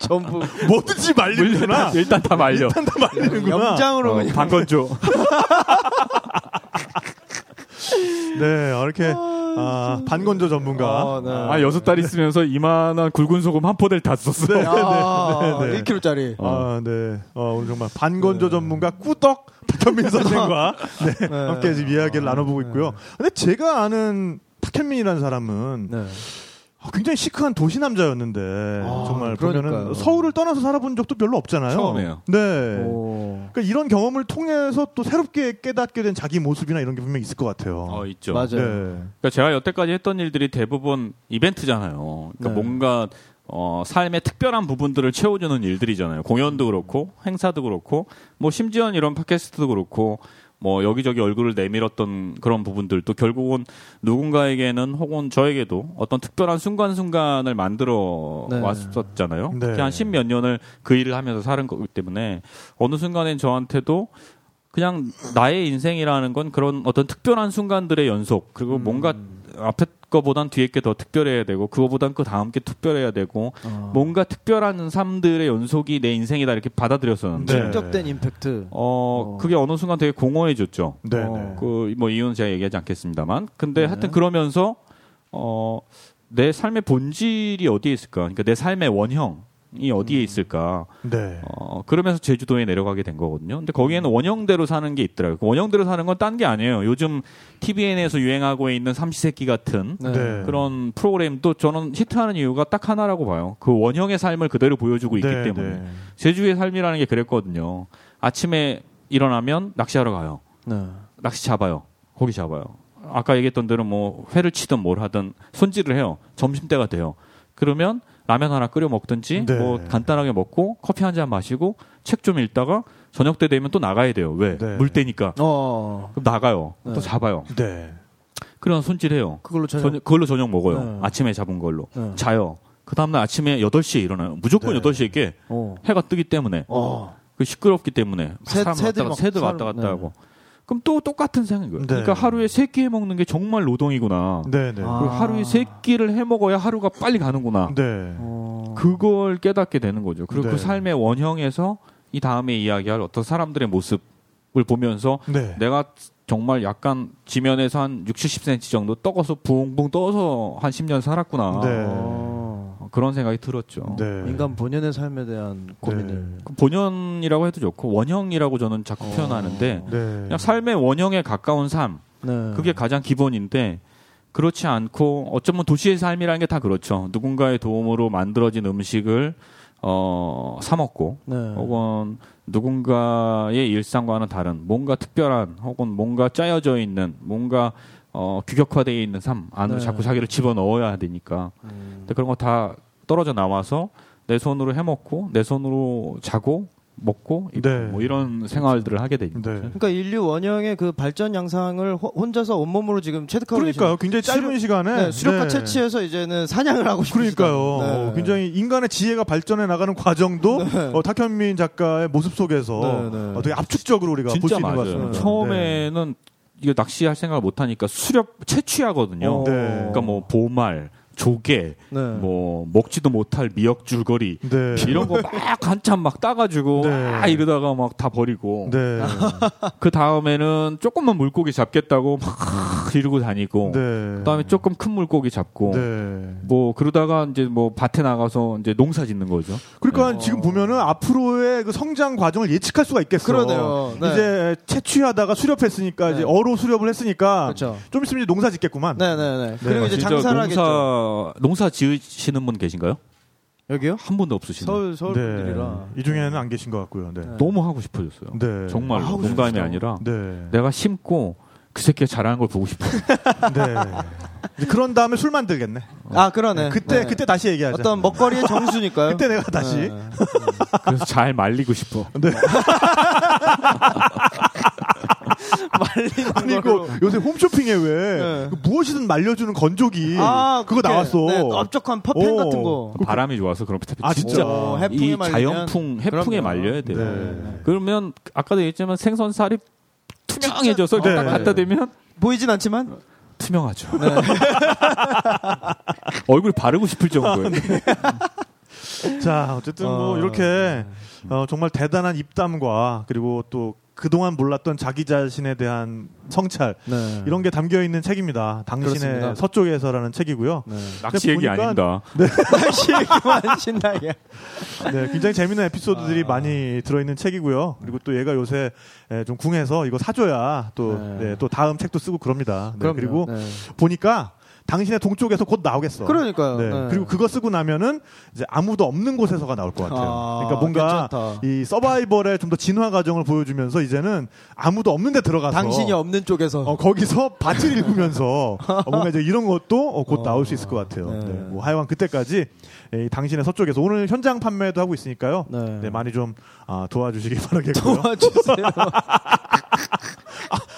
S3: 전부
S1: 뭐든지 말리는구나.
S4: 일단 다 말려.
S1: 일단 다 말리는구나.
S3: 염장으로
S4: 어,
S3: 그냥
S4: 방건조.
S1: 네, 아, 이렇게 아, 반건조 전문가.
S3: 어, 네.
S4: 아 여섯 달 있으면서 이만한 굵은 소금 한 포대를 다 썼어요.
S3: 아,
S1: 예. 네, 네.
S3: 1kg짜리.
S1: 아, 네. 어, 오늘 정말 반건조 전문가 꾸덕 박현민 선생과 네,
S3: 네.
S1: 함께 지금 이야기를 나눠보고 있고요. 근데 제가 아는 박현민이라는 사람은 아,
S3: 네.
S1: 굉장히 시크한 도시 남자였는데
S3: 아,
S1: 정말
S3: 그러니까요.
S1: 보면은 서울을 떠나서 살아본 적도 별로 없잖아요.
S4: 처음이에요.
S1: 네.
S3: 오.
S1: 그러니까 이런 경험을 통해서 또 새롭게 깨닫게 된 자기 모습이나 이런 게 분명히 있을 것 같아요.
S4: 어 있죠.
S3: 맞아요.
S1: 네.
S4: 그러니까 제가 여태까지 했던 일들이 대부분 이벤트잖아요. 그러니까
S3: 네.
S4: 뭔가 어, 삶의 특별한 부분들을 채워주는 일들이잖아요. 공연도 그렇고 행사도 그렇고 뭐 심지어 이런 팟캐스트도 그렇고 뭐 여기저기 얼굴을 내밀었던 그런 부분들도 결국은 누군가에게는 혹은 저에게도 어떤 특별한 순간순간을 만들어
S3: 네.
S4: 왔었잖아요.
S1: 네.
S4: 그냥 한십몇 년을 그 일을 하면서 사는 거기 때문에 어느 순간엔 저한테도 그냥 나의 인생이라는 건 그런 어떤 특별한 순간들의 연속 그리고 뭔가 앞에 거보단 뒤에 게 더 특별해야 되고 그거보단 그 다음 게 특별해야 되고
S3: 어.
S4: 뭔가 특별한 삶들의 연속이 내 인생이다 이렇게 받아들였었는데
S1: 네.
S3: 충격된 임팩트.
S4: 어
S3: 어.
S4: 그게 어느 순간 되게 공허해졌죠.
S1: 네.
S3: 어.
S4: 그 뭐 이유는 제가 얘기하지 않겠습니다만 근데 하여튼 그러면서 어 내 삶의 본질이 어디에 있을까? 그러니까 내 삶의 원형이 어디에 있을까?
S1: 네.
S4: 어, 그러면서 제주도에 내려가게 된 거거든요. 근데
S1: 음.
S4: 거기에는 원형대로 사는 게 있더라고요. 그 원형대로 사는 건 딴 게 아니에요. 요즘 TVN에서 유행하고 있는 삼시세끼 같은
S3: 네.
S1: 네.
S4: 그런 프로그램도 저는 히트하는 이유가 딱 하나라고 봐요. 그 원형의 삶을 그대로 보여주고 있기
S1: 네,
S4: 때문에.
S1: 네.
S4: 제주의 삶이라는 게 그랬거든요. 아침에 일어나면 낚시하러 가요.
S3: 네.
S4: 낚시 잡아요. 고기 잡아요. 아까 얘기했던 대로 뭐 회를 치든 뭘 하든 손질을 해요. 점심때가 돼요. 그러면 라면 하나 끓여 먹든지
S1: 네.
S4: 뭐 간단하게 먹고 커피 한 잔 마시고 책 좀 읽다가 저녁 때 되면 또 나가야 돼요. 왜?
S1: 네.
S4: 물 때니까.
S3: 어.
S4: 그럼 나가요.
S3: 네.
S4: 또 잡아요.
S1: 네.
S4: 그럼 손질해요.
S3: 그걸로 저녁.
S4: 저녁, 그걸로 저녁 먹어요.
S3: 네.
S4: 아침에 잡은 걸로.
S3: 네.
S4: 자요. 그 다음날 아침에 8시에 일어나요. 무조건
S1: 네.
S4: 8시에 깨.
S3: 어.
S4: 해가 뜨기 때문에.
S3: 어.
S4: 그 시끄럽기 때문에
S3: 새-
S4: 사람
S3: 새들
S4: 왔다
S3: 막-
S4: 갔다, 새들 왔다
S3: 사람-
S4: 갔다
S3: 네.
S4: 하고 그럼 또 똑같은 생각인 거예요.
S1: 네.
S4: 그러니까 하루에 세 끼 해 먹는 게 정말 노동이구나.
S1: 네. 네.
S3: 아.
S4: 그리고 하루에 세 끼를 해 먹어야 하루가 빨리 가는구나.
S1: 네.
S3: 어.
S4: 그걸 깨닫게 되는 거죠. 그리고
S1: 네.
S4: 그 삶의 원형에서 이 다음에 이야기할 어떤 사람들의 모습을 보면서
S1: 네.
S4: 내가 정말 약간 지면에서 한 60, 70cm 정도 떠서 붕붕 떠서 한 10년 살았구나.
S1: 네.
S3: 어.
S4: 그런 생각이 들었죠.
S1: 네.
S3: 인간 본연의 삶에 대한 고민을.
S4: 그 본연이라고 해도 좋고 원형이라고 저는 자꾸
S3: 어.
S4: 표현하는데
S1: 네.
S4: 그냥 삶의 원형에 가까운 삶
S3: 네.
S4: 그게 가장 기본인데 그렇지 않고 어쩌면 도시의 삶이라는 게 다 그렇죠 누군가의 도움으로 만들어진 음식을 어~ 사 먹고
S3: 네.
S4: 혹은 누군가의 일상과는 다른 뭔가 특별한 혹은 뭔가 짜여져 있는 뭔가 어~ 규격화되어 있는 삶 안으로
S3: 네. 음.
S4: 자꾸 자기를 집어넣어야 되니까 근데 그런 거 다 떨어져 나와서 내 손으로 해먹고 내 손으로 자고 먹고 입고
S1: 네.
S4: 뭐 이런 생활들을 하게 됩니다.
S1: 네.
S3: 그러니까 인류 원형의 그 발전 양상을 호- 혼자서 온몸으로 지금 체득하고
S1: 그러니까요.
S3: 계시는-
S1: 굉장히 짧은
S3: 수렵-
S1: 시간에
S3: 네, 수렵과
S1: 네.
S3: 채취해서 이제는 사냥을 하고 싶으시다.
S1: 그러니까요. 어,
S3: 네.
S1: 굉장히 인간의 지혜가 발전해 나가는 과정도 어, 탁현민 작가의 모습 속에서
S3: 네, 네.
S1: 어, 되게 압축적으로 우리가 볼 수
S4: 진짜
S1: 있는 것
S4: 맞아요.
S1: 같습니다. 네.
S4: 처음에는 이거 낚시할 생각을 못 하니까 수렵 채취하거든요.
S3: 어.
S1: 네.
S4: 그러니까 뭐 보말, 조개,
S3: 네.
S4: 뭐 먹지도 못할 미역 줄거리
S1: 네.
S4: 이런 거 막 한참 막 따가지고
S1: 네.
S4: 아 이러다가 막 다 버리고
S1: 네.
S4: 그 다음에는 조금만 물고기 잡겠다고 막 이러고 다니고
S1: 네.
S4: 그다음에 조금 큰 물고기 잡고
S1: 네.
S4: 뭐 그러다가 이제 뭐 밭에 나가서 이제 농사 짓는 거죠.
S1: 그러니까 지금 보면은 앞으로의 그 성장 과정을 예측할 수가 있겠어.
S3: 그러네요. 네.
S1: 이제 채취하다가 수렵했으니까 이제
S3: 네.
S1: 어로 수렵을 했으니까
S3: 그렇죠.
S1: 좀 있으면 이제 농사 짓겠구만.
S3: 네네네. 그리고 이제
S4: 진짜
S3: 장사를 하겠죠.
S4: 농사 농사 지으시는 분 계신가요?
S3: 여기요?
S4: 한 분도 없으시네요.
S3: 서울 서울
S1: 네.
S3: 분들이라.
S1: 이 중에는 안 계신 것 같고요. 네.
S4: 너무 하고 싶어졌어요.
S1: 네.
S4: 정말
S3: 하고
S4: 농담이
S3: 싶죠.
S4: 아니라
S1: 네.
S4: 내가 심고 그 새끼가 잘하는 걸 보고 싶어요.
S1: 네. 이제 그런 다음에 술 만들겠네.
S3: 아 그러네.
S1: 그때
S3: 네.
S1: 그때 다시 얘기하자.
S3: 어떤 먹거리의 정수니까요.
S1: 그때 내가 다시.
S3: 네.
S4: 그래서 잘 말리고 싶어.
S1: 아, 아니 그 요새 홈쇼핑에 왜
S3: 네.
S1: 그 무엇이든 말려주는 건조기
S3: 아
S1: 그거
S3: 그렇게,
S1: 나왔어.
S3: 네, 넓적한 퍼펜
S1: 어.
S3: 같은 거.
S4: 바람이 좋아서 그런 피타피타.
S1: 아, 진짜.
S3: 오, 해풍에
S4: 이
S3: 말리면-
S4: 자연풍 해풍에
S3: 그럼요.
S4: 말려야 돼요.
S1: 네.
S4: 그러면 아까도 얘기했지만 생선살이 투명해져서
S1: 네.
S4: 딱 갖다 대면
S3: 보이진 않지만
S4: 투명하죠. 얼굴 바르고 싶을 정도예요.
S1: 네. 자 어쨌든 뭐
S3: 어.
S1: 이렇게 어, 정말 대단한 입담과 그리고 또 그동안 몰랐던 자기 자신에 대한 성찰
S3: 네.
S1: 이런 게 담겨 있는 책입니다. 당신의
S3: 그렇습니다.
S1: 서쪽에서라는 책이고요.
S3: 네.
S4: 낚시 얘기
S1: 보니까-
S4: 아닙니다.
S3: 다시 얘기만 신나게.
S1: 네, 굉장히 재밌는 에피소드들이
S3: 아.
S1: 많이 들어있는 책이고요. 그리고 또 얘가 요새 예, 좀 궁해서 이거 사줘야 또,
S3: 네.
S1: 네, 또 다음 책도 쓰고 그럽니다. 네,
S3: 그럼요.
S1: 그리고
S3: 네.
S1: 보니까 당신의 동쪽에서 곧 나오겠어.
S3: 그러니까요.
S1: 네.
S3: 네.
S1: 그리고 그거 쓰고 나면은 이제 아무도 없는 곳에서가 나올 것 같아요.
S3: 아,
S1: 그러니까 뭔가
S3: 괜찮다.
S1: 이 서바이벌의 좀 더 진화 과정을 보여주면서 이제는 아무도 없는 데 들어가서
S3: 당신이 없는 쪽에서
S1: 어, 거기서 밭을 일구면서 어, 뭔가 이제 이런 것도 어, 곧
S3: 어,
S1: 나올 수 있을 것 같아요.
S3: 네.
S1: 네, 뭐 하여간 그때까지 에, 이 당신의 서쪽에서 오늘 현장 판매도 하고 있으니까요.
S3: 네.
S1: 네, 많이 좀 아, 도와주시기 바라겠고요.
S3: 도와주세요.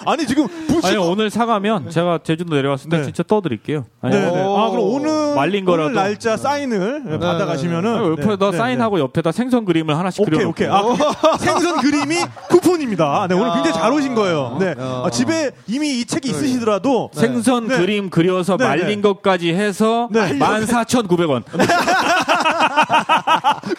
S1: 아니 지금 부시
S4: 아니 어, 오늘 사가면 제가 제주도 내려왔을 때
S1: 네.
S4: 진짜 떠드릴게요. 아니,
S1: 네, 네. 아 그럼 오늘
S4: 어, 말린
S1: 오늘
S4: 거라도. 네.
S1: 날짜 사인을 받아가시면은
S4: 아니, 어, 옆에다
S1: 네, 네,
S4: 사인하고 옆에다 생선 그림을 하나씩
S1: 오케이
S4: 그려놓고
S1: 오케이 아 그- 생선 그림이 쿠폰입니다. 네 오늘 굉장히 잘 오신 거예요. 네
S3: 야. 네.
S1: 아, 집에 이미 이 책이 있으시더라도
S4: 생선
S1: 네.
S4: 그림 그려서
S1: 네, 네.
S4: 말린 것까지 해서
S1: 네.
S4: 14,900원.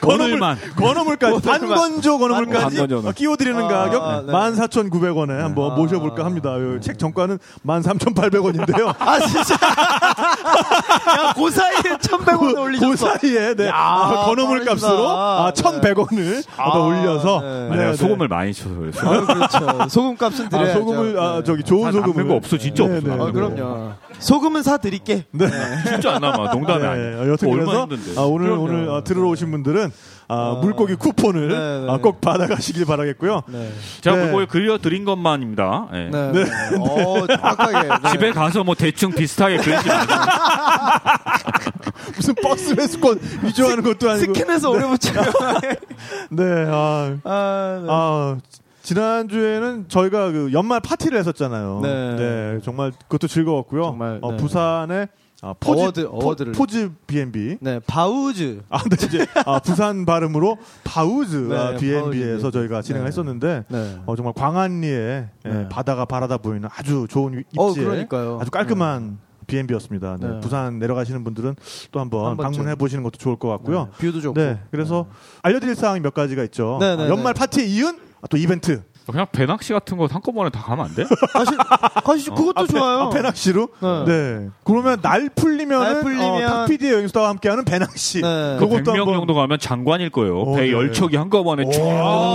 S4: 오늘만
S1: 건어물까지 반건조 건어물까지
S4: 반건조 건어물.
S1: 끼워드리는
S3: 아,
S1: 가격
S3: 네.
S1: 14,900원에 한번 모셔볼까 합니다. 요책 정가는 13,800원인데요.
S3: 아 진짜. 야, 그 사이에 1,100원
S1: 그
S3: 올리셨어.
S1: 사이에 네. 아, 건어물
S3: 빠르시다.
S1: 값으로 아, 1,100원을 더 올려서
S3: 네.
S1: 네,
S4: 아, 내가
S1: 네.
S4: 소금을 많이 쳐서 그래요. 소금.
S3: 아유, 그렇죠. 소금값은
S1: 아,
S3: 드려야죠.
S1: 소금을 아,
S3: 네.
S1: 저기 좋은
S4: 아, 남는
S1: 소금을
S4: 거 없어, 진짜
S1: 네,
S4: 없어,
S1: 네.
S4: 남는
S3: 아, 그럼요. 소금은 사 드릴게.
S1: 네.
S4: 진짜 안 남아. 농담이
S1: 네,
S4: 아니야.
S1: 여튼
S4: 그거 얼마나
S1: 그래서
S4: 힘든데.
S1: 아, 오늘
S3: 그럼요.
S1: 오늘 아, 들으러 오신 분들은 아, 물고기 쿠폰을
S3: 네, 네.
S1: 아, 꼭 받아가시길 바라겠고요.
S3: 네.
S4: 제가
S1: 네.
S4: 그거에 그려드린 것만입니다. 예.
S3: 네. 네. 어, 정확하게. 네.
S4: 집에 가서 뭐 대충 비슷하게 그리지 말고
S1: 무슨 버스 회수권 위조하는 것도 아니고.
S3: 스캔해서 오래 붙여요.
S1: 네. 아,
S3: 아, 네.
S1: 아, 지난주에는 저희가 그 연말 파티를 했었잖아요.
S3: 네.
S1: 정말 그것도 즐거웠고요.
S3: 정말,
S1: 어,
S3: 네.
S1: 부산의 아, 포지,
S3: 어워드- 어워드를.
S1: 포, 즈 B&B.
S3: 네, 바우즈.
S1: 아, 네, 이제, 아, 부산 발음으로 바우즈 아,
S3: 네,
S1: B&B에서
S3: 바우즈.
S1: 저희가 진행을
S3: 네.
S1: 했었는데,
S3: 네.
S1: 어, 정말 광안리에 예,
S3: 네.
S1: 바다가 바라다 보이는 아주 좋은 입지에
S3: 어, 그러니까요.
S1: 아주 깔끔한 B&B였습니다. 네,
S3: 네.
S1: 부산 내려가시는 분들은 또 한번
S3: 한 번쯤.
S1: 방문해 보시는 것도 좋을 것 같고요.
S3: 네, 뷰도 좋고.
S1: 네, 그래서 알려드릴 사항이 몇 가지가 있죠.
S3: 네, 네,
S1: 아, 연말
S3: 네.
S1: 파티에 이은 아, 또 이벤트.
S4: 그냥 배낚시 같은 거 한꺼번에 다 가면 안 돼?
S3: 사실, 사실 그것도 좋아요.
S1: 아, 배낚시로?
S3: 네.
S1: 네. 그러면 날 풀리면
S3: 날 풀리면-
S1: 탁피디의 여행수다와 함께하는 배낚시.
S3: 네.
S4: 그 100명 정도 가면 장관일 거예요.
S1: 어,
S4: 배
S1: 네.
S4: 열척이 한꺼번에
S1: 오.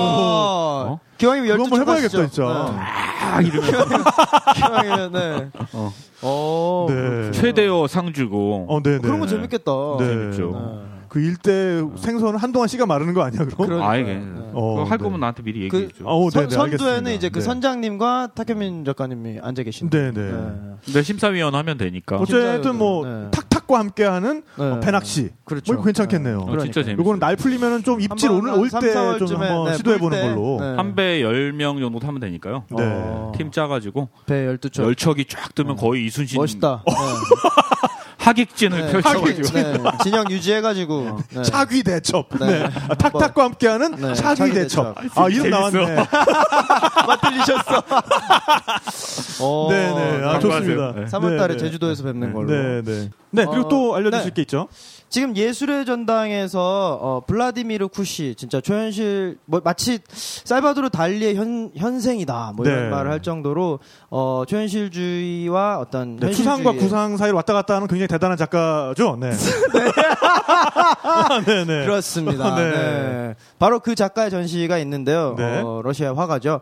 S3: 아,
S4: 어?
S3: 기왕이면
S1: 그거
S3: 열두
S1: 한번 해봐야겠다,
S3: 쳐가시죠.
S1: 진짜.
S4: 쫙 이러면
S3: 네. 기왕이면, 네.
S4: 어.
S3: 어.
S1: 네.
S3: 그렇군요.
S4: 최대어 상주고
S1: 어, 네, 네.
S3: 그런 거 재밌겠다.
S1: 네.
S4: 재밌죠.
S3: 네.
S1: 그 일대 생선을 한동안 씨가 마르는 거 아니야 그럼?
S3: 그러니까요.
S4: 아예
S3: 네.
S1: 어,
S4: 할
S1: 네.
S4: 거면 나한테 미리
S3: 그-
S4: 얘기해 줘.
S1: 어,
S3: 선-
S1: 네네,
S3: 선두에는
S1: 알겠습니다.
S3: 이제 그
S1: 네.
S3: 선장님과 탁현민 작가님이 앉아 계신데.
S1: 네네.
S4: 근데 심사위원 하면 되니까.
S3: 그렇죠.
S1: 어쨌든 뭐
S3: 네.
S1: 탁탁과 함께하는
S3: 네.
S1: 어, 배낚시.
S3: 그렇죠.
S1: 뭐 이거 괜찮겠네요.
S4: 어, 진짜 재밌어.
S1: 요거는 날 풀리면은 좀 입질 오늘 올 때 좀 한번
S3: 네,
S1: 시도해 보는 걸로.
S4: 한 배 10명 정도 타면 되니까.
S1: 네.
S3: 어.
S4: 팀 짜가지고
S3: 배 12척.
S4: 열척이 쫙 뜨면 거의 이순신
S1: 어,
S3: 어. 멋있다.
S4: 하객진을
S3: 네.
S4: 펼쳐가지고
S3: 네. 진영 유지해가지고. 네.
S1: 아, 차귀 대첩.
S3: 네.
S1: 네. 아, 탁탁과 함께하는
S3: 네,
S1: 차귀,
S3: 차귀
S1: 대첩.
S3: 대첩.
S1: 아, 이름 나왔네.
S3: 맞들리셨어. 어,
S1: 네네. 아,
S4: 참고하세요.
S1: 좋습니다.
S4: 네.
S1: 네,
S3: 3월달에
S1: 네.
S3: 제주도에서 뵙는 걸로.
S1: 네, 네. 네, 그리고
S3: 어,
S1: 또 알려주실
S3: 네.
S1: 게 있죠.
S3: 지금 예술의 전당에서 어, 블라디미르 쿠시 진짜 초현실 뭐, 마치 살바도르 달리의 현, 현생이다 뭐 이런
S1: 네.
S3: 말을 할 정도로 어, 초현실주의와 어떤
S1: 네,
S3: 현실주의의-
S1: 추상과 구상 사이를 왔다 갔다 하는 굉장히 대단한 작가죠. 네. 네, 네.
S3: 그렇습니다.
S1: 네.
S3: 네. 바로 그 작가의 전시가 있는데요.
S1: 네.
S3: 어, 러시아 화가죠.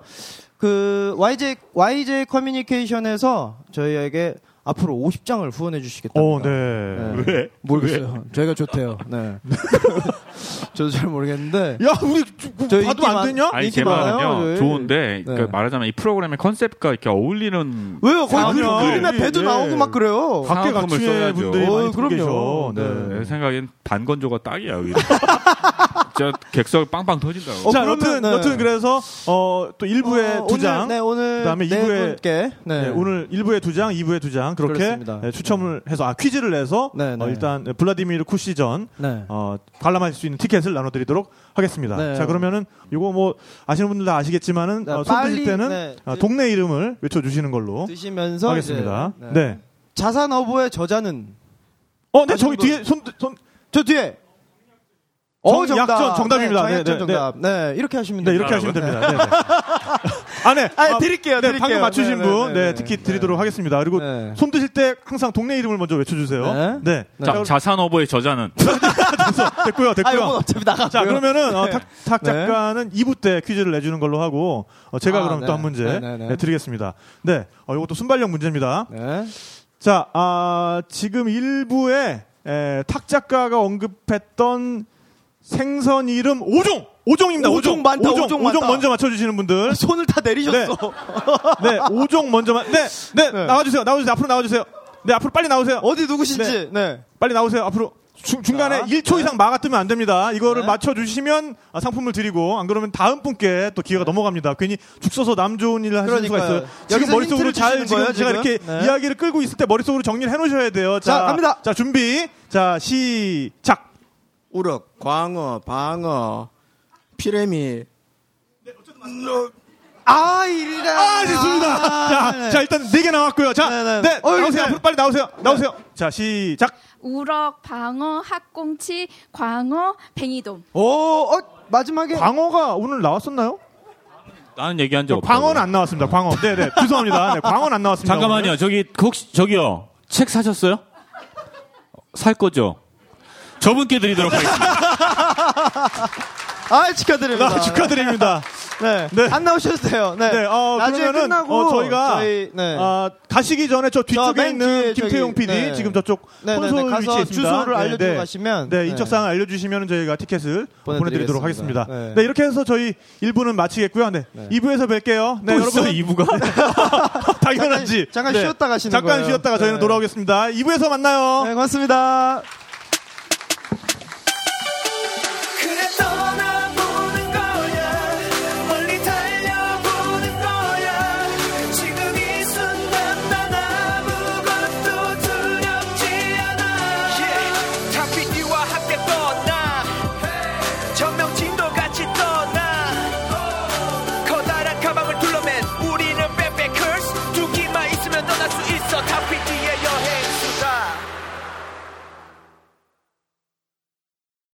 S3: 그 YJ YJ 커뮤니케이션에서 저희에게 앞으로 50장을 후원해 주시겠다고.
S1: 어, 네.
S3: 네.
S4: 왜?
S3: 모르겠어요. 저희가 좋대요. 네. 저도 잘 모르겠는데.
S1: 야, 우리 주- 그
S3: 저
S1: 봐도
S3: 인기
S1: 안
S3: 많-
S1: 되냐?
S4: 아니
S3: 인기
S4: 제 말은요
S3: 많아요, 저희.
S4: 좋은데 그러니까
S3: 네.
S4: 말하자면 이 프로그램의 컨셉과 이렇게 어울리는
S3: 왜요? 거기
S1: 아니요.
S3: 그림, 그림에 배도
S1: 예.
S3: 나오고 막 그래요.
S4: 각-
S1: 각계각층의
S4: 상업품을 써야죠.
S1: 분들이
S3: 어,
S1: 많이 듣고
S3: 그럼요.
S1: 계셔. 네.
S4: 내 생각엔 반건조가 딱이야 여기 진짜 객석이 빵빵 터진다고
S3: 어,
S1: 자,
S3: 그러면,
S1: 여튼
S3: 네.
S1: 여튼 그래서 어, 또 1부에
S3: 어,
S1: 두
S3: 오늘,
S1: 장,
S3: 네, 오늘
S1: 그다음에
S3: 네
S1: 이부에-
S3: 분께 네.
S1: 네, 오늘 1부에 두 장, 2부에 두 장 그렇게
S3: 그렇습니다.
S1: 네, 추첨을 해서 아 퀴즈를 내서
S3: 네, 네.
S1: 어, 일단 블라디미르 쿠시전
S3: 네.
S1: 어, 관람하실 수 있는 티켓을 나눠드리도록 하겠습니다.
S3: 네.
S1: 자 그러면은 이거 뭐 아시는 분들 다 아시겠지만은
S3: 네,
S1: 어, 손
S3: 빨리,
S1: 드실 때는
S3: 네.
S1: 어, 동네 이름을 외쳐주시는 걸로
S3: 드시면서
S1: 하겠습니다.
S3: 이제,
S1: 네.
S3: 네. 자산 어보의 저자는
S1: 어, 네
S3: 아시는
S1: 저기
S3: 분-
S1: 뒤에 손, 손
S3: 저 뒤에. 어,
S1: 정- 약전 정답입니다.
S3: 네,
S1: 네,
S3: 정약전
S1: 네,
S3: 정답. 네, 이렇게 하시면
S1: 네,
S3: 됩니다.
S1: 이렇게 하시면 됩니다. 네, 네. 아, 네.
S3: 아, 드릴게요,
S1: 네,
S3: 드릴게요.
S1: 방금 맞추신
S3: 네, 네,
S1: 분,
S3: 네,
S1: 네,
S3: 네.
S1: 티켓 드리도록 하겠습니다. 그리고
S3: 네.
S1: 손 드실 때 항상 동네 이름을 먼저 외쳐주세요.
S3: 네.
S1: 네.
S4: 자, 자산어버의 저자는
S1: 됐고요,
S3: 아, 이건
S1: 됐고요.
S3: 어차피 나가고요.
S1: 자, 그러면은 어,
S3: 네.
S1: 탁, 탁
S3: 네.
S1: 작가는 2부 때 퀴즈를 내주는 걸로 하고 어, 제가
S3: 아,
S1: 그럼
S3: 네.
S1: 또 한 문제
S3: 네, 네, 네.
S1: 네, 드리겠습니다. 네, 어, 이것도 순발력 문제입니다.
S3: 네.
S1: 자, 아, 지금 1부에 탁 작가가 언급했던 생선 이름 5종! 5종입니다.
S3: 오종 많다, 오종 많다.
S1: 먼저 맞춰주시는 분들.
S3: 손을 다 내리셨어.
S1: 네, 5종 먼저 만 네, 네,
S3: 네.
S1: 나와주세요. 나와주세요. 앞으로 나와주세요. 네, 앞으로 빨리 나오세요.
S3: 어디 누구신지. 네.
S1: 빨리 나오세요. 앞으로 중, 중간에
S3: 자,
S1: 1초
S3: 네.
S1: 이상 막아 뜨면 안 됩니다. 이거를
S3: 네.
S1: 맞춰주시면 아, 상품을 드리고 안 그러면 다음 분께 또 기회가 넘어갑니다. 괜히 죽 써서 남 좋은 일을 하실 수가
S3: 네. 그러니까요.
S1: 있어요. 지금
S3: 여기서
S1: 머릿속으로
S3: 힌트를
S1: 잘
S3: 주시는
S1: 지금
S3: 거예요,
S1: 제가
S3: 지금?
S1: 이렇게
S3: 네.
S1: 이야기를 끌고 있을 때 머릿속으로 정리를 해놓으셔야 돼요.
S3: 자, 갑니다.
S1: 자, 준비. 자, 시작.
S5: 우럭, 광어, 방어, 피레미.
S3: 아, 이리라.
S1: 네, 아, 좋습니다. 자, 자, 일단 네 개 나왔고요. 자,
S3: 네, 네.
S1: 네,
S3: 어이,
S1: 나오세요.
S3: 네.
S1: 앞으로 빨리 나오세요. 나오세요. 자, 시작.
S6: 우럭, 방어, 학꽁치, 광어, 뱅이돔.
S3: 오, 어, 마지막에.
S1: 광어가 오늘 나왔었나요?
S4: 나는 얘기한 적 네, 없어
S1: 광어는 안 나왔습니다. 광어. 네, 네. 죄송합니다. 네, 광어는 안 나왔습니다.
S4: 잠깐만요 저기 그 혹시 저기요 책 사셨어요? 살 거죠? 저분께 드리도록 하겠습니다
S3: 아, 축하드립니다.
S1: 아, 축하드립니다.
S3: 네.
S1: 네.
S3: 안 나오셔도 돼요. 네.
S1: 네, 어,
S3: 나중에
S1: 그러면은
S3: 끝나고
S1: 어, 저희가
S3: 저희, 네.
S1: 아, 가시기 전에 저
S3: 저
S1: 뒤쪽에
S3: 맨
S1: 있는
S3: 뒤에
S1: 김태용
S3: 저기,
S1: PD
S3: 네.
S1: 지금 저쪽
S3: 네, 네, 네.
S1: 콘솔
S3: 가서
S1: 위치에 있습니다.
S3: 주소를 알려주고
S1: 네.
S3: 가시면,
S1: 네,
S3: 네.
S1: 인적사항 알려주시면 저희가 티켓을 보내드리도록
S3: 보내드리겠습니다.
S1: 하겠습니다. 네.
S3: 네.
S1: 이렇게 해서 저희 1부는 마치겠고요. 네, 2부에서 뵐게요. 네,
S4: 벌써
S1: 여러분
S4: 2부가
S1: 당연하지.
S3: 잠깐
S1: 네.
S3: 쉬었다 가시는
S1: 잠깐
S3: 거예요.
S1: 쉬었다가 저희는
S3: 네.
S1: 돌아오겠습니다. 2부에서 만나요.
S3: 네, 고맙습니다.